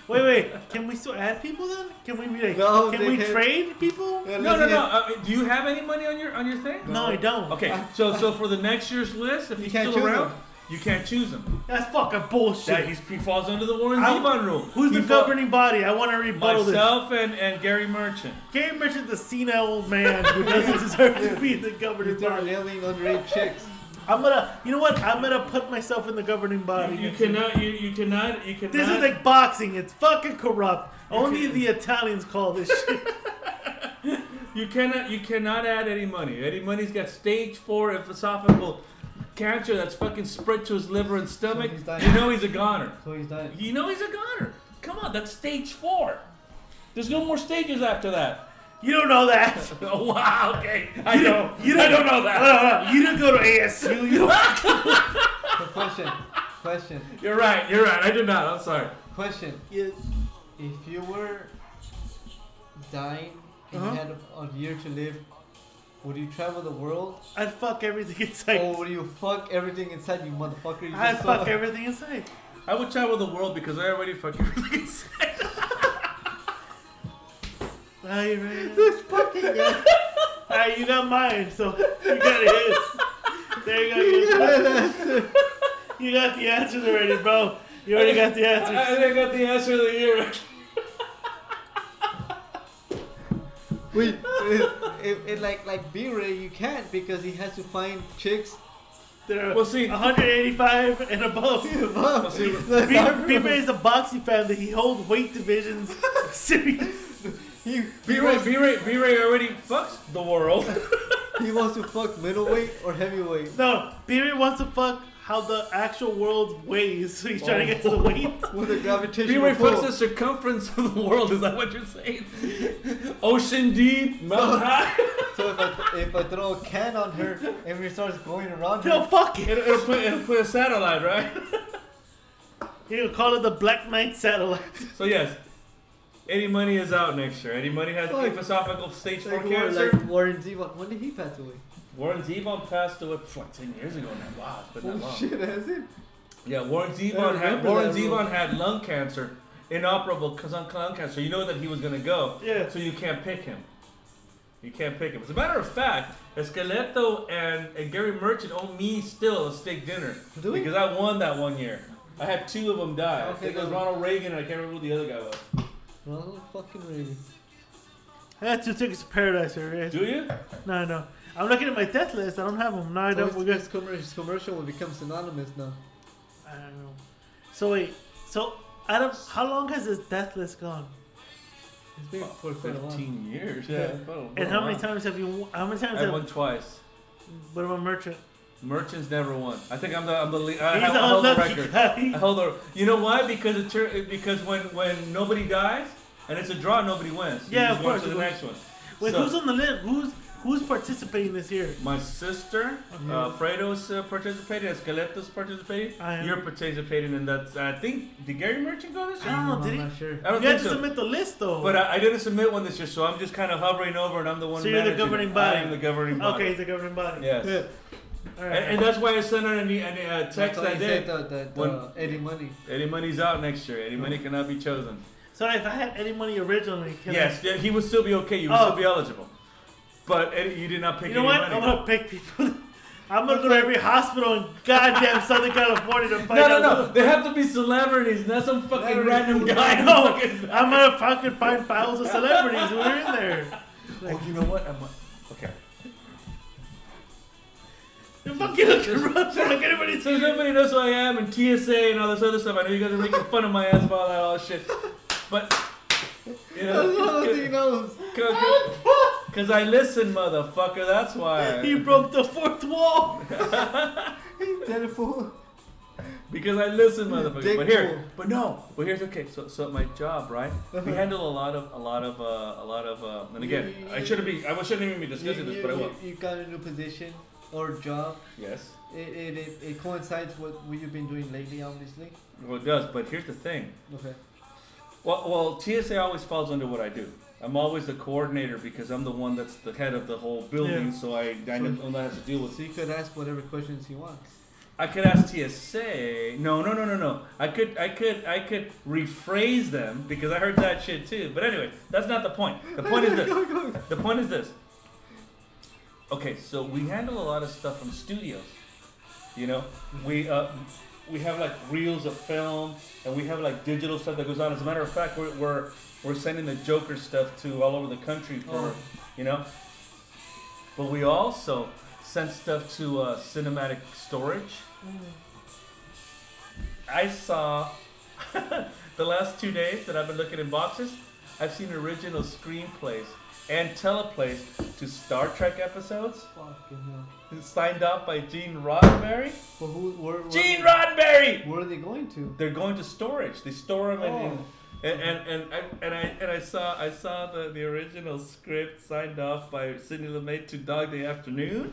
Wait, wait. Can we still add people then? Can we be like?
No,
can
they
we
can't.
trade people?
No, no, no. Uh, do you have any money on your on your thing?
No, I don't.
Okay, so so for the next year's list, if he's
Uh, can't
still
choose
around,
him.
you can't choose him.
That's fucking bullshit.
That he's, he falls under the Warren
I-
Zevon rule.
Who's
He
the
fall-
governing body? I want to rebuttal
Myself and, and Gary Merchant.
this. Gary Merchant's the senile old man who
[laughs]
doesn't deserve to be the governing body.
underage chicks.
I'm gonna, you know what? I'm gonna put myself in the governing body.
You cannot. You you cannot. You cannot.
This is like boxing. It's fucking corrupt. Only the Italians call this shit.
You cannot you cannot add any money. Eddie Money's got stage four esophageal cancer that's fucking spread to his liver and stomach. you know he's a goner.
So he's dying.
You know he's a goner. Come on, that's stage four. There's no more stages after that. [laughs]
You don't know that.
oh, wow. Okay. I
You
know.
don't- you
I
don't-
don't know that.
No, no, no. You didn't go to ASU.
[laughs]
You
Question. Question.
You're right. You're right. I did not. I'm sorry.
Question.
Yes.
If you were dying and
Uh-huh.
you had a, a year to live, would you travel the world?
I'd fuck everything inside.
Or would Oh, you fuck everything inside, you motherfucker? You
I'd
just
fuck
saw-
everything inside.
I would travel the world because I already fucking. [laughs]
Aye, right.
[laughs] This fucking guy.
Aye, you got mine, so you got his. There you go.
[laughs]
You got, you got the answers already, bro. You already got the
[laughs] I
answers.
think I got the answer of the year.
Wait, it, it, it, like like B-Ray, you can't because he has to find chicks.
They're
Well, see-
185 and above.
Well, [laughs] see-
[laughs] B- B- is a boxing fan that he holds weight divisions [laughs] serious.
He,
B Ray, B Ray, B Ray already fucks
[laughs]
the world.
he wants to fuck middleweight or heavyweight.
No, Beery wants to fuck how the actual world weighs, [laughs] so he's trying to get to
Oh.
the weight. [laughs]
With a
B
gravitational
Ray fucks
pull.
the circumference of the world. Is that what you're saying? Ocean deep, mountain high. [laughs]
So if I, th- if I throw a can on her and it starts going around her,
No, fuck it.
It'll, it'll put it'll put a satellite, right? [laughs]
He'll call it the Black Knight Satellite. [laughs]
So yes, Eddie Money is out next year. Eddie Money has
Like-
esophageal stage four
Like, Warren-
cancer.
like Warren Zevon. When did he pass away?
Warren Zevon passed away pff, like ten years ago now. Oh, Wow, it's been that long.
Shit, has it?
Yeah, Warren
I
Zevon had
remember
Warren
that rule.
Zevon had lung cancer, inoperable cause on lung cancer. You know that he was gonna go. Yeah. So you can't pick him. You can't pick him. As a matter of fact, Esqueleto and, and Gary Merchant owe me still a steak dinner
Do we?
because I won that one year. I had two of them die. I
Okay,
think it was
then-
Ronald Reagan and I can't remember who the other guy was.
Ronald fucking Reagan.
I got two tickets to Paradise already.
Do you?
No, no. I'm looking at my death list. I don't have them. No, I
Oh,
So
don't.
Oh, his, his commercial, his commercial will become synonymous now.
I don't know. So wait. So Adam, how long has this death list gone?
It's been for quite a while.
Fifteen years.
Yeah.
Yeah. Oh,
And how many
wow.
times have you? won- How many times
I
have?
won twice.
What about merchant?
Merchants never won. I think I'm the I'm the lead. I,
He's
I,
the
hold the
unlucky
record.
guy.
I hold the. You know why? Because it tur- because when when nobody dies and it's a draw, nobody wins. You
Yeah,
just
of
go on
course.
To the
Wait,
next one.
Wait,
So-
who's on the list? Who's who's participating this year?
My sister,
Oh,
uh, Fredo's uh, participating, Esqueleto's participating.
I am.
You're participating, and that's I think did Gary Merchant go this year?
I don't know, did he?
I don't
you had
think
to
so.
submit the list though.
But I, I didn't submit one this year, so I'm just kind of hovering over, and I'm the one.
so you're the
managing it.
governing body.
I am the governing body.
Okay, he's the governing body.
Yes.
All
And,
right.
and that's why I sent her an, e- an, uh, text
That's why
that
he
day.
said that- that, uh, Eddie
[laughs]
Money.
Eddie Money's out next year. Eddie Money cannot be chosen.
so if I had any money originally, can I-
Yes, yeah, he would still be okay. You would
Oh.
still be eligible. But Eddie, you did not pick
you know
Eddie
what?
Money.
I'm gonna pick people. [laughs] I'm gonna go to every hospital in goddamn Southern California to find
no,
out.
no, no.
who-
They have to be celebrities, not some fucking random [laughs]
[laughs]
guy.
I know. [laughs] I'm gonna fucking find files of celebrities who are in there.
oh, you know what? I'm, okay. [laughs]
You're fucking looking rough. Like anybody
so everybody knows who I am and TSA and all this other stuff. I know you guys are making fun of my ass about that all shit, but you know,
[laughs]
[laughs]
That's all he [laughs] knows.
because I listen, motherfucker. That's why.
He broke the fourth
[laughs]
wall.
Telephone.
Because I listen, motherfucker. But
Dick
here, but no, but here's okay. So, so at my job, right?
Uh-huh.
We handle a lot of, a lot of, uh, a lot of, uh, and again,
You-
I shouldn't be, I shouldn't even be discussing
you,
this, but I
you-
will.
You got a new position or job.
Yes.
It, it, it, it coincides with what you've been doing lately, obviously.
Well, it does, but here's the thing.
Okay.
Well, well, TSA always falls under what I do. I'm always the coordinator because I'm the one that's the head of the whole building,
Yeah.
so I, I know I have to deal with.
So you could ask whatever questions you want.
I could ask TSA. No, no, no, no, no. I could, I could, I could rephrase them because I heard that shit too. But anyway, that's not the point. The point is this. The point is this. Okay, so we handle a lot of stuff from studios. You know, we uh, we have like reels of film, and we have like digital stuff that goes on. As a matter of fact, we're we're, we're sending the Joker stuff to all over the country for
Oh.
you know. But we also send stuff to uh, cinematic storage. I saw [laughs] the last two days that I've been looking in boxes. I've seen original screenplays and teleplays to Star Trek episodes.
Fucking hell.
Signed off by Gene Roddenberry.
But who, where, where,
Gene Roddenberry.
Where are they going to?
They're going to storage. They store them
Oh.
and, and and and I and I and I saw I saw the, the original script signed off by Sidney Lumet to Dog Day Afternoon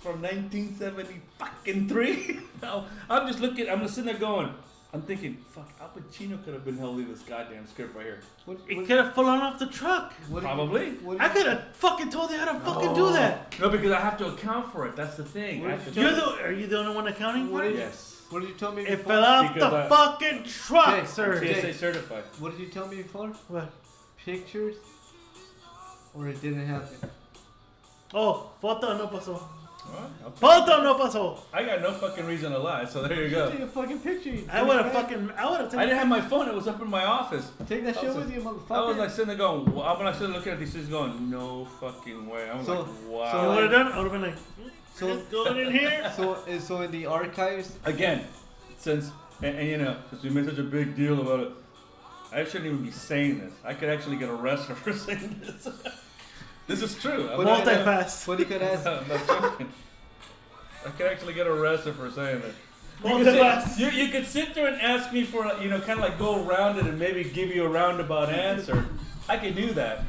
from 1970 fucking three. [laughs] Now, I'm just looking. I'm just sitting there going. I'm thinking, fuck, Al Pacino could have been held in this goddamn script right here.
It could have fallen off the truck.
Probably.
I could have fucking told you how to fucking do that.
No, because I have to account for it. That's the thing. I have to-
You're the, are you the only one accounting for it?
Yes.
What did you tell me?
It
before?
fell off
Because
the
I-
fucking truck,
Jake,
sir.
Jake,
certified.
What did you tell me before?
What?
Pictures, or it didn't happen.
Oh, foto no pasó.
Huh?
Foto no pasó.
I got no fucking reason to lie, so there you go.
Take a fucking picture. you
I would have
dickhead.
fucking. I would have taken.
I didn't have my phone. It was up in my office.
Take that
I
shit
was
with
like-
you,
I was
motherfucker.
like sitting there going, w- I'm like sitting looking at these things going, no fucking way. I'm
So-
like,
So what
wow.
would have done? I would have been like, so it's going in
[laughs]
here.
so, uh, so in the archives,
Again, since, and, and you know, since we made such a big deal about it, I shouldn't even be saying this. I could actually get arrested [laughs] for saying this. this is true. I'm
But
not-
you could-
Multipass.
But you could
[laughs]
ask.
I'm not joking. I could actually get arrested for saying that. You could,
Multipass.
sit, you, you could sit there and ask me for, you know, kind of like go around it and maybe give you a roundabout answer. I could do that.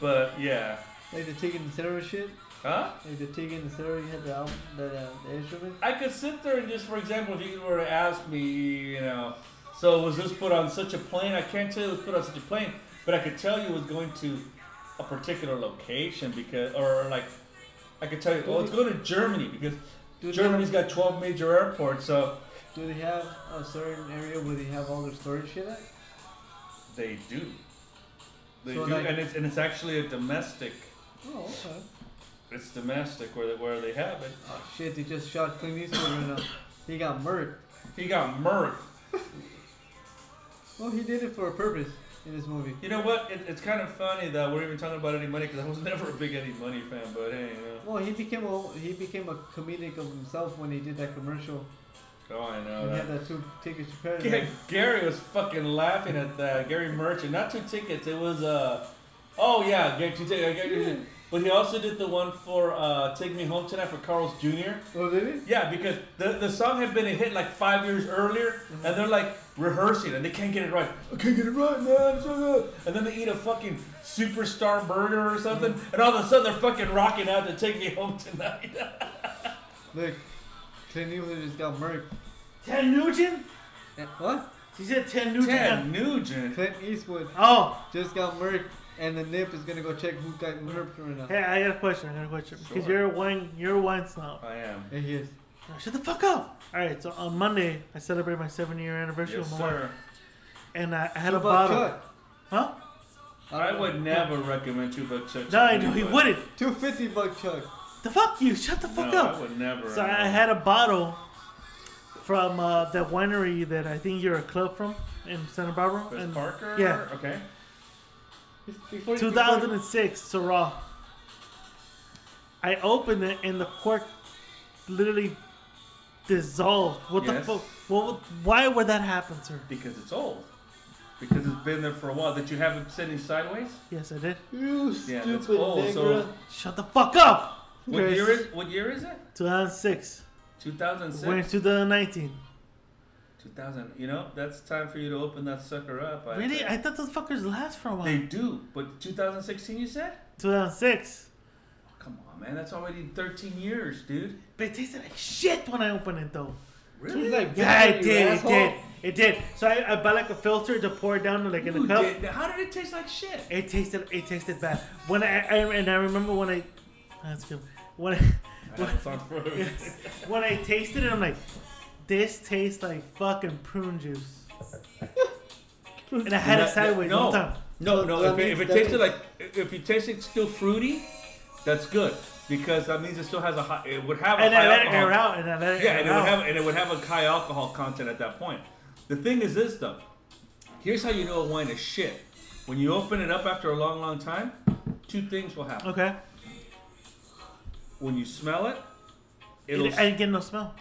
But yeah.
like the Tegan and Sarah shit,
Huh?
like the Tegan and Sarah had the album, the, the, the instrument.
I could sit there and just, for example, if you were to ask me, you know, so was this put on such a plane? I can't tell you it was put on such a plane But I could tell you it was going to a particular location because, or like, I could tell you, oh, it's going to Germany because Germany's got 12 major airports, so
Do they have a certain area where they have all their storage shit at?
they do. They
So,
do,
like-
and it's and it's actually a domestic.
Oh, okay.
It's domestic where they, where they have it.
Oh, Shit, they just shot Clint Eastwood right now. He got murked.
He got murked.
well, he did it for a purpose in this movie.
You know what? It, it's kind of funny that we're even talking about Eddie Money because I was [laughs] never a big Eddie Money fan, but hey, you know.
Well, he became a he became a comedic of himself when he did that commercial.
Oh, I know.
and he
That.
had the two tickets to paradise.
[laughs] Yeah, Gary was fucking laughing at that. Gary Merchant, not two tickets. It was uh, oh yeah, Gary two tickets. Gary, Gary- But he also did the one for uh, "Take Me Home Tonight" for Carl's Jr.
Oh, did he?
Yeah, because the the song had been a hit like five years earlier, and they're like rehearsing and they can't get it right. I can't get it right, man. So good. And then they eat a fucking superstar burger or something, and all of a sudden they're fucking rocking out to "Take Me Home Tonight." [laughs]
Look, Clint Eastwood just got murked.
Ted Nugent?
And- What?
He said Ted Nugent.
Ted Nugent.
Clint Eastwood.
Oh.
Just got murked, and the nip is gonna go check who got murked right now.
Hey, I got a question. I got a question. Because
Sure.
you're a wine, you're a wine snob.
I am.
Hey, he is.
Shut the fuck up. All right. So on Monday, I celebrate my seven year anniversary
Yes,
with my wife,
sir.
and I, I had
Two
a
buck
bottle.
cut.
Huh?
I would never recommend two buck chuck.
No, I know he wouldn't.
Two fifty buck chug.
The fuck you! Shut the fuck
No,
up.
I would never.
So I had a bottle from uh, that winery that I think you're a club from in Santa Barbara.
Chris
and,
Parker.
Yeah.
Okay.
Before,
2006 Syrah. I opened it and the cork literally dissolved. What
Yes.
the fuck? What? would- Why would that happen, sir?
Because it's old. Because it's been there for a while. That you have it sitting sideways.
Yes, I did.
You
Yeah, that's stupid old, so- nigger.
Shut the fuck up.
What
Chris.
year is? What year is it?
2006. We're in
2006.
2019.
2000. You know, that's time for you to open that sucker up. I
Really?
think.
I thought those fuckers last for a while.
They do, but 2016. You said?
2006.
Come on, man. That's already 13 years, dude.
But it tasted like shit when I opened it though.
Really?
Yeah, it did. It did. It did. So I, I bought like a filter to pour it down like in a
You
cup.
did- How did it taste like shit?
It tasted. It tasted bad. When I, I and I remember when I. oh, That's good. When I, [laughs]
[laughs]
when,
it's on for-
[laughs] Yes. when I tasted it, I'm like, this tastes like fucking prune juice. and I had it
That- that-
sideways
no, Uh,
one time.
No, no. If
That
it,
means-
if it
that
tasted
means-
like, if it tasted still fruity, that's good because that means it still has a high. It would have a
And
high
I let it
alcohol.
air out, and I let it
yeah,
air
and it would
out.
have and it would have a high alcohol content at that point. The thing is this though. Here's how you know a wine is shit. When you open it up after a long, long time, two things will happen.
Okay.
When you smell it,
It,
it'll.
I didn't get no smell.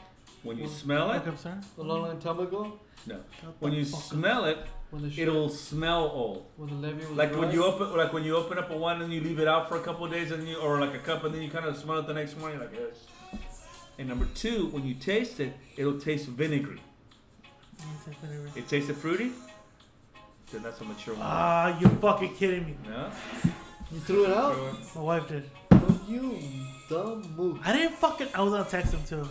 when you smell it,
Okay, I'm sorry.
A long, long time ago,
no.
Shut
When
the
you
fuck up.
smell it,
When the shit-
it'll smell old.
when the levy was
Like when
dry,
you open, like when you open up a wine and you leave it out for a couple of days, and you or like a cup, and then you kind of smell it the next morning, like yes. And number two, when you taste it, it'll taste vinegary. It tasted fruity. Then that's a mature wine.
Ah, you fucking kidding me?
No.
you threw it out.
My wife did.
You dumb move.
[laughs] I didn't fucking. I was on text him too.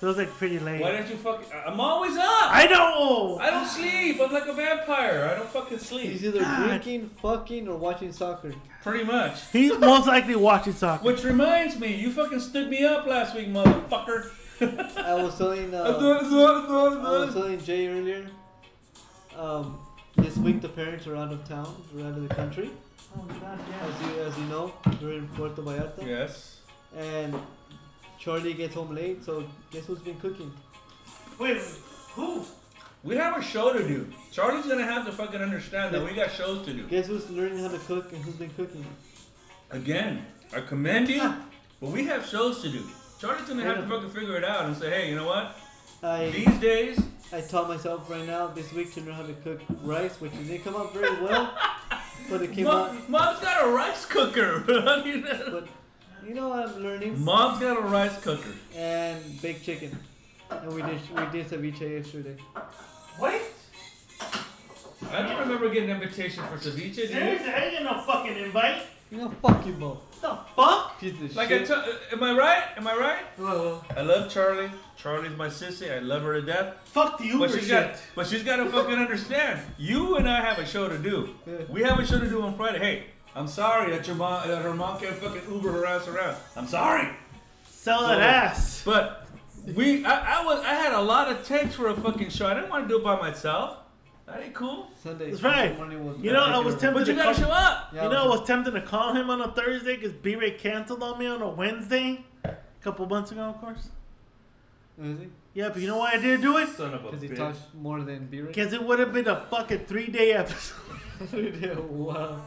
It was like pretty late.
Why don't you fucking? I- I'm always up.
I know.
I don't sleep. I'm like a vampire. I don't fucking
He's
sleep.
either
God.
drinking, fucking, or watching soccer.
Pretty much.
He's most likely watching soccer.
Which reminds me, you fucking stood me up last week, motherfucker. [laughs]
I was telling uh, I was
That's
telling Jay earlier. Um, this week the parents are out of town, they're out of the country,
Oh god,
as you as you know, they're in Puerto
[laughs]
Vallarta.
yes.
And Charlie gets home late, so guess who's been cooking?
Wait, who?
We have a show to do. Charlie's gonna have to fucking understand that we got shows to do.
Guess who's learning how to cook and who's been cooking?
Again, I commend you, but we have shows to do. Charlie's gonna have to fucking figure it out and say, hey, you know what?
I
These days,
I taught myself right now this week to learn how to cook rice, which didn't come out very well, but it came out.
mom, has got a rice cooker. [laughs] I mean,
But you know what I'm learning?
mom's got a rice cooker.
And baked chicken. And we did we did ceviche yesterday.
Wait.
I don't remember getting an invitation for ceviche. Do you?
Seriously, I didn't get no fucking invite.
You know, fuck you, Mo.
What the fuck?
piece of
Like I
shit.
t- uh, am I right? Am I right? I love Charlie. Charlie's my sissy. I love her to death.
Fuck the Uber
but she's
shit.
Got, but she's got to fucking understand. You and I have a show to do. We have a show to do on Friday. Hey, I'm sorry that your mom, that her mom can't fucking Uber her ass around. I'm sorry.
Sell that
So,
ass.
But we, I, I was, I had a lot of takes for a fucking show. I didn't want to do it by myself. That ain't cool.
Sunday.
That's right. You know, I was tempted.
But you
to
gotta
call-
show up.
you know, I was tempted to call him on a Thursday because B-Ray canceled on me on a Wednesday, a couple months ago, of course. Yeah, but you know why I didn't do it?
Son of a
Because he talks more than beer. [laughs]
Because it would have been a fucking three-day episode. [laughs]
wow.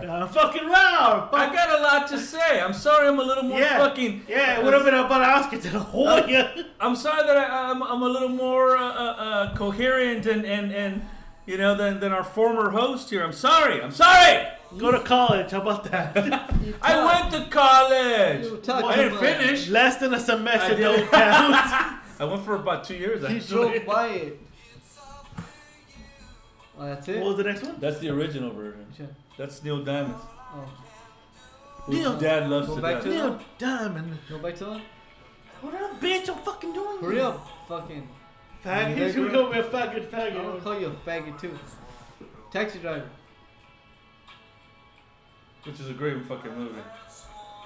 Nah, I'm fucking wow.
I got a lot to say. I'm sorry. I'm a little more
Yeah.
fucking.
Yeah, it would have been about Oscar to the whole.
Uh,
[laughs] yeah.
I'm sorry that I, I'm, I'm a little more uh, uh, uh, coherent and, and, and you know than, than our former host here. I'm sorry. I'm sorry.
Go to college. How about that?
I went to college.
talk
I didn't
about-
finish.
Less than a
I
semester,
did.
don't count.
[laughs] I went for about two years.
He
Actually.
drove by it. Oh, that's it.
what was the next one?
That's the original version.
Sure.
That's Neil Diamond.
Oh.
Whose
Neil-
dad loves
Go
to
back
death.
to
Neil
the.
Diamond.
Go back to the.
What up, bitch? I'm fucking doing
Hurry
it.
up, fucking.
Faggot.
Nigger.
You go with fucking
I'm
Oh,
gonna
faggot.
call you a faggot too. Taxi driver.
which is a great fucking movie.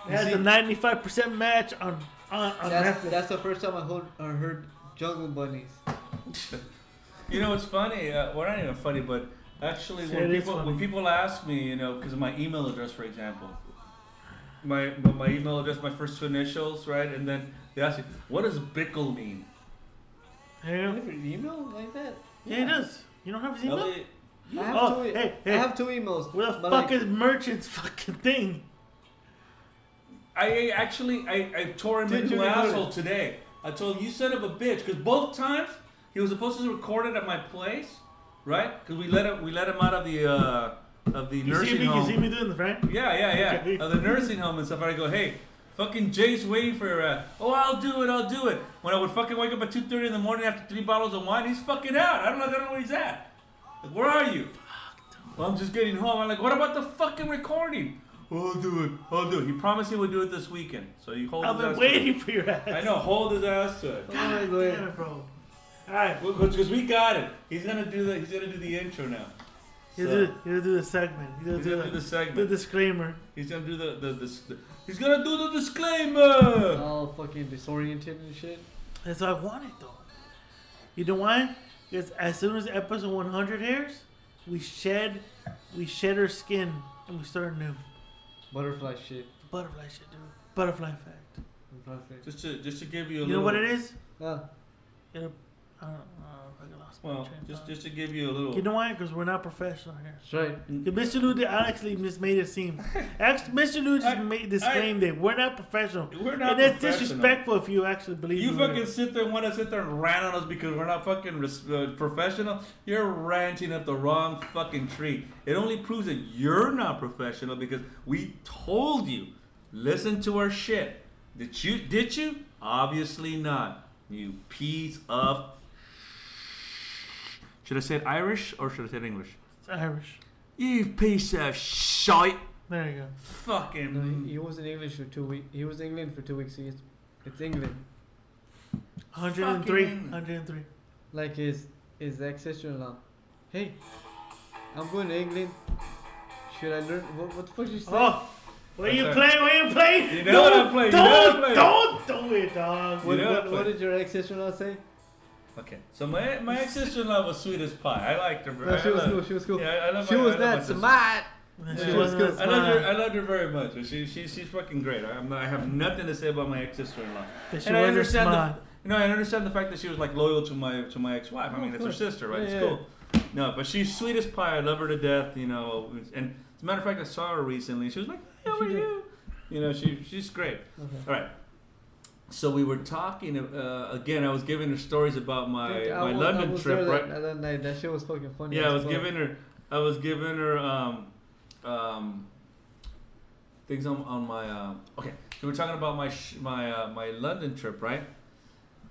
It has
You
a
see-
95% match on, on, on
That's,
Netflix.
that's the first time I heard, I heard jungle bunnies.
You know, it's funny. Uh, well, not even funny, but actually,
It
when
is
people,
funny.
when people ask me, you know, because of my email address, for example, my my- my email address, my first two initials, right, and then they ask me, "What does Bickle mean?"
Yeah.
You have an email like that?
Yeah, he does. You don't have his email?
Elliot-
I have,
Oh,
two, e-
hey,
I
hey.
have two emails.
Where the
but,
fuck
like, [laughs]
is merchant's fucking thing?
I actually I, I tore him a
Did you
new
record
asshole
it?
today. I told him, "You son of a bitch," because both times he was supposed to record it at my place, right? Because we let him we let him out of the uh, of the
You
nursing
see me?
home.
You see me doing this, right?
Yeah, yeah,
Okay.
yeah. Uh, the nursing home and stuff. I go, hey, fucking Jay's waiting for your ass. Oh, I'll do it, I'll do it. When I would fucking wake up at 2.30 in the morning after three bottles of wine, he's fucking out. I don't know, I don't know where he's at. Like, where are you? Well, I'm just getting home. I'm like, what about the fucking recording? I'll do it, I'll do it. He promised he would do it this weekend. So you hold
I've
his
been
ass
waiting for your ass.
To it. I know, hold his ass to it.
Oh,
God
go
damn
ahead.
it, bro. Alright,
Because we got it. He's gonna do the he's gonna do the intro now.
he's
So-
gonna he's gonna do the segment. He's gonna
He's
do
gonna
the,
do the segment.
the disclaimer.
He's gonna do the the, the, the he's gonna do the disclaimer.
all fucking disoriented and shit.
And so I want it though. You know why? Because as soon as episode 100 airs, we shed we shed our skin and we start new.
Butterfly shit.
Butterfly shit, dude. Butterfly fact.
Just to just to give you
You
a little,
know what it is?
Uh,
It, I don't know. I fucking lost my
Well,
train of
just
thought.
just to give you a little.
You know why? Because we're not professional here.
that's right.
Mm.
Yeah, Mr. Lou did, I actually just made it
[laughs]
seem. Actually, Mr. Lou just
I-
made this claim that we're not professional.
We're not
and that's
professional.
disrespectful if you actually believe
you
we
fucking
are.
sit there and want to sit there and rant on us because we're not fucking res- uh, professional. You're ranting up the wrong fucking tree. It only proves that you're not professional because we told you, listen to our shit. Did you? Did you? Obviously not. You piece of. Should I say it Irish or should I say it English?
It's Irish.
You piece of shite.
There you go.
Fucking.
No, he, he was in English for two weeks. He was in England for two weeks. He's, it's England.
103.
Fucking-
103.
Like his his ex sister in law. Hey, I'm going to England. Should I learn? What, what the fuck did you say?
Oh, what are you
That's right.
playing? What are you playing?
You know what I'm playing, you know what I'm
Don't, don't do it, dog.
what,
you know
what,
that
what
place.
did your ex sister in law say?
Okay, so my my ex sister in law was sweet as pie. I liked her.
No,
I
she was
love-
cool. She was cool.
Yeah, I I love
She
my- I
was
love my
that
sister.
smart. She
Yeah.
was good.
I loved her. I loved her very much. but She, she she's fucking great. I'm not, I have nothing to say about my ex sister in law.
But she
And I
wasn't
understand the
smart.
you know I understand the fact that she was like loyal to my to my ex wife. I mean, it's her
course.
sister, right? it's
Yeah, yeah.
cool. No, but she's sweet as pie. I love her to death. You know, and as a matter of fact, I saw her recently. She was like, "How are you?" You know, she she's great. All right. So we were talking uh, again. I was giving her stories about my
Dude, I
my
was- I
London
was
trip,
there
right?
That, that night, that shit was fucking funny.
Yeah, I
as
was
fuck.
giving her, I was giving her um, um, things on, on my um. Okay, so we're talking about my sh- my uh, my London trip, right?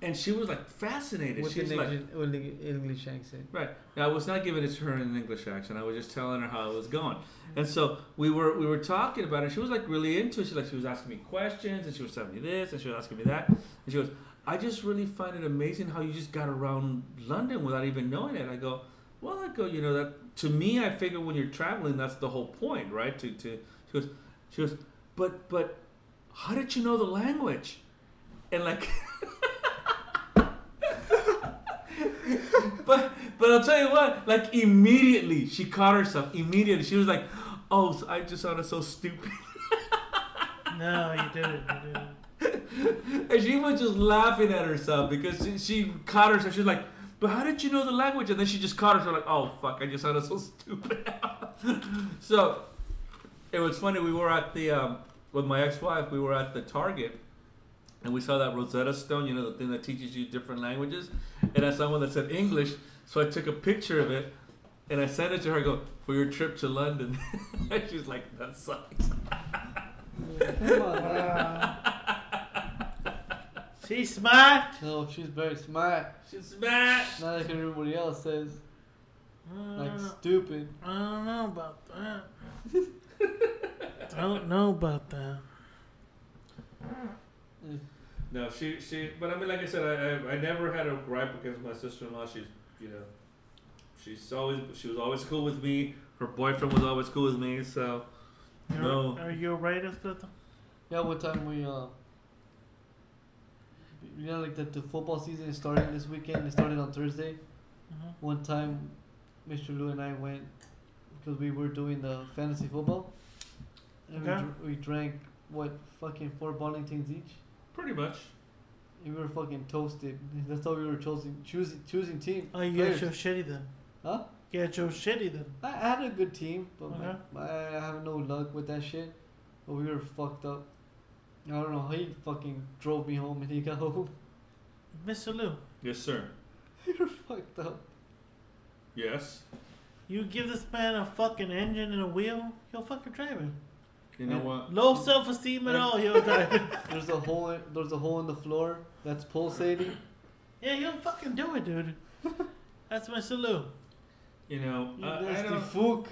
and she was like fascinated.
With
She's
an
like,
English, with an English
[laughs]
accent.
Right. Now, I was not giving it to her in an English accent. I was just telling her how it was going. And so we were we were talking about it. She was like really into it. She like she was asking me questions and she was telling me this and she was asking me that. And she goes, I just really find it amazing how you just got around London without even knowing it. I go, Well, I go, you know, that to me I figure when you're traveling that's the whole point, right? To to she goes she goes, But but how did you know the language? And like [laughs] but but I'll tell you what, like immediately she caught herself. Immediately she was like, "Oh, so I just sounded so stupid,"
No, you didn't. You didn't.
and she was just laughing at herself because she, she caught herself. She was like, "But how did you know the language?" And then she just caught herself like, "Oh fuck, I just sounded so [laughs] stupid." so it was funny. We were at the um, with my ex-wife. We were at the Target, and we saw that Rosetta Stone. You know, the thing that teaches you different languages. And I saw one that said English, so I took a picture of it, and I sent it to her. I go for your trip to London. [laughs] and she's like, "That sucks."
Come on, man.
She's smart.
No, she's very smart.
She's smart.
Not like everybody else says. Like
Uh,
stupid.
I don't know about that. don't know about that.
No, she she. But I mean, like I said, I I, I never had a gripe against my sister in law. She's you know, she's always she was always cool with me. Her boyfriend was always cool with me. So
You're-
no,
Are you alright, Escroto?
Yeah, one time we uh, you know, like that the football season is starting this weekend. It started on Thursday.
Mhm.
One time, Mr. Lou and I went because we were doing the fantasy football, and
Okay.
we, dr- we drank what fucking four Boningtons each.
pretty much.
And we were fucking toasted. [laughs] That's how we were choosing choosing choosing team.
Oh, you got
players.
your shitty then.
Huh?
You got your shitty then.
I I had a good team, but my-
Okay.
my, I have no luck with that shit. But we were fucked up. I don't know. He fucking drove me home, and he got [laughs] home.
Mr. Lou,
Yes, sir.
[laughs] we were fucked up.
Yes.
you give this man a fucking engine and a wheel, he'll fucking drive it.
You know
And-
what?
Low self esteem at
And-
all, he'll drive it.
There's a hole. In, there's a hole in the floor that's
Uh,
pulsating.
[laughs] Yeah, he'll fucking do it, dude. That's Mr. Lou.
You know.
You
I, I
nasty
don't.
fuck.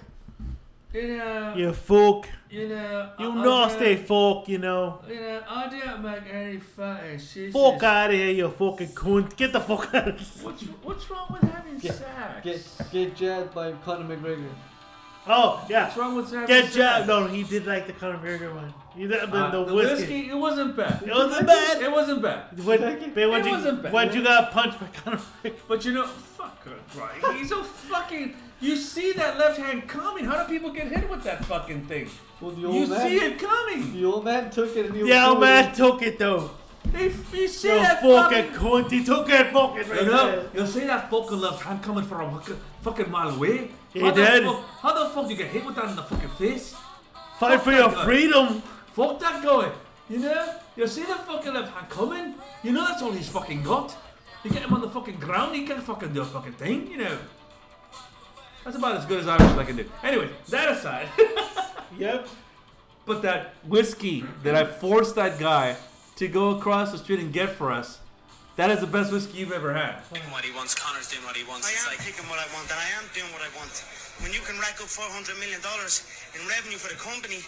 You know.
You folk.
You know.
You
I- I
nasty
don't-
folk, you know.
You know, I don't make any fucking shit.
Fuck out of here, you fucking cunt. Get the fuck out of here.
What's what's wrong with having
Get-
sex?
Get get jabbed by Conor McGregor.
Oh, yeah.
what's wrong with having
Get
[laughs] sex?
jabbed. No, he did like the Conor McGregor one. You know, the,
Uh,
the,
the
whiskey.
whiskey. It wasn't bad.
It wasn't bad.
It wasn't bad.
What,
Second.
babe, what
It
you,
wasn't bad.
what you got punched by Conor McGregor?
But you know, fuck right. He's a fucking. You see that left hand coming? How do people get hit with that fucking thing?
Well, the old
You
man.
see it coming.
The old man took it and he was
Yeah,
cool
old
with
man
it.
took it though.
They, you see
You
that
fucking
fucking.
cunt. He took that fucking right
You know,
there.
you see that fucking left hand coming from a fucking- fucking mile away.
He
how
did.
The fuck, how the fuck you get hit with that in the fucking face?
Fight for your
Fuck that guy.
freedom.
Fuck that guy. You know, you see that fucking left hand coming. You know that's all he's fucking got. You get him on the fucking ground, he can't fucking do a fucking thing. You know. That's about as good as Irish as I can do. Anyway, that aside. [laughs]
Yep.
But that whiskey that I forced that guy to go across the street and get for us, that is the best whiskey you've ever had.
Doing what he wants. Connor's doing what he wants.
I
It's
am
like
picking what I want, and I am doing what I want. When you can rack up four hundred million dollars in revenue for the company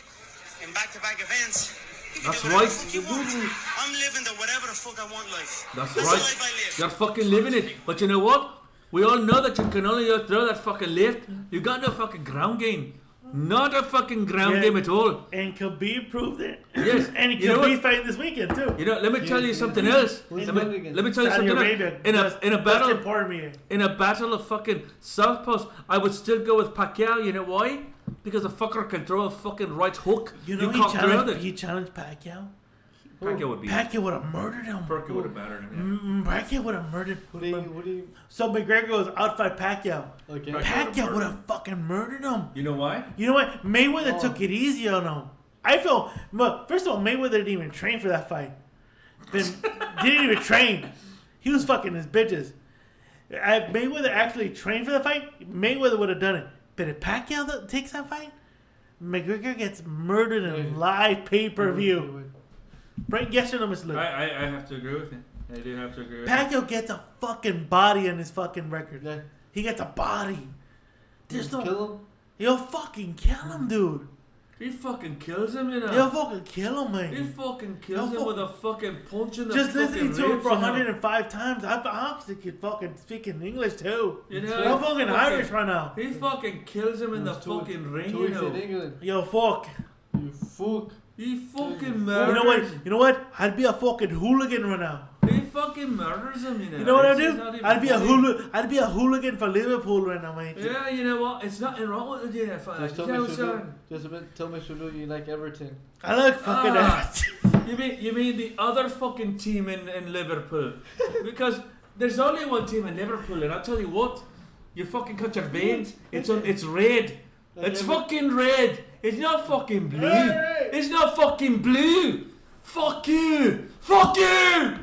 in back-to-back events, you can
That's
do whatever
right.
the fuck you
You
want.
do.
I'm living the whatever the fuck I want life.
That's
the
right.
life I live.
You're fucking living it. But you know what? We all know that you can only throw that fucking lift. You got no fucking ground game. Not a fucking ground
Yeah.
game at all.
And Khabib proved it.
Yes,
[laughs] and
you know what?
Khabib fighting this weekend too.
You know, let me tell you
yes,
something
yes.
else.
Who's
Let me,
voting against
let me tell you
Saudi
something else.
Arabia.
In a,
Dust-
in a battle,
Dustin Poirier.
in a battle of fucking southpaws, I would still go with Pacquiao. You know why? Because the fucker can throw a fucking right hook.
You know he
can't throw
challenged. He
that.
challenged Pacquiao.
Pacquiao would be.
Pacquiao would have murdered him.
Pacquiao would have mattered.
Mm,
him,
Pacquiao would have murdered.
What do you? What do you?
So McGregor was outfight Pacquiao.
Okay.
Right. Pacquiao would've
Pacquiao would have fucking murdered him.
yeah. You know why?
You know what? Mayweather
Oh.
took it easy on him. I feel, but first of all, Mayweather didn't even train for that fight. Then [laughs] didn't even train. He was fucking his bitches. If Mayweather actually trained for the fight, Mayweather would have done it. But if Pacquiao th- takes that fight, McGregor gets murdered in
Yeah.
live pay per
He
view.
would-
Right? Yes or no, Miss
I,
Lou?
I, I have to agree with him. I do have to agree. with
Pacquiao gets a fucking body on his fucking record. He gets a body. There's no. Kill him. He'll fucking kill him, dude.
He fucking kills him, you know.
He'll fucking kill him, man.
He fucking kills
He'll
him with a fucking punch in the
Just
fucking
listening to him
ribs,
for
you know.
105 times, I, I'm thinking fucking speaking English too.
You know,
I'm
he
fucking Irish right now.
He fucking kills him in the fucking ring, you know.
Yo, fuck.
You fuck.
He fucking
You
murders.
know what? You know what? I'd be a fucking hooligan right now.
He fucking murders him, you know.
You know what I'd
It's- it's not
do?
even
I'd be a
funny.
hooligan. I'd be a hooligan for Liverpool right now, mate.
Yeah, you know what? It's nothing wrong with it, you know. fuck,
Just
you
tell
know,
me
son.
Shudu, just a bit, tell me Shudu you like Everton.
I like fucking
Ah, you mean you mean the other fucking team in, in [laughs] Liverpool? because there's only one team in Liverpool, and I'll tell you what, you fucking cut your veins. It's on, it's red. It's fucking red. It's not fucking blue. It's not fucking blue. Fuck you. Fuck you.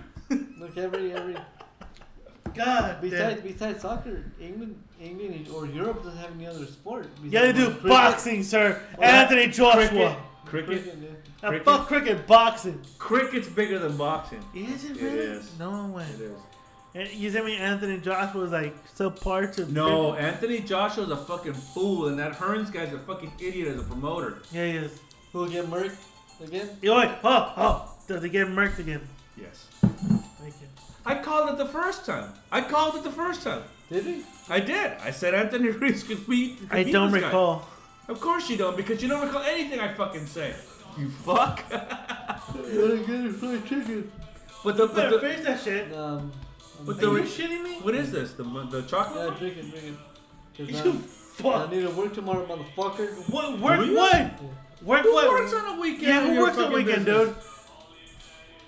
Look, every
[laughs]
every.
[laughs] God.
Besides, besides soccer, England, England, or Europe doesn't have any other sport.
Yeah, they
besides
do
cricket.
boxing, sir. Anthony Joshua.
Cricket.
Now,
Cricket.
fuck cricket, boxing.
Cricket's bigger than boxing.
Is it
It
really?
is.
No way.
It is.
And you said me Anthony Joshua was like subpar to
No, Anthony Joshua's a fucking fool, and that Hearns guy's a fucking idiot as a promoter.
Yeah, he is.
Who'll get murked again?
Yo, wait. Oh, oh. Does it get murked again?
Yes.
Thank you.
I called it the first time. I called it the first time.
Did he?
I did. I said Anthony [laughs] Reeves could beat. could
I
beat
don't
this guy.
recall.
Of course you don't, because you don't recall anything I fucking say. You [laughs] fuck.
You're gonna fried chicken.
But the
Better
but the,
finish that shit.
Um,
but the
Are you shitting me?
what is this? The the
yeah,
chocolate?
drink it, drink it. 'Cause
You
I'm-
fuck.
I need to work tomorrow, motherfucker.
What? Work
Really?
what? Work
Who
what?
works on a weekend?
yeah,
in
who
your
works on
fucking
weekend,
business?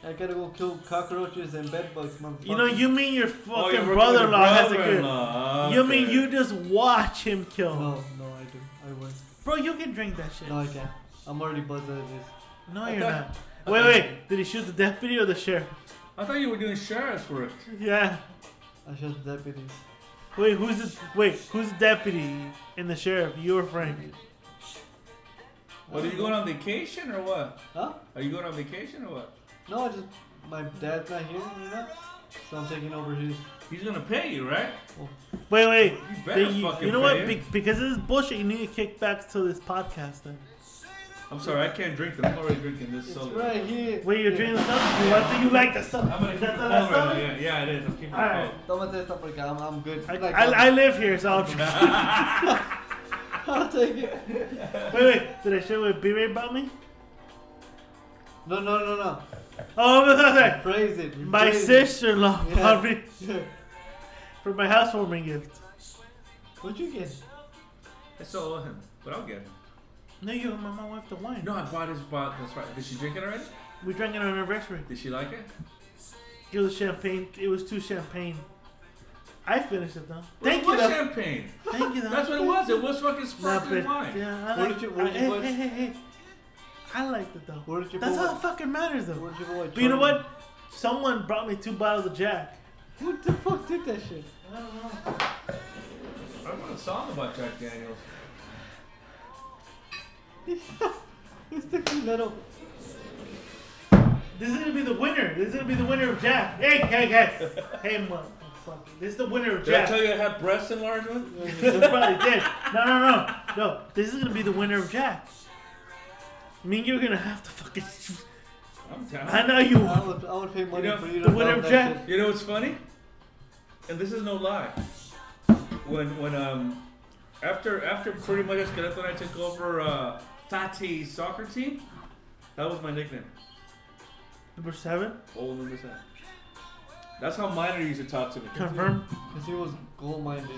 dude?
I gotta go kill cockroaches and bedbugs, motherfucker.
You know, you mean your
Oh, you
fucking
work with
brother-in-law
your
has a good.
brother-in-law.
You mean
Okay.
you just watch him kill? him.
No, no, I do. I was.
Bro, you can drink that shit.
No, I can't. I'm already buzzed as it is.
No, you're not. Wait, wait. Did he shoot the deputy or the sheriff? [laughs]
I thought you were doing sheriff's work.
Yeah.
I shot the deputies.
Wait, who's the wait? Who's the deputy and the sheriff? You or Frank?
What are you going on vacation or what?
Huh?
Are you going on vacation or what?
No, I just my dad's not here, you know. So I'm taking over his.
He's gonna pay you, right?
Wait, wait.
You
They-
better
you,
fucking
you know what?
pay
Be,
him.
because of this bullshit, you need to kick back to this podcast then.
I'm sorry, I can't drink them. I'm already drinking this
It's
soda.
right here.
Wait, you're drinking the sub? Why do you like the sub?
I'm gonna
Is
keep
that
it
the
cold
last
right now.
sub?
Yeah, yeah, it is. I'm keeping
All right.
it
Don't say stuff like that. I'm, I'm good.
I,
like,
I, I
I'm-
live here, so I'll drink.
[laughs]
[laughs] I'll take it.
wait, wait. Did I share with B-Ray about me?
No, no, no, no.
Oh, [laughs] okay.
Praise it.
my
Praise
sister-in-law
it. Yeah.
bought me
Yeah.
for my housewarming gift.
What'd you get?
cold. I still owe him, but I'll get him.
No, you and my mom have the wine.
No, I bought his bottle. That's right. Did she drink it already?
We drank it on our anniversary.
Did she like it?
It was champagne. It was two champagne. I finished it though.
Well,
Thank
it
you,
was
though.
champagne.
Thank you, though.
[laughs] That's what it was. It was fucking
Nah, but-
sparkling wine.
Yeah, I
What
like
did
it.
you- what did you
Hey,
put?
hey, hey, hey. I liked it though.
What did you
That's
put?
all that fucking matters though.
Where'd you go?
But you know what? Someone brought me two bottles of Jack. [laughs]
What the fuck did that shit?
I wrote a song about Jack Daniels.
It's the little.
This is gonna be the winner. This is gonna be the winner of Jack. Hey, hey, hey, hey, motherfucker. This is the winner of
Did I
Jack.
tell you I had breast enlargement?
You probably did. No, no, no, no. This is gonna be the winner of Jack. Me and you're gonna have to fucking. [laughs]
I'm down.
I know you.
I would, I would pay money
You know,
for you to
the winner
dump
of
that
Jack.
shit.
You know what's funny? And this is no lie. When when um after after pretty much Esqueleto and I took over uh Fatty's soccer team, that was my nickname.
Number seven.
Old number seven. That's how Miner used to talk to me.
Confirm.
Cause he was goal minded.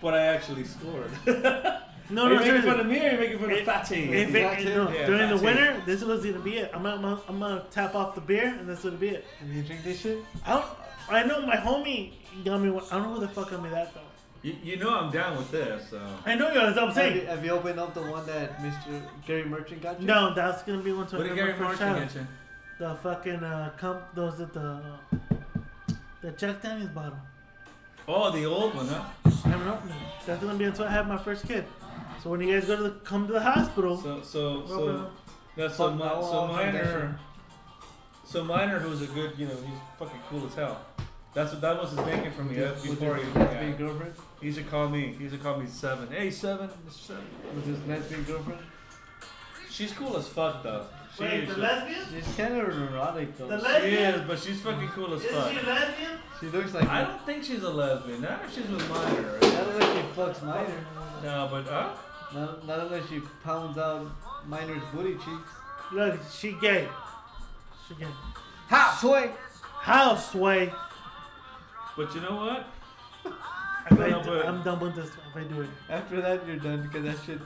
But I actually scored. [laughs]
No,
are you
no,
making fun
seriously.
of me or are you making fun of
If-
Fatty?
If
That's
it,
it.
no,
Yeah,
during the
that's it.
winter, this was gonna be it. I'm gonna, I'm, gonna, I'm gonna tap off the beer, and that's gonna be it.
And you drink this shit?
I don't, I know my homie got me. one- I don't know who the fuck got me that though.
You, you know I'm down with this, so
I know you. That's what I'm
Have you,
Oh,
saying.
have you opened up the one that Mr. Gary Merchant got you?
No, that's gonna be one to
what did Gary Martin get you?
The fucking uh, comp, those at the the Jack Daniels bottle.
Oh, the old one, huh?
I haven't opened it. That's gonna be until I have my first kid. So when you guys go to the, come to the hospital,
So so
Well,
so that's so
fuck,
my
I
so
want
minor
foundation.
So Miner, who was a good, you know, he's fucking cool as hell. That's what that was his nickname for me uh, before he
lesbian girlfriend.
He used to call me. He used to call me Seven. Hey, Seven. Mr. Seven.
With his lesbian girlfriend.
She's cool as fuck though. She
Wait,
is
the
she-
lesbian?
She's kind of neurotic though.
The
She
lesbian?
is, but she's fucking cool as
Is she
fuck.
a lesbian?
She looks like.
I don't think she's a lesbian. Not if she's with Minor.
Not unless she fucks minor.
No, but uh, huh?
Not, not unless she pounds out minor's booty cheeks.
Look, she gay. She gay.
Ha! Sway!
How sway?
But you know what?
If I
No,
do-
but-
I'm done with this. If I do it,
After that, you're done because that shit.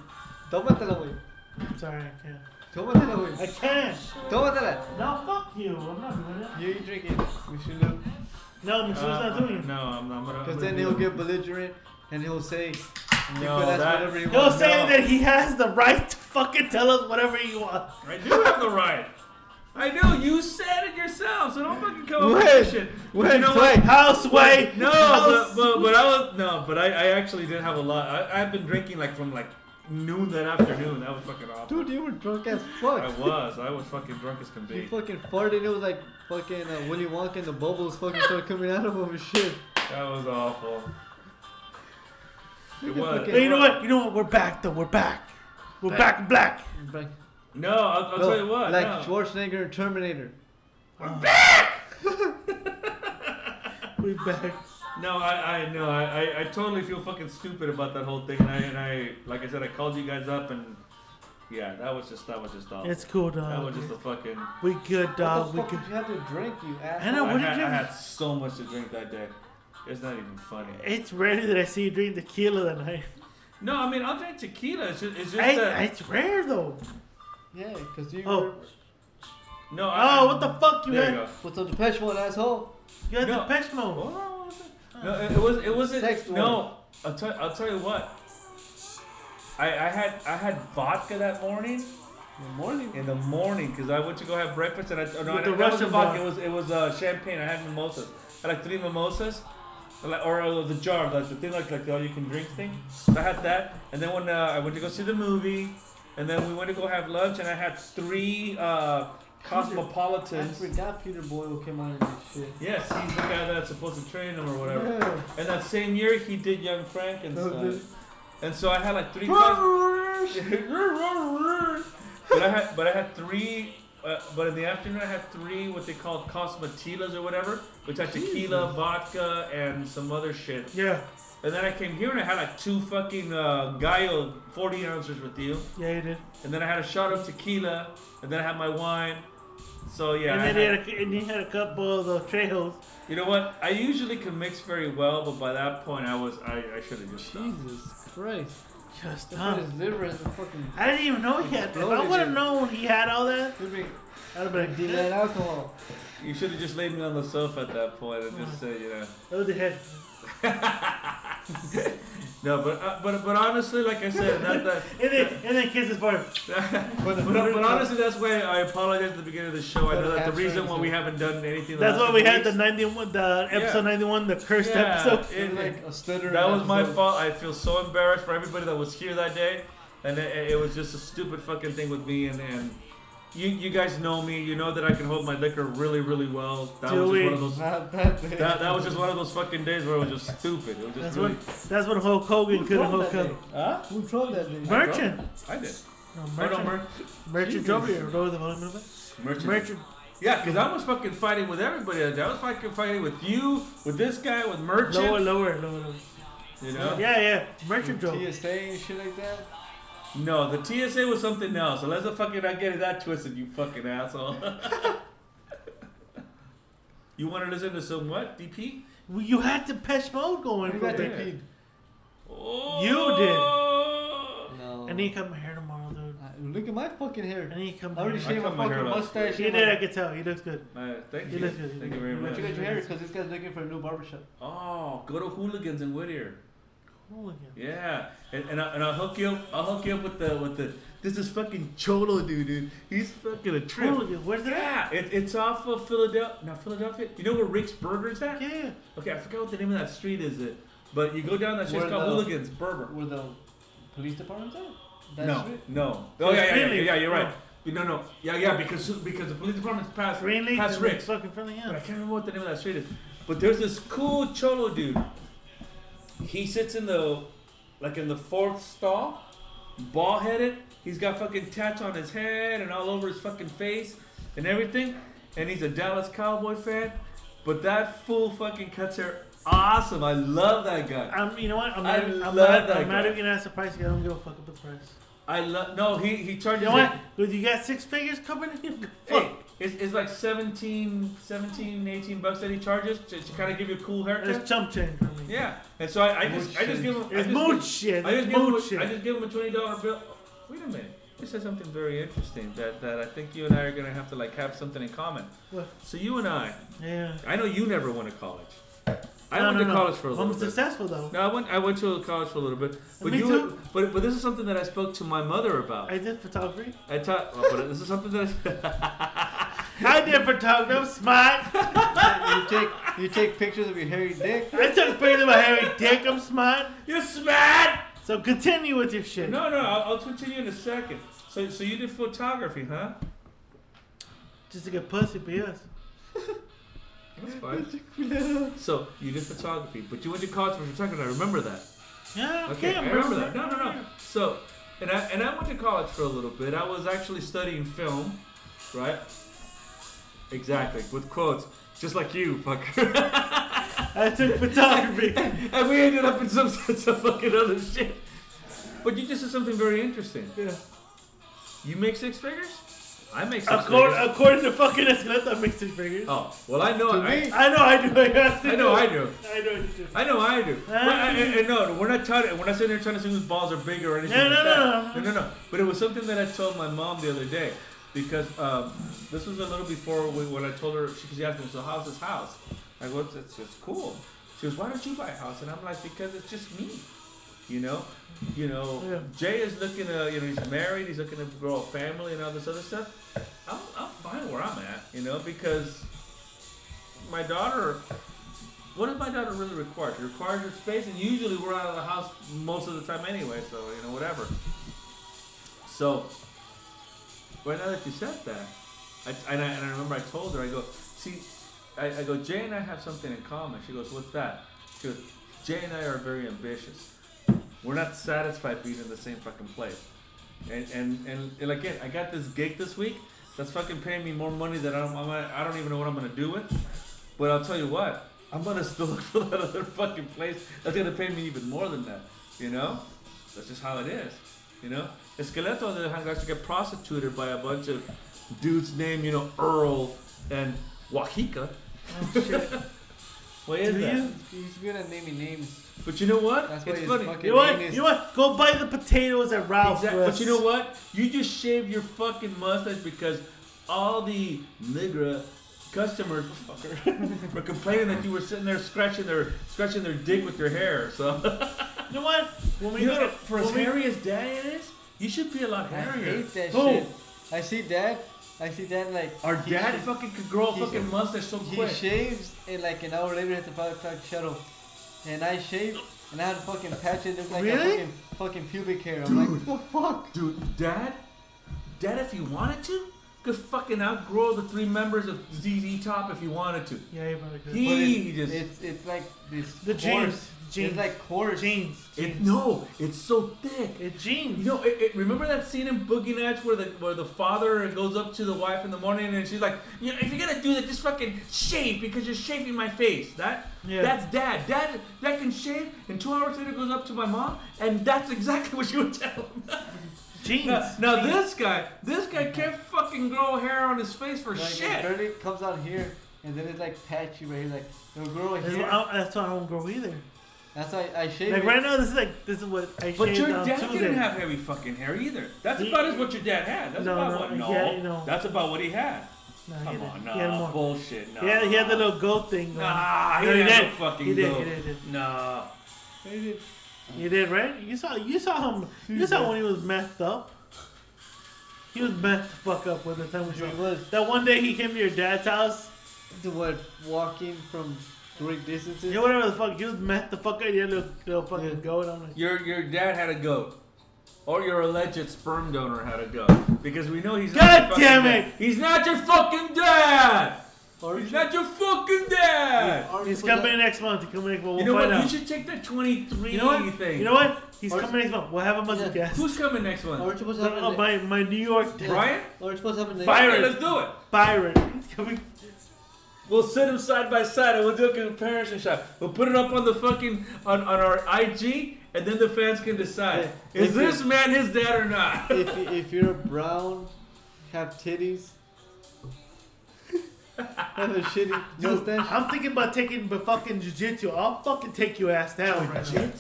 Tómatela, güey.
I'm sorry, I can't.
Tómatela,
I
güey.
can't.
Tómatela.
No, fuck you. I'm not doing it.
You drink it. We should look.
No, Michelle's not doing it.
Uh, No, I'm, I'm gonna. I'm
Because
gonna
then
do
he'll
it.
get belligerent and he'll say,
No,
that's
that-
whatever he
He'll
wants.
say
No.
that he has the right to fucking tell us whatever he wants.
I do have the right. I know you said it yourself, so don't fucking come up with
Wait,
this shit. But
wait,
you know
wait.
what?
House way.
[laughs]
No,
House-
but, but, but I was no, but I, I actually did have a lot. I, I've been drinking like from like noon that afternoon. That was fucking awful.
Dude, you were drunk as fuck.
I was, I was fucking drunk as can
You
be.
fucking farted. It was like fucking uh, Willy Wonka and the bubbles fucking started coming out of him and shit.
That was awful. It
Look at
was.
fucking-
But you know what? You know what? We're back though. We're back. We're back in black.
Like-
No, I'll, I'll
no,
tell you what.
Like
no.
Schwarzenegger and Terminator.
We're back.
No, I, I no, I, I, I totally feel fucking stupid about that whole thing, and I, and I, like I said, I called you guys up, and yeah, that was just, that was just awful.
It's cool,
Oh. that
dog.
was just a fucking.
We good,
What
dog.
the
We
fuck
good.
did you have to drink, you
I know.
asshole?
What
I
did
had,
you?
I had so much to drink that day. It's not even funny.
It's rare that I see you drink tequila that night.
No, I mean I'll drink tequila. It's just, it's just
Hey,
that.
it's rare though.
Yeah, because you
Oh.
were.
no, I,
Oh, what the fuck you
Uh, There
had?
you go.
What's up, Depeche Mode, asshole?
You had
No.
the Depeche Mode.
Oh, No, it, it was it wasn't.
Sex
no, I'll tell I'll tell you what. I, I had I had vodka that morning
In the morning.
in the morning because I went to go have breakfast and I oh, no
With
I-
the
that
Russian
wasn't vodka
vodka.
it was it was uh, champagne I had mimosas I had like three mimosas or like- or uh, the jar like the thing like like the all you can drink thing so I had that and then when uh, I went to go see the movie and then we went to go have lunch and I had three uh,
I
cosmopolitans
forgot Peter Boyle came out of this shit.
Yes, he's the guy that's supposed to train him or whatever.
Yeah.
And that same year, he did Young Frankenstein.
Okay.
And so I had like three.
Oh,
cos- but I had, but I had three. Uh, but in the afternoon, I had three what they call cosmatilas or whatever, which had tequila, vodka, and some other shit.
Yeah,
And then I came here and I had like two fucking uh, gallo 40 ounces with you.
yeah, you did.
And then I had a shot of tequila, and then I had my wine. So yeah.
and
I
then
had-
he had a, and he had a couple of the Trejos.
you know what? I usually can mix very well, but by that point, I was I, I should have just stopped.
Jesus Christ.
Just
That's what
done.
his liver is a fucking.
I didn't even know he had. If I
Exploded,
would have
dude.
known he had all that,
Could be
I'd have been like,
delayed alcohol.
You should have just laid me on the sofa at that point and just said, you know.
oh, the head.
No, but uh, but but honestly, like I said, not that.
And then and then kiss his part.
but, but honestly, that's why I apologize at the beginning of the show. I know that the reason why we haven't done anything. the
That's
last
why we
couple
had the
weeks-
ninety one, the episode ninety one, the cursed
Yeah,
episode.
it-
like a stutter.
That was my
episode.
fault. I feel so embarrassed for everybody that was here that day, and it, it was just a stupid fucking thing with me. And, and you you guys know me. You know that I can hold my liquor really really well. That
Do
was just
we?
one of those.
[laughs] Not that day.
That, that was just one of those fucking days where it was just stupid. It was just
That's
really.
when that's when Hulk Hogan couldn't
drove that
hook up.
day?
Huh?
Who drove that day?
Merchant,
I did.
no,
Merchant. Oh, no,
merchant,
mer-
merchant
Jesus.
drove here. Lower the volume a little bit.
merchant.
Merchant,
Yeah, because I was fucking fighting with everybody. that day. I was fucking fighting with you, with this guy, with merchant.
lower, lower, lower, lower.
You know.
Yeah, yeah, merchant drove.
TSA and shit like that.
No, the TSA was something else. So let's not fucking not get it that twisted, you fucking asshole. [laughs] you want to listen to some what? DP?
Well, You had the Pesh Mode going.
We
for
got
me.
DP'd.
Oh.
You
No.
I need to cut my hair tomorrow, dude.
Uh, Look at my fucking hair.
I need to cut
I
my
already
hair.
shaved my
cut my hair
fucking
last
mustache.
He
and
did.
my-
I could tell. He looks good.
Uh, thank
You
you.
look good.
Thank you very
You look
much.
You got your hair because this guy's looking for a new barbershop.
Oh, go to Hooligans in Whittier.
Cool again.
Yeah, and, and, I, and I'll hook you up. I'll hook you up with the with the. This is fucking Cholo dude, dude. He's fucking a trip.
Cool again. Where's it at?
Yeah, it, it's off of Philadelphia. Not Philadelphia. You know where Rick's Burger's at?
Yeah.
Okay, I forgot what the name of that street is. It, but you go down that street. It's
Where
called
the-
Hooligans Berber.
Where the police department's at? That
No,
street?
no. Oh yeah, yeah, yeah,
Really?
Oh.
yeah, You're right. No, no, yeah, yeah, because because the police department's past
Green Lake
past
is
Rick's.
fucking friendly, yeah.
But I can't remember what the name of that street is. But there's this cool cholo dude. He sits in the like in the fourth stall, bald headed. He's got fucking tats on his head and all over his fucking face and everything. And he's a Dallas Cowboy fan. But that fool fucking cuts hair awesome. I love that guy.
I'm, you know what? I'm
I
not, I'm
love
not,
that
I'm not
guy.
even gonna ask the price. 'cause I don't give a fuck about the price.
I love. No, he he charges.
You know
it- [laughs]
what? Dude, you got six figures coming in. [laughs]
Hey, it's, it's like 17, 17, 18 bucks that he charges to, to kind of give you a cool haircut.
It's chump change for me.
Yeah, and so I, I just I just give him. I
It's
just,
mood shit.
I just
It's
give him.
mood
A, I just give him a twenty dollar bill. Wait a minute. You said something very interesting that, that I think you and I are gonna have to like have something in common.
What?
So you and I.
Yeah.
I know you never went to college. I
No,
went
no,
to
no.
college for a little
I'm
bit.
successful, though.
No, I went. I went to college for a little bit. But
Me
you.
too.
But but this is something that I spoke to my mother about.
I did
[laughs]
photography.
I taught. Well, but this is something that. I,
I did photography. I'm smart.
you take you take pictures of your hairy dick.
I took pictures of my hairy dick. I'm smart.
You're smart.
So continue with your shit.
No, no, I'll, I'll continue in a second. So, so you did photography, huh?
Just to get pussy, but yes.
That's fine. so you did photography, but you went to college for photography. I remember that.
Yeah,
Okay,
okay,
I remember that. No, no, no. So, and I and I went to college for a little bit. I was actually studying film, right? Exactly, with quotes, just like you, fucker. [laughs]
I took photography,
and we ended up in some some fucking other shit. But you just did something very interesting.
Yeah.
You make six figures. I make six
According,
figures.
according to fucking Escaleta, mixed six figures.
Oh, well, I know.
To
I,
me? I know [laughs] I do.
I know I do.
I know you do.
I know I do. But I, and, and no, we're not trying. We're not sitting there trying to see whose balls are bigger or anything.
No,
like
no,
that. no, no, no, But it was something that I told my mom the other day because um, this was a little before we, when I told her she, she asked me, "So how's this house?" I go, "It's it's just cool." She goes, "Why don't you buy a house?" And I'm like, "Because it's just me." You know, you know, Jay is looking to, you know, he's married, he's looking to grow a family and all this other stuff. I'm, I'm fine where I'm at, you know, because my daughter, what does my daughter really require? She requires her space, and usually we're out of the house most of the time anyway, so, you know, whatever. So, right now that you said that, I, and, I, and I remember I told her, I go, see, I, I go, Jay and I have something in common. She goes, what's that? She goes, Jay and I are very ambitious. We're not satisfied being in the same fucking place. And and and, and again, I got this gig this week that's fucking paying me more money than I'm, I'm gonna- I don't even know what I'm gonna do with. But I'll tell you what, I'm gonna still [laughs] look for that other fucking place that's gonna pay me even more than that. You know, that's just how it is. You know, Esqueleto on the other hand got to get prostituted by a bunch of dudes named you know Earl and Wahika. [laughs] What is
Oh, Do
that?
you? He's good at naming names.
But you know what?
That's why
it's
he's
funny.
fucking
You know what? You know what? Go buy the potatoes at Ralph's.
Exact-
for
But
us.
you know what? You just shaved your fucking mustache because all the nigga customers fucker, [laughs] were complaining that you were sitting there scratching their scratching their dick with your hair. So
You know what? When we
You know, [laughs]
go to-
for as
when we-
hairy as daddy is, you should be a lot
I
hairier.
hate that
Boom.
shit. I see dad. I see dad like
Oh. Our
he
dad
sh-
fucking could grow a
he-
fucking mustache so
he
quick.
shaves and like an hour later it's a five o'clock shadow, and I shave and I had a fucking patch it looked like
Really?
a fucking, fucking pubic hair. I'm like, what the fuck,
dude? Dad, dad, if you wanted to, could fucking outgrow the three members of ZZ Top if you wanted to.
Yeah, you probably could.
But
He,
it's,
just
it's it's like this
The
coarse-
jeans. Jeans.
It's like coarse
jeans.
It, no, it's so thick.
It's jeans.
You know, it, it, remember that scene in Boogie Nights where the where the father goes up to the wife in the morning and she's like, you know, if you're gonna do that, just fucking shave because you're shaving my face. That
Yeah.
that's dad. Dad that can shave, and two hours later goes up to my mom, and that's exactly what you would tell him. [laughs]
Jeans.
Now, now this guy, this guy can't fucking grow hair on his face for
Like
shit.
it barely comes out here and then it's like patchy right here, like it'll grow
That's
here.
why I, that's why I don't grow either.
That's why I shave
Like
it.
right now, this is like this is what I
But
shaved
your
on
dad
uh, Tuesday.
didn't have heavy fucking hair either. That's
He-
about as what your dad had. That's
No,
about
no,
what
he
no.
had- no.
That's about what he had.
No, he
Come
had-
on,
he
nah,
had more.
bullshit, nah.
Yeah, he had the little goat thing. Going.
Nah, he
No,
didn't have
did.
no fucking
he did,
goat.
he did, he did.
Nah.
He did. You did right. You saw. You saw him. You saw when he was messed up. He was messed the fuck up when the time we saw.
He was.
That one day he came to your dad's house.
The what? Walking from great distances.
You know whatever the fuck. He was messed the fuck up. He had a little, little fucking goat on his.
Your your dad had a goat. Or your alleged sperm donor had to go. Because we know he's
God
not your
damn
fucking
it!
dad. He's not your fucking dad! he's not your fucking dad!
He's coming next month. He's coming next month. We'll
You know
find
what?
out.
You should check that 23
You know what?
thing.
You know what? He's
Or-
coming next month. We'll have a Muslim guest.
Who's coming next month?
[laughs] Aren't you supposed to have
No,
a-
my, my New York dad.
Brian?
Or it's supposed to happen.
Byron.
let's do it.
Byron. He's coming.
We'll sit them side by side and we'll do a comparison shot. We'll put it up on the fucking on, on our IG and then the fans can decide.
Yeah.
Is this man his dad or
[laughs]
not?
if, you- if you're brown, have
[laughs]
titties, have a shitty
Dude,
mustache.
I'm thinking about taking but fucking jujitsu. I'll fucking take your ass down right now.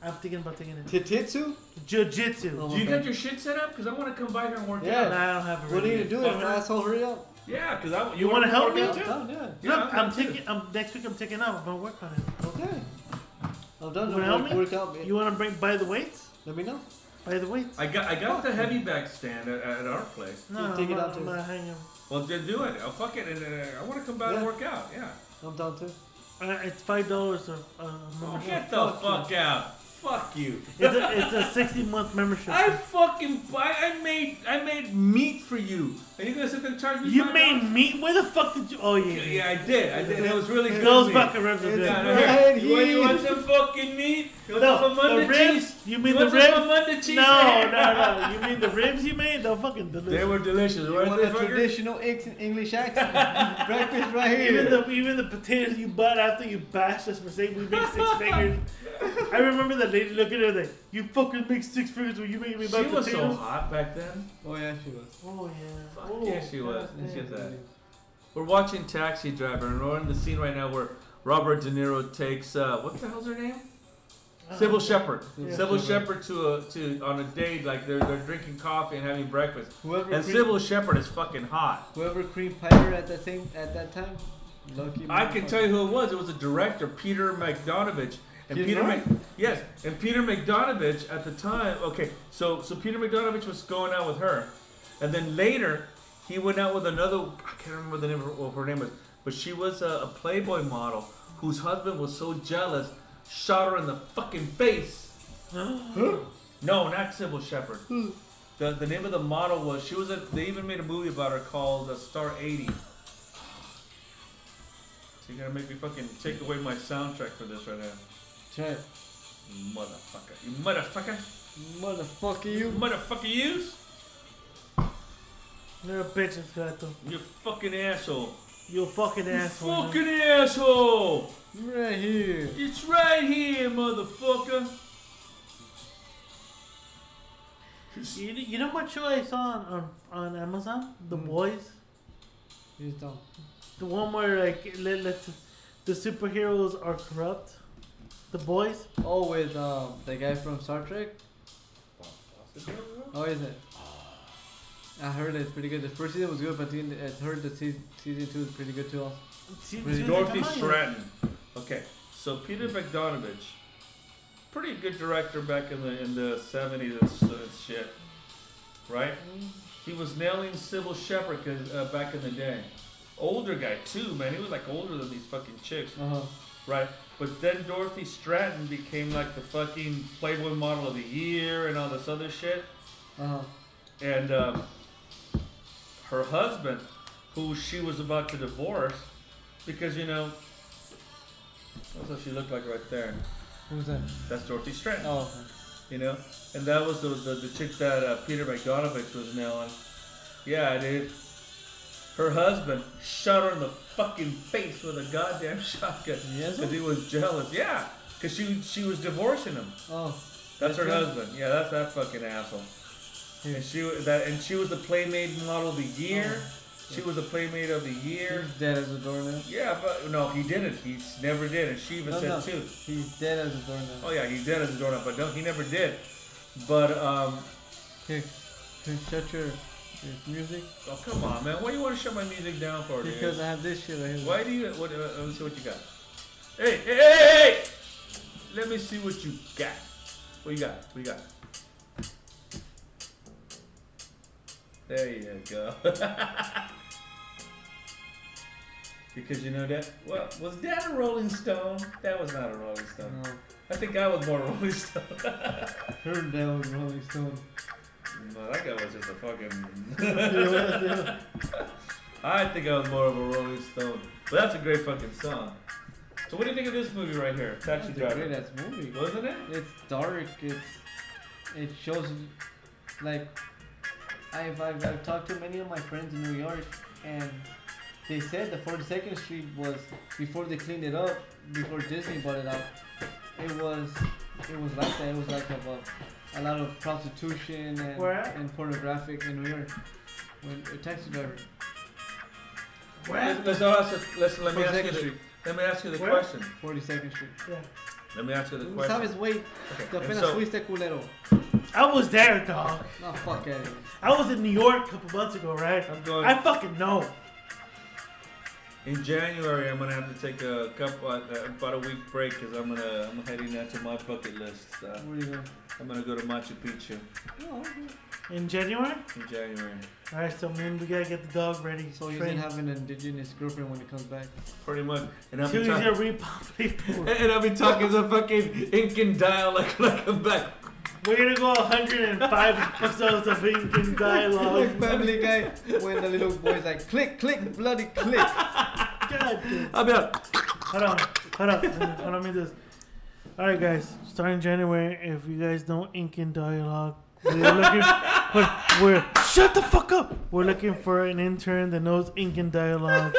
I'm thinking about taking it.
Jiu-jitsu?
Jiu-jitsu.
Do you got your shit set up? Because I want to come by here and work
Yeah.
out.
Nah, I don't have it
What are
ready.
you gonna do? An asshole, hurry up.
Yeah, because I
You want to help me?
work out
I'm done, yeah.
No,
Yeah,
I'm
me too.
taking. I'm next week. I'm taking out. I'm gonna work on it.
Okay. I'm
You
done.
wanna help
Work-
me?
Work out, man.
You want to bring by the weights?
Let me know.
By the weights.
I got I got the heavy back stand at, at our place.
No, I'm,
take it
not,
out
I'm
to-
not hanging.
Well, then do it. I'll fuck it, and uh, I want to come by
Yeah.
and work out. Yeah.
I'm down too.
Uh, it's five dollars a, a
Oh,
membership.
get the fuck out. Fuck you. [laughs]
It's a, it's a sixty month membership.
I fucking I, I made I made meat for you. Are you gonna sit there and charge me?
You
$5?
made meat? Where the fuck did you? Oh yeah.
Yeah, I did. I did. It was really good.
Those
meat.
fucking ribs are
Yeah,
good.
no, here.
right
You, want, you
here.
want some fucking meat? You want
No,
some Monday
the ribs.
cheese?
You mean
want
the
some
ribs?
Monday cheese? [laughs]
No, no, no. You mean the ribs you made? They're fucking
They
delicious.
were delicious.
You
weren't
want
they,
a
fucker?
traditional ex- English
[laughs]
accent? Breakfast right here.
Even the even the potatoes you bought after you bashed us for saying we make
[laughs]
six fingers. I remember that lady looking at her like, "You fucking make six fingers when you make me buy
She was
potatoes."
so hot back then.
oh yeah, she was.
Oh yeah.
Fuck
oh,
yeah, she was.
yeah.
Let's get that. We're watching Taxi Driver, and we're in the scene right now where Robert De Niro takes uh, what the hell's her name? Sybil Shepherd.
Yeah.
Sybil Shepherd to a, to on a date like they're they're drinking coffee and having breakfast.
Whoever
And
cre-
Sybil Shepherd is fucking hot.
Whoever cream pie her at that thing at that time, lucky.
I can tell you who it was. It was the director Peter McDonovich. And
Peter
Peter Mc,
Mc-
yes, and Peter McDonovich at the time. Okay, so so Peter McDonovich was going out with her, and then later he went out with another. I can't remember the name of her, what her name was, but she was a, a Playboy model whose husband was so jealous, shot her in the fucking face. No, not Sybil Shepherd. The, the name of the model was she was a, they even made a movie about her called uh, Star 80. So you're gonna make me fucking take away my soundtrack for this right now.
Try it.
You motherfucker. You motherfucker.
Motherfucker,
You
you.
motherfucker yous.
You're a bitch, Gato.
You fucking asshole.
You fucking
You
asshole.
fucking asshole.
Right here.
It's right here, motherfucker.
You, you know what show I saw on, on, on Amazon? The Boys?
You just don't.
The one where like let, let the superheroes are corrupt? The Boys?
Oh, with um, the guy from Star Trek. How is it? I heard it's pretty good. The first season was good, but then I heard that season, season two is pretty good too. Uh-huh. also.
See-
With
see what
Dorothy
they come out
Stratton. Okay, so Peter Bogdanovich, pretty good director back in the in the seventies and s- and shit, right? He was nailing Sybil Shepherd 'cause, uh, back in the day. Older guy too, man. He was like older than these fucking chicks,
Uh-huh.
right? But then Dorothy Stratton became like the fucking Playboy model of the year and all this other shit
Uh-huh.
and um, her husband, who she was about to divorce, because you know, that's what she looked like right there.
Who's that?
That's Dorothy Stratton,
Oh.
you know, and that was the the, the chick that uh, Peter McDonovich was nailing. Yeah, dude. Her husband shot her in the fucking face with a goddamn [laughs] shotgun
Yes?
because he was jealous. Yeah, because she she was divorcing him.
Oh.
That's her
That's right.
husband. Yeah, that's that fucking asshole. And she wa- that and she was the Playmate model of the year. She was the Playmate of the year.
He's dead as a doornail.
Yeah, but no, he didn't. He s- never did, and she even
No,
said
no.
too.
He's dead as a doornail.
Oh yeah, he's dead as a doorknob, but no, he never did. But um,
Here, here, shut your, your music.
oh come on, man, why do you want to shut my music down for, dude?
Because I have this shit right here.
why do you? What, uh, let me see what you got. Hey, hey, hey, hey! Let me see what you got. What you got? What you got? There you go. [laughs] Because you know that well was that a Rolling Stone? That was not a Rolling
Uh,
Stone. I think I was more [laughs] Rolling Stone.
Heard that was Rolling
[laughs]
Stone.
No, that guy was just a fucking.
Yeah,
I think I was more of a Rolling Stone, but that's a great fucking song. So what do you think of this movie right here, Taxi
That's a
Driver?
great ass movie.
Wasn't it?
It's dark. It's it shows like I've, I've I've talked to many of my friends in New York, and they said the 42nd Street was before they cleaned it up, before Disney bought it out. It was it was like that. It was like a, a lot of prostitution and
Where at?
and pornographic in New York. When a taxi driver.
Let's, let's not ask. the- Let's, let me ask you
42nd
the,
Street.
Let me ask you the
Where?
question.
42nd Street. Yeah.
Let me ask you the
Tú
question.
sabes, güey.
Okay,
Tú
and
apenas
so-
fuiste culero.
I was there, dog.
No, fuck it.
I was in New York a couple months ago, right?
I'm going-
I fucking know.
In January, I'm gonna have to take a couple uh, about a week break because I'm gonna I'm heading out to my bucket list. Uh,
Where you going?
I'm gonna go to Machu Picchu
No,
In January.
in January.
All right, so man, we gotta get the dog ready.
So you didn't have an indigenous girlfriend when he comes back.
Pretty much, and I'll
She
be,
was
talk-
gonna [laughs] repopulate. the
and
world.
and I'll be talking the fucking Incan dialect [laughs] like a back.
We're gonna go 105 episodes of Incan dialogue.
[laughs] Like [laughs] Family Guy, when the little boy's like, click, click, bloody click.
God damn.
I'll be like,
Hold on, hold on, hold on. Let me do this. All right, guys. Starting January, if you guys don't Incan dialogue, we're
[laughs]
looking. we're, we're shut the fuck up. We're looking for an intern that knows Incan dialogue,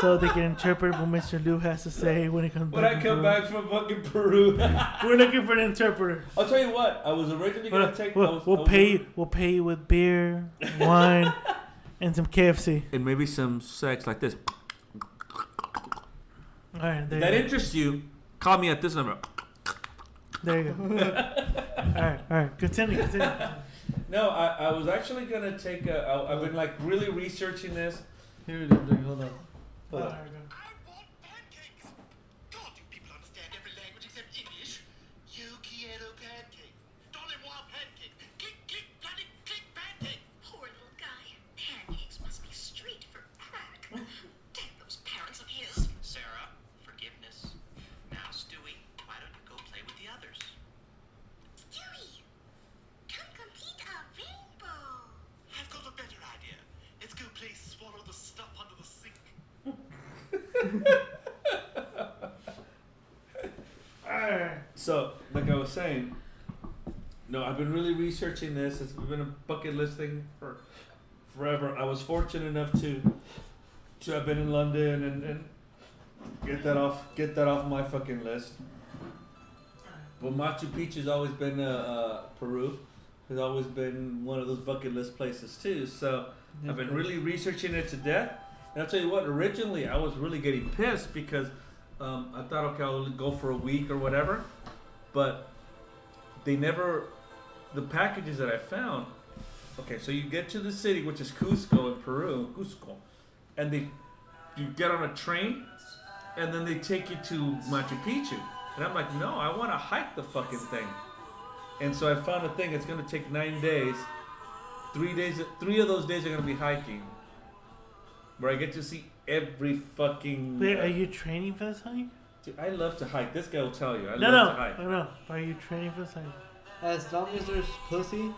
so they can interpret what Mr. Liu has to say when he comes
When
back.
I
in
come
Peru.
back from fucking Peru, [laughs]
we're looking for an interpreter.
I'll tell you what. I was originally gonna
We'll,
take. I
we'll,
was- I
we'll
was-
pay you. We'll pay you with beer, wine, [laughs] and some KFC.
and maybe some sex like this.
All right, there
that
you go.
interests you? Call me at this number.
There you go.
[laughs]
all right, all right. Continue, continue.
No, I, I was actually gonna take a. I, I've been like really researching this.
[laughs] Here it is, like, hold on.
Hold on.
Yo quiero pancake. Dole moi pancake. Kick, kick, bloody kick pancake.
Poor little guy. Pancakes must be straight for crack. Damn those parents of his.
Sarah, forgiveness. Now, Stewie, why don't you go play with the others?
Stewie, come complete our rainbow.
I've got a better idea. Let's go play swallow the stuff under the sink.
So, like I was saying, no, I've been really researching this. It's been a bucket list thing for forever. I was fortunate enough to to have been in London and, and get that off get that off my fucking list. But Machu Picchu's always been uh, uh, Peru has always been one of those bucket list places too. So I've been really researching it to death. And I'll tell you what, originally I was really getting pissed because um, I thought, okay, I'll go for a week or whatever. But they never, the packages that I found, okay, so you get to the city, which is Cusco in Peru, Cusco, and they, you get on a train and then they take you to Machu Picchu. And I'm like, no, I want to hike the fucking thing. And so I found a thing. It's gonna take nine days. Three days. Three of those days are gonna be hiking, where I get to see every fucking.
Wait, are you training for this hike?
Dude, I love to hike. This guy will tell you. I
No,
love
no,
to hike.
no, no. Are you training for this hike?
As long as there's pussy,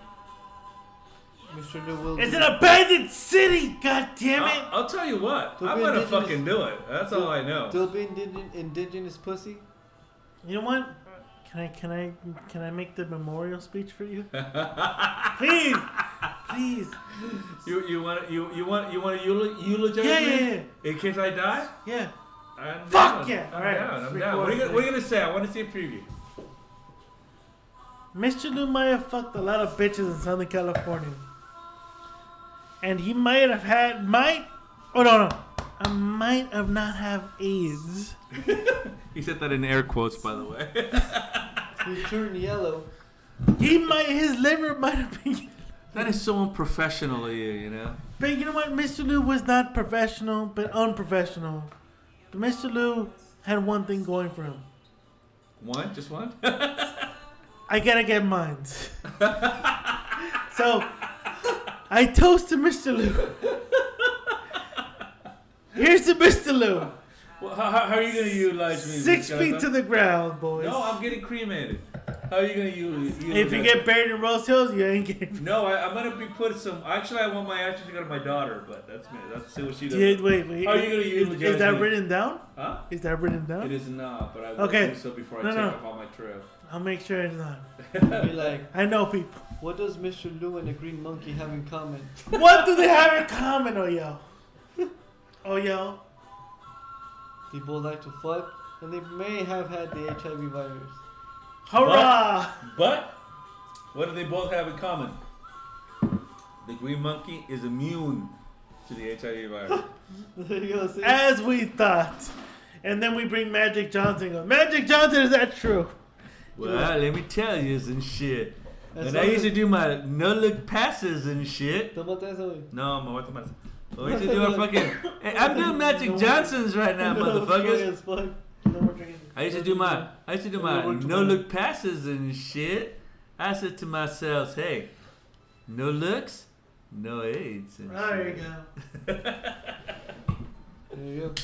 Mr. Lou will.
It's
do
an abandoned city. God damn it!
I'll, I'll tell you what.
Don't
I'm
be
gonna
indigenous.
fucking do it. That's all Oh, I know.
There'll be indig- indigenous pussy.
You know what? Can I can I can I make the memorial speech for
[laughs]
you? please, please.
You you want you you want you want to eul- eulogize
Yeah,
me
yeah,
in case I die?
Yeah.
I'm
Fuck
down.
yeah.
I'm
All right.
down.
Let's
I'm down. What are, you, gonna- what are you gonna say? I want to see a preview.
Mr. Lumaya fucked a lot of bitches in Southern California. And he might have had might oh no no. I might have not have AIDS.
He said that in air quotes, by the way. [laughs]
He turned yellow.
He might his liver might have been
That is so unprofessional of you, you know.
But you know what? Mr. Lou was not professional, but unprofessional. But Mr. Lou had one thing going for him.
One, just one. [laughs]
I gotta get [laughs] mines. so I toast to Mr. Lou. Here's the Mistaloon.
Well, how, how how are you gonna utilize me?
Six
Mr.
feet
Gaza?
to the ground, boys.
No, I'm getting cremated. How are you gonna use?
If you get buried in Rose Hills, you ain't
[laughs]
getting. [laughs]
No, I, I'm gonna be put some. Actually, I want my ashes to go to my daughter, but that's me. That's see what she does.
Dude, wait, wait.
How are Oh, you gonna
Is-
use?
Is, that written down?
Huh?
Is that written down?
It is not, but I will
Okay.
do so before I
No,
take
no.
off all my trail.
I'll make sure it's not.
Be like,
I know people. [laughs]
what does Mr. Lou and the Green Monkey have in common?
What do they have in common, oh yo? [laughs] Oh yo.
They both like to fuck, and they may have had the HIV virus. [laughs]
Hurrah!
But what do they both have in common? The green monkey is immune to the HIV virus.
There you go. See?
Eh.
As we thought. And then we bring Magic Johnson up. Magic Johnson, is that true?
well, let me tell you some shit.
That's
When I
not
used to
it.
do my no look passes and shit.
Toma eso, güey.
No, my wife, my. We used to do a fucking. Hey, I'm doing Magic
No.
Johnsons right
[laughs]
now,
No,
motherfuckers.
it's funny as fuck.
No more drinking.
I used to do my I used to do my no look passes and shit. I said to myself, hey, no looks, no AIDS. And
There you
shit.
go.
There you go.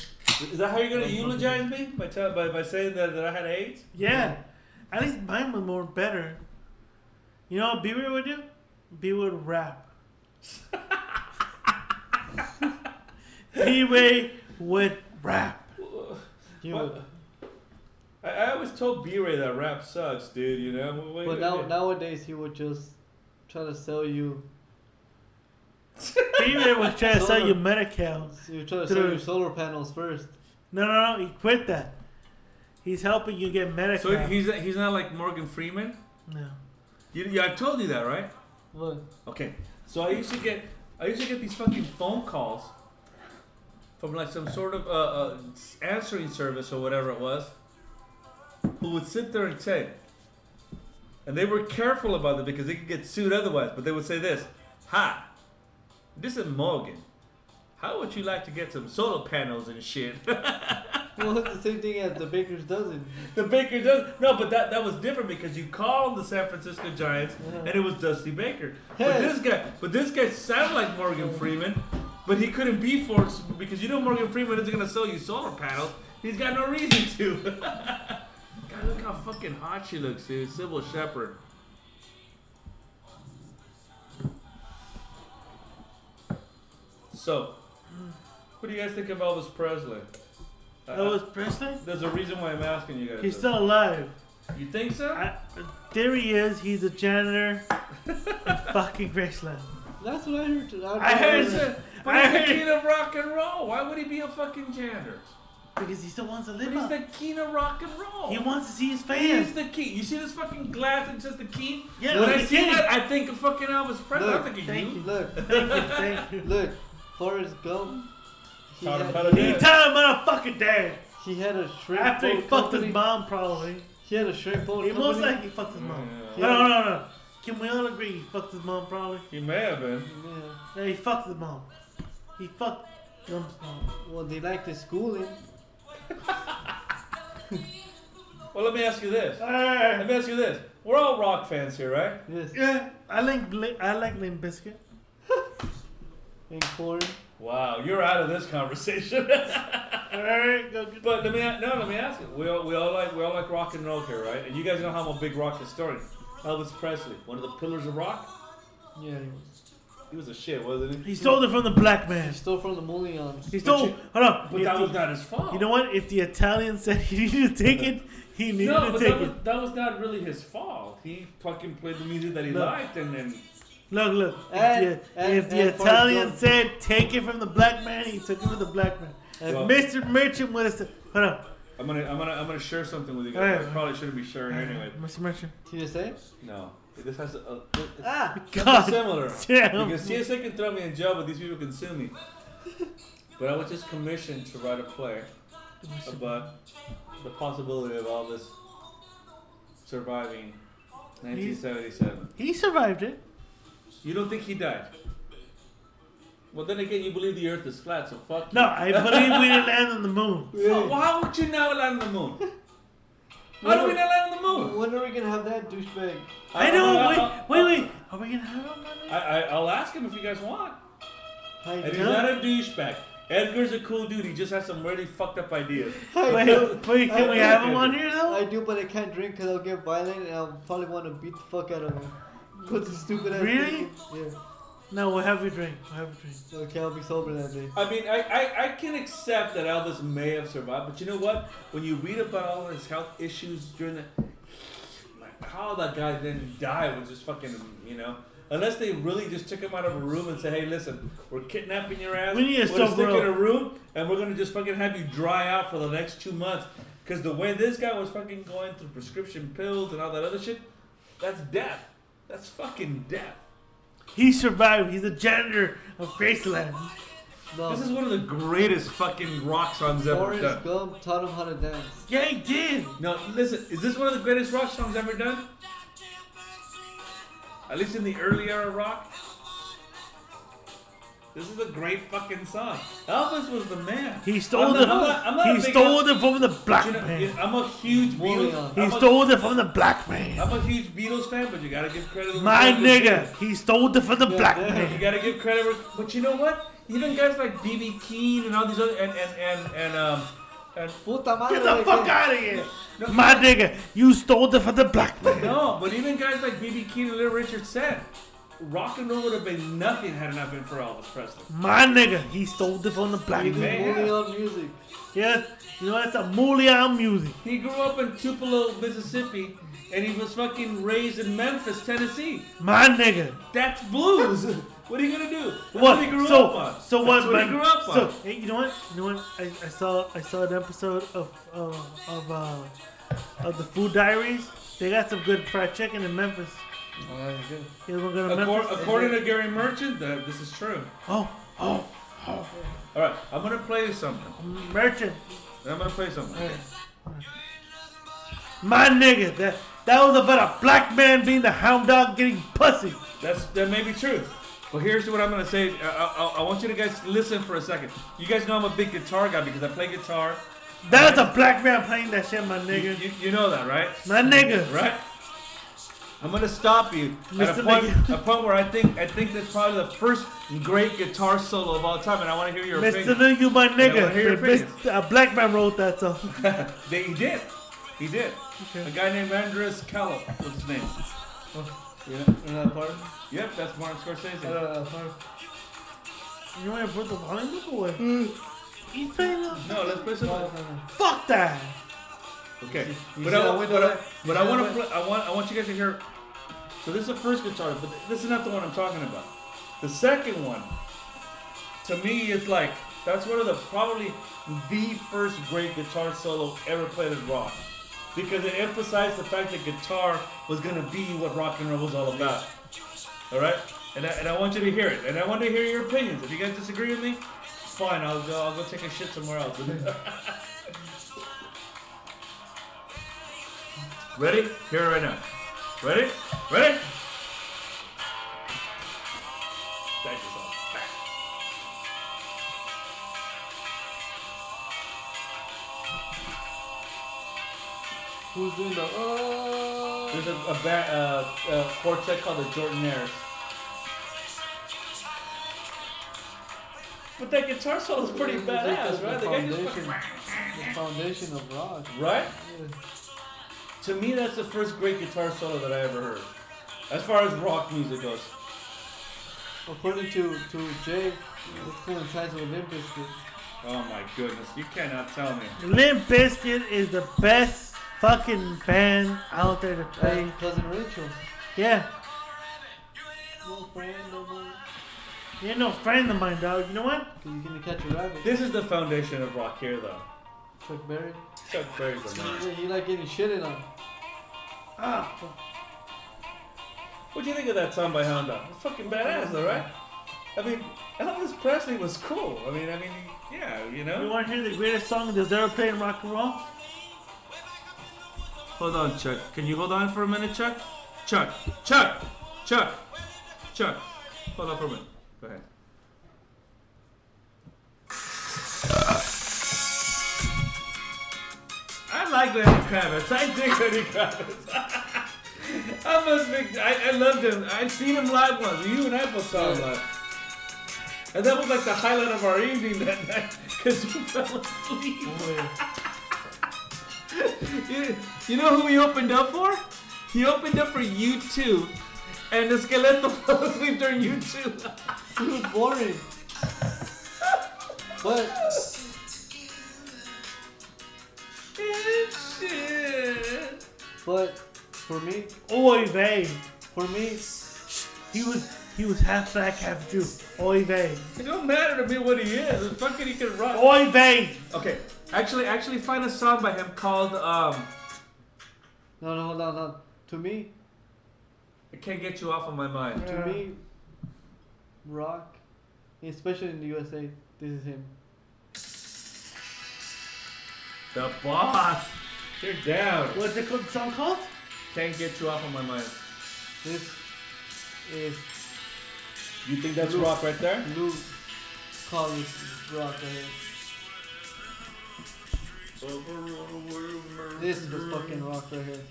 Is that how you're gonna eulogize me by tell, by, by saying that, that I had AIDS?
Yeah. At least mine was more better. You know what B Real would do? B would rap. B Ray would rap.
You
What?
would.
I, I always told B-Ray that rap sucks, dude. You know. Wait, wait,
But now
wait.
nowadays he would just try to sell you.
B Ray was trying to sell you Medi
You try to sell you
Dude.
solar panels first.
No, no, no. He quit that. He's helping you get Medi
So Uh-huh. he's he's not like Morgan Freeman.
no.
You, yeah, I told you that, right?
What?
Okay. So I used to get I used to get these fucking phone calls from like some sort of uh, uh, answering service or whatever it was, who would sit there and say, and they were careful about it because they could get sued otherwise. But they would say this, "Hi, this is Morgan. How would you like to get some solar panels and shit?" [laughs]
Well, it's the same thing as the baker's dozen.
The Baker does no, but that that was different because you called the San Francisco Giants
Uh-huh.
and it was Dusty Baker. But
Hey.
this guy, but this guy sounded like Morgan
Uh-huh.
Freeman, but he couldn't be forced because you know Morgan Freeman isn't gonna sell you solar panels. He's got no reason to. [laughs] God, look how fucking hot she looks, dude. Sybil Shepherd. So, what do you guys think of Elvis Presley? I-
Elvis Presley?
there's a reason why I'm asking you guys.
Oh, He's
this.
still alive.
You think so?
I, theory is he's a janitor
[laughs]
in fucking Graceland.
That's what I heard. Too.
I heard
He's a- but
I
he's the
heard-
king of rock and roll. Why would he be a fucking janitor?
Because he still wants to
But
live
he's
up.
the king of rock and roll.
He wants to see his fans.
He's the king. You see this fucking glass that says the king?
Yeah,
When
he's
I
the
see
king.
that, I think of fucking Elvis Presley. I
Look,
think of
thank
you.
Look,
Thank you, thank you.
look. Forrest Gump. He
Tyler
had,
Perry.
He tell him about fucking dad.
he had a shrimp
After he
boat
fucked his
company.
mom, probably.
He had a shrimp boat
He most
company.
likely he fucked his mom.
Yeah.
No, no, no, no. Can we all agree he fucked his mom, probably?
He may have been.
Yeah.
No, he fucked his mom. He fucked Gump's mom.
Well, they liked his schooling.
Well, let me ask you this. Let
Hey.
me ask you this. We're all rock fans here, right?
Yes.
Yeah, I like Bli- I like Limp Biscuit.
And corn.
Wow, you're out of this conversation. [laughs]
All right, go get
But let me a- no, let me ask you. We all, we all like we all like rock and roll here, right? And you guys know how I'm a big rock historian. Elvis Presley, one of the pillars of rock.
Yeah, he was.
He was a shit, wasn't he?
He stole it from the black
He
man.
stole from the Mullions.
He stole. hold on.
But
If
that
the-
was not his fault.
You know what? If the Italian said [laughs] he needed to take it, he needed
No,
to
but
take
that was,
it.
that was not really his fault. He fucking played the music that he
No.
liked, and then
Look, look. If
And-
the,
and-
if the
and Forrest
Italian
Gump.
said take it from the black man, he took it from the black man.
And-
Well-
Mr. Merchant would have said, hold on.
I'm gonna I'm gonna I'm gonna share something with you
All
guys.
right.
I probably shouldn't be sharing anyway.
Mr. Merchant.
TSA?
No, this has a, a, it's
Ah!
God
something similar.
damn.
Because CSA can throw me in jail, but these people can sue [laughs] me. But I was just commissioned to write a play about the possibility of all this surviving 1977.
He survived it.
You don't think he died? Well, then again, you believe the Earth is flat, so fuck
No, I believe we didn't land on the moon.
you. So why would you not land on the
[laughs]
moon? How do we not land on the moon?
When are we gonna have that douchebag?
I know.
I-
Wait, wait, wait. Are we going to have him on
I, I, I'll ask him if you guys want.
Hi,
And
dude.
he's not a douchebag. Edgar's a cool dude. He just has some really fucked up
[laughs]
ideas.
I- I do, but I can't drink because I'll get violent and I'll probably want to beat the fuck out of him. Put the stupid ass
Really?
drink in- Yeah.
No, we'll have a drink. We'll have a drink.
Okay, I'll be sober that day.
I mean, I, I, I can accept that Elvis may have survived, but you know what? When you read about all his health issues during the. Like, how that guy then died was just fucking, you know? Unless they really just took him out of a room and said, hey, listen, we're kidnapping your ass.
We need a
we're gonna
sober
stick you
up."
in a room, and we're going to just fucking have you dry out for the next two months. Because the way this guy was fucking going through prescription pills and all that other shit, that's death. That's fucking death.
He survived. He's a janitor of Graceland.
This is one of the greatest fucking rock songs ever
Forrest
done.
Gump taught him how to dance.
Yeah, he did. No, listen, is this one of the greatest rock songs ever done? At least in the early era of rock. This is a great fucking song. Elvis was the man.
He stole
I'm
it.
not- I'm not- I'm not
He
a big
stole
Elvis-
it from the black
You know,
man.
you- I'm a huge Beatles.
He
I'm a-
stole it from the black man.
I'm a huge Beatles fan, but you gotta give credit. to the
My
Beatles.
nigga, he stole it from the black
Yeah,
man.
[laughs] You gotta give credit, where- but you know what? Even guys like BB King and all these other and and and and um. And
Puta
Get the fuck out of here. My nigga, you stole it from the black man.
No, but even guys like BB King and Little Richard said, rock and roll would have been nothing had it not been for Elvis Presley.
My nigga, he stole it from the black
He
man.
may have.
Leon music.
Yes, you know that's a Mulian music.
He grew up in Tupelo, Mississippi, and he was fucking raised in Memphis, Tennessee.
My nigga.
That's
[laughs]
blues. what are you gonna do? That's
What?
he grew
so,
up on.
so
That's
what?
what
man?
he grew up on.
So hey, you know what? You know what? I, I saw I saw an episode of uh, of uh, of the Food Diaries. They got some good fried chicken in Memphis.
Ah,
Oh, that was good.
You ever go to
Accor-
Memphis?
according to Gary Merchant, that this is true.
Oh, oh, oh.
All right, I'm gonna play you something.
Merchant.
And I'm gonna play something.
My nigga, that that was about a black man being the hound dog getting pussy.
That's that may be true. But here's what I'm gonna say. I, I, I- I want you to guys listen for a second. You guys know I'm a big guitar guy because I play guitar.
That's a black man playing that shit, my nigga.
You, you know that, right?
My nigga.
Right? I'm gonna stop you at a
Mr.
point, a point where I think I think that's probably the first great guitar solo of all time, and I want to hear your
Mr.
opinion.
Lil, you my
Yeah, I wanna
nigga.
hear your
The
opinion.
best- A black man wrote that song.
They, he did, he did. A guy named Andres Callo was his name. Yeah.
Another part?
Yep, that's Martin Scorsese.
Uh,
Another part?
You want to put the volume up away? He's playing the-
No, let's play some.
uh, Fuck that.
Okay,
You
but
see
I,
that
want,
window
but I,
there? You
but
see
I
that
want to
window?
play. I want I want you guys to hear. So this is the first guitar, but this is not the one I'm talking about. The second one, to me, is like that's one of the probably the first great guitar solo ever played in rock, because it emphasized the fact that guitar was gonna be what rock and roll was all about. All right, and I, and I want you to hear it, and I want to hear your opinions. If you guys disagree with me, fine. I'll go. I'll go take a shit somewhere
[laughs]
else. [laughs] Ready? Here right now. Ready? Ready? Thank you, son.
Who's doing the oh?
There's a, a, ba- uh, uh quartet called the Jordanaires. But that guitar solo is pretty
It's like
badass,
the-
right?
The
The guy just
foundation,
fucking-
the foundation of rock.
Right?
Yeah.
To me, that's the first great guitar solo that I ever heard. As far as rock music goes.
According to to Jay, this coincides with Limp Bizkit.
Oh my goodness, you cannot tell me.
Limp Bizkit is the best fucking band out there to play.
That's cousin Rachel.
Yeah.
No friend, no more.
You ain't no friend of mine, dog. You know what?
You can catch a rabbit.
This is the foundation of rock here, though.
Chuck Berry.
Chuck Berry's a man.
Yeah, you like getting shitted on.
Ah,
What do you think of that song by Honda? It's fucking badass, all right. I mean, Elvis Presley was cool. I mean, I mean, yeah, you
you
know.
want to hear the greatest song that's ever played in rock and roll?
Hold on, Chuck. Can you hold on for a minute, Chuck? Chuck, Chuck, Chuck, Chuck. Hold on for a minute. Go ahead.
I like Lenny Kravitz. I dig Lenny Kravitz. [laughs] I must be. I, I loved him. I've seen him live once. You and I both saw him live. And that was like the highlight of our evening that night because we [laughs] fell asleep. you, you know who he opened up for? He opened up for you 2 and the Skeleto [laughs] fell asleep during you 2
It was boring. But
Shit.
but for me,
Oy vey.
For me,
he was he was half black, half Jew. Oy vey.
It don't matter to me what he is. The fucking he can rock.
Oy vey.
Okay, actually, actually find a song by him called um.
no, no, no, no. To me,
I can't get you off of my mind.
to me, rock, especially in the USA, this is him.
The boss. You're down.
What's it called? Song called?
Can't get you off of my mind.
This is
You think that's rock right there?
Lou Collins rock. Right here. This was fucking rock right here.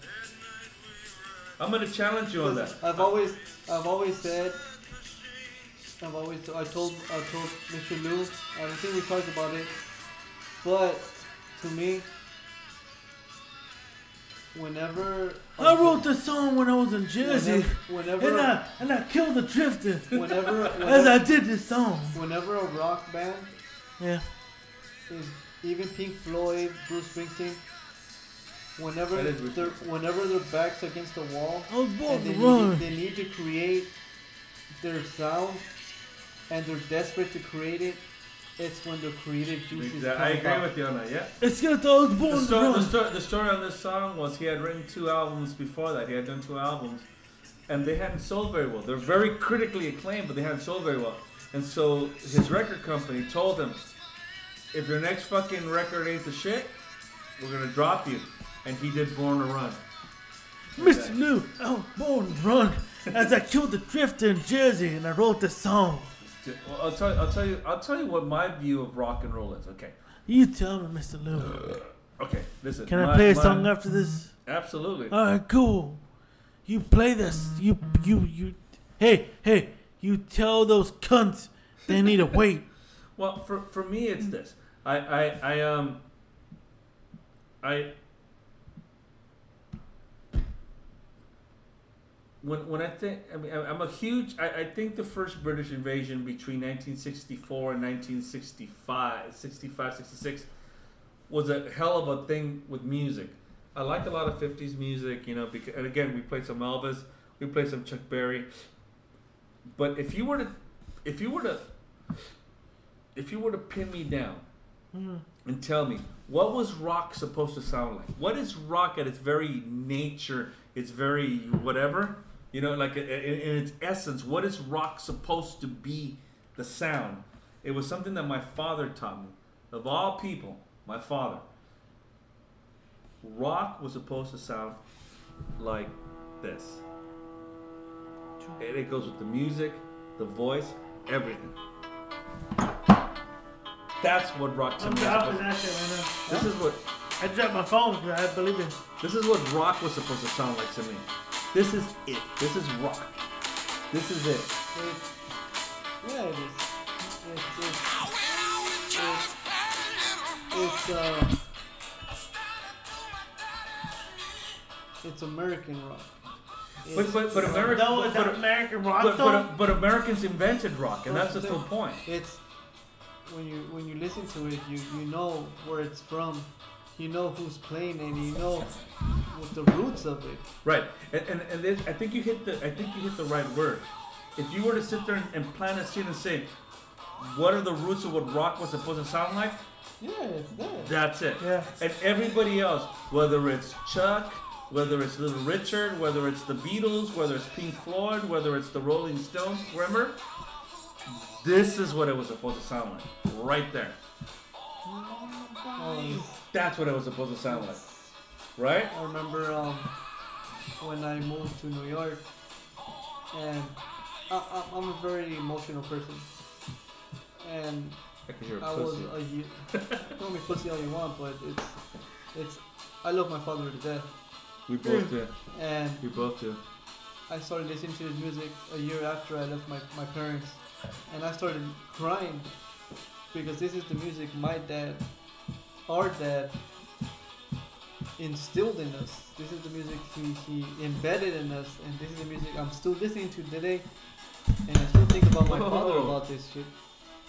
I'm gonna challenge you on that.
I've always, I've always said, I've always, I told, I told Mr. Lou, I don't think we talked about it, but to me, whenever,
I wrote the song when I was in Jersey.
Whenever- whenever-
and I and I killed the drifter. [laughs]
whenever,
as I
whenever,
did this song.
whenever a rock band
Yeah.
is even Pink Floyd, Bruce Springsteen, whenever
That is Bruce
their whenever their backs against the wall,
I was born
and
to
they
run.
need, they need to create their sound, and they're desperate to create it. It's when the creative juices
Exact- I
come
agree
out.
with you on that. Yeah.
It's good though. I was born
The
to
story, the,
run.
story, the story on this song was he had written two albums before that. He had done two albums, and they hadn't sold very well. They're very critically acclaimed, but they hadn't sold very well. And so his record company told him, "If your next fucking record ain't the shit, we're gonna drop you." And he did "Born to Run."
Mr. Lou, I was born to run. As I killed the drifter in Jersey and I wrote the song.
Well, I'll tell you, I'll tell you, I'll tell you what my view of rock and roll is. Okay,
You tell me, Mr. Lou.
okay, listen.
Can I
my-
play a
my-
song after this?
Absolutely.
All right, cool. You play this. You you you. Hey hey. You tell those cunts they need to wait.
Well, for, for me, it's this. I, I, I, um, I, when, when I think, I mean, I'm I'm a huge, I, I think the first British invasion between 1964 and 1965, 65, 66 was a hell of a thing with music. I like a lot of 50s music, you know, because, and again, we played some Elvis, we played some Chuck Berry. But if you were to, if you were to, if you were to pin me down and tell me what was rock supposed to sound like what is rock at its very nature its very whatever you know like i- i- in its essence what is rock supposed to be the sound it was something that my father taught me of all people my father rock was supposed to sound like this and it goes with the music the voice everything that's what rock to
I'm
me is
dropping
supposed-
that shit right now.
this is what
I dropped my phone because I believe in.
this is what rock was supposed to sound like to me. This is it. This is rock. This is it.
It's- yeah, it is. It's it's, it's, it's uh, it's American rock.
But but but American
No,
but,
it's
but,
American rock
but,
though.
but, but Americans invented rock, and that's the
the
whole
thing.
point.
It's when you when you listen to it, you you know where it's from, you know who's playing, it, and you know what the roots of it.
Right. And and, and this, I think you hit the I think you hit the right word. If you were to sit there and, and plan a scene and say, what are the roots of what rock was supposed to sound like?
Yeah, it's there.
That's it.
Yeah.
And everybody else, whether it's Chuck, whether it's Little Richard, whether it's the Beatles, whether it's Pink Floyd, whether it's the Rolling Stones, remember? This is what it was supposed to sound like. Right there.
Um,
That's what it was supposed to sound like. Right?
I remember um, when I moved to New York, and I, I, I'm a very emotional person, and
Because you're a
I was
pussy.
a ye- [laughs] call me pussy all you want, but it's it's I love my father to death,
We both do.
and
We both do.
I started listening to his music a year after I left my, my parents. and I started crying because this is the music my dad, our dad, instilled in us. This is the music he, he embedded in us, and this is the music I'm still listening to today. And I still think about my father
Whoa.
about this shit.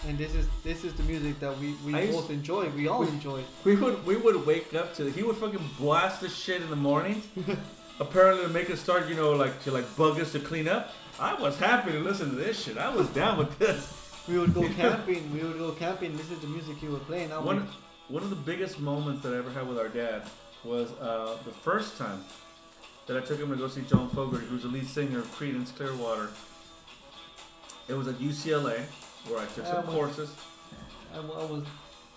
And this is this is the music that we, we
I used-
both enjoy. We all enjoy.
We would we would wake up to he would fucking blast this shit in the morning. Apparently to make us start, you know, like to like bug us to clean up. I was happy to listen to this shit. I was down with this.
We
[laughs]
would go camping. We would go camping. This is the music he would play. And I would
One, one of the biggest moments that I ever had with our dad was uh, the first time that I took him to go see John Fogerty, who's the lead singer of Creedence Clearwater. It was at UCLA where I took
I
some
went-
courses.
I, wa- I was,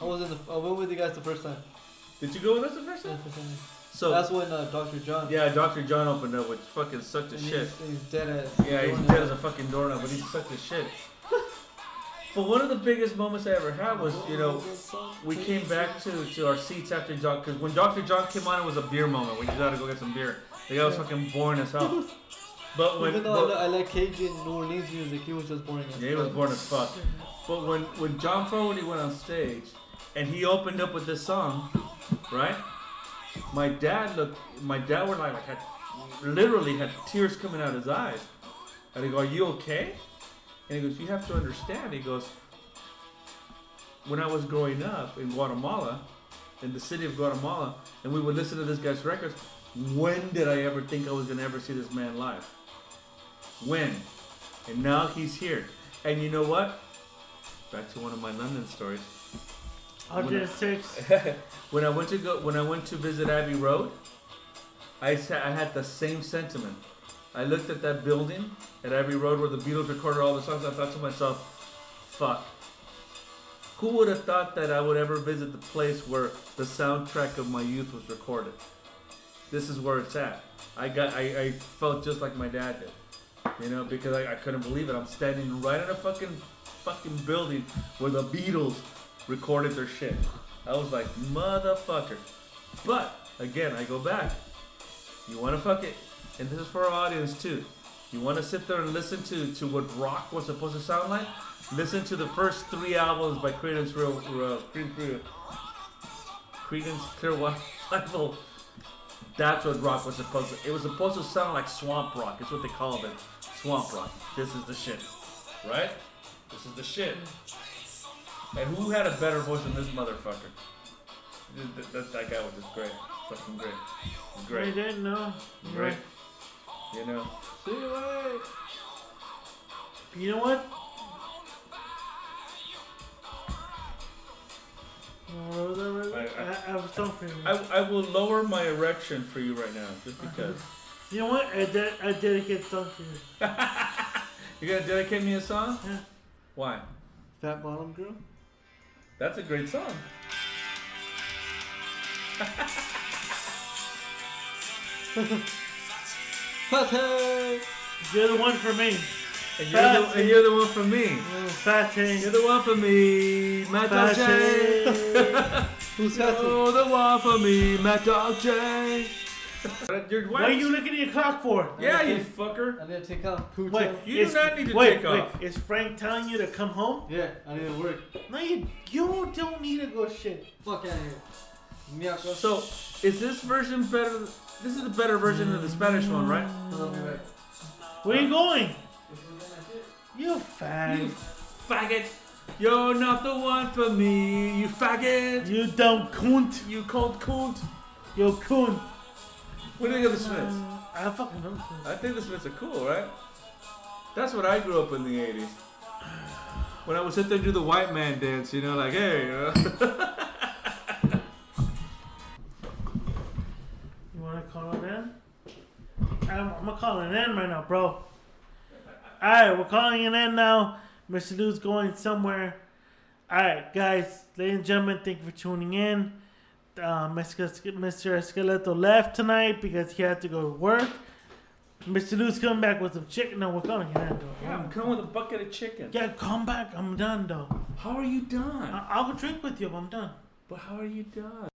I was in the. I went with you guys the first time.
Did you go with us the first time? So
So that's when uh, Dr. John.
Yeah, Dr. John opened up, which fucking sucked to
And
shit.
he's- he's dead as a
Yeah, he's
doornail.
dead as a fucking doorknob, but he sucked to shit. But one of the biggest moments I ever had was, you know, we came back to, to our seats after John, because when Dr. John came on, it was a beer moment. We just had to go get some beer. The guy was fucking boring as hell. But when
Even though
but-
I, li- I like Cajun New Orleans music, he was just boring. as
yeah, he was
fuck.
born as fuck. But when, when John Fogerty went on stage and he opened up with this song, right? My dad looked. My dad was like, like had, literally had tears coming out of his eyes. And I go, "Are you okay?" And he goes, "You have to understand." He goes, "When I was growing up in Guatemala, in the city of Guatemala, and we would listen to this guy's records. When did I ever think I was gonna ever see this man live? When? And now he's here. And you know what? Back to one of my London stories. When I-
106.
when I went to go, when I went to visit Abbey Road, I sa- I had the same sentiment. I looked at that building at Abbey Road where the Beatles recorded all the songs. I thought to myself, "Fuck, who would have thought that I would ever visit the place where the soundtrack of my youth was recorded? This is where it's at. I got, I, I felt just like my dad did, you know, because I, I couldn't believe it. I'm standing right in a fucking, fucking building where the Beatles recorded their shit. I was like, motherfucker. But again, I go back. You want to fuck it, and this is for our audience too. You want to sit there and listen to, to what rock was supposed to sound like? Listen to the first three albums by Creedence Real, Real, Creedence, Creedence Clearwater [laughs] Revival. That's what rock was supposed to. It was supposed to sound like swamp rock. It's what they called it, swamp rock. This is the shit, right? This is the shit. And who had a better voice than this motherfucker? Th- th- That, that guy was just great, fucking great, great.
We didn't know.
Great. You know.
You know what?
I, I,
I, I was something.
I, I will lower my erection for you right now, just because.
You know what? I, did. I dedicate something.
You gonna dedicate me a song? Why?
Fat Bottom Girl.
That's a great song.
Fatty!
You're the one for me.
And you're, the, and you're the one for me.
Fatty.
You're the one for me, my dog J.
Who's
[laughs] You're the one for me, my dog J. [laughs] You're-
What are you looking at your clock for?
Yeah, you fucker.
I need to take off. Pooch
Wait,
up.
You do
is-
not need to
wait,
take
wait,
off.
Is Frank telling you to come home?
Yeah, I need to work.
No, you you don't need to go shit.
Fuck out of here.
So, is this version better? This is the better version of the Spanish one, right?
Where you going? You fag.
You faggot. You're not the one for me, you faggot.
You dumb cunt.
You cold cunt.
You cunt.
What do you think of the Smiths?
I fucking know.
I think the Smiths are cool, right? That's what I grew up in the 80s. When I would sit there and do the white man dance, you know, like, hey, you know.
You wanna call it in? I'm, I'm gonna call it in right now, bro. Alright, we're calling it in now. Mr. Lou's going somewhere. Alright, guys, ladies and gentlemen, thank you for tuning in. Uh, Mr. Ske- Mr. Esqueleto left tonight because he had to go to work. Mr. Lou's coming back with some chicken. No, we're calling it in, though.
yeah, I'm coming with a bucket of chicken.
Yeah, come back. I'm done, though.
How are you done?
I- I'll go drink with you, but I'm done.
But how are you done?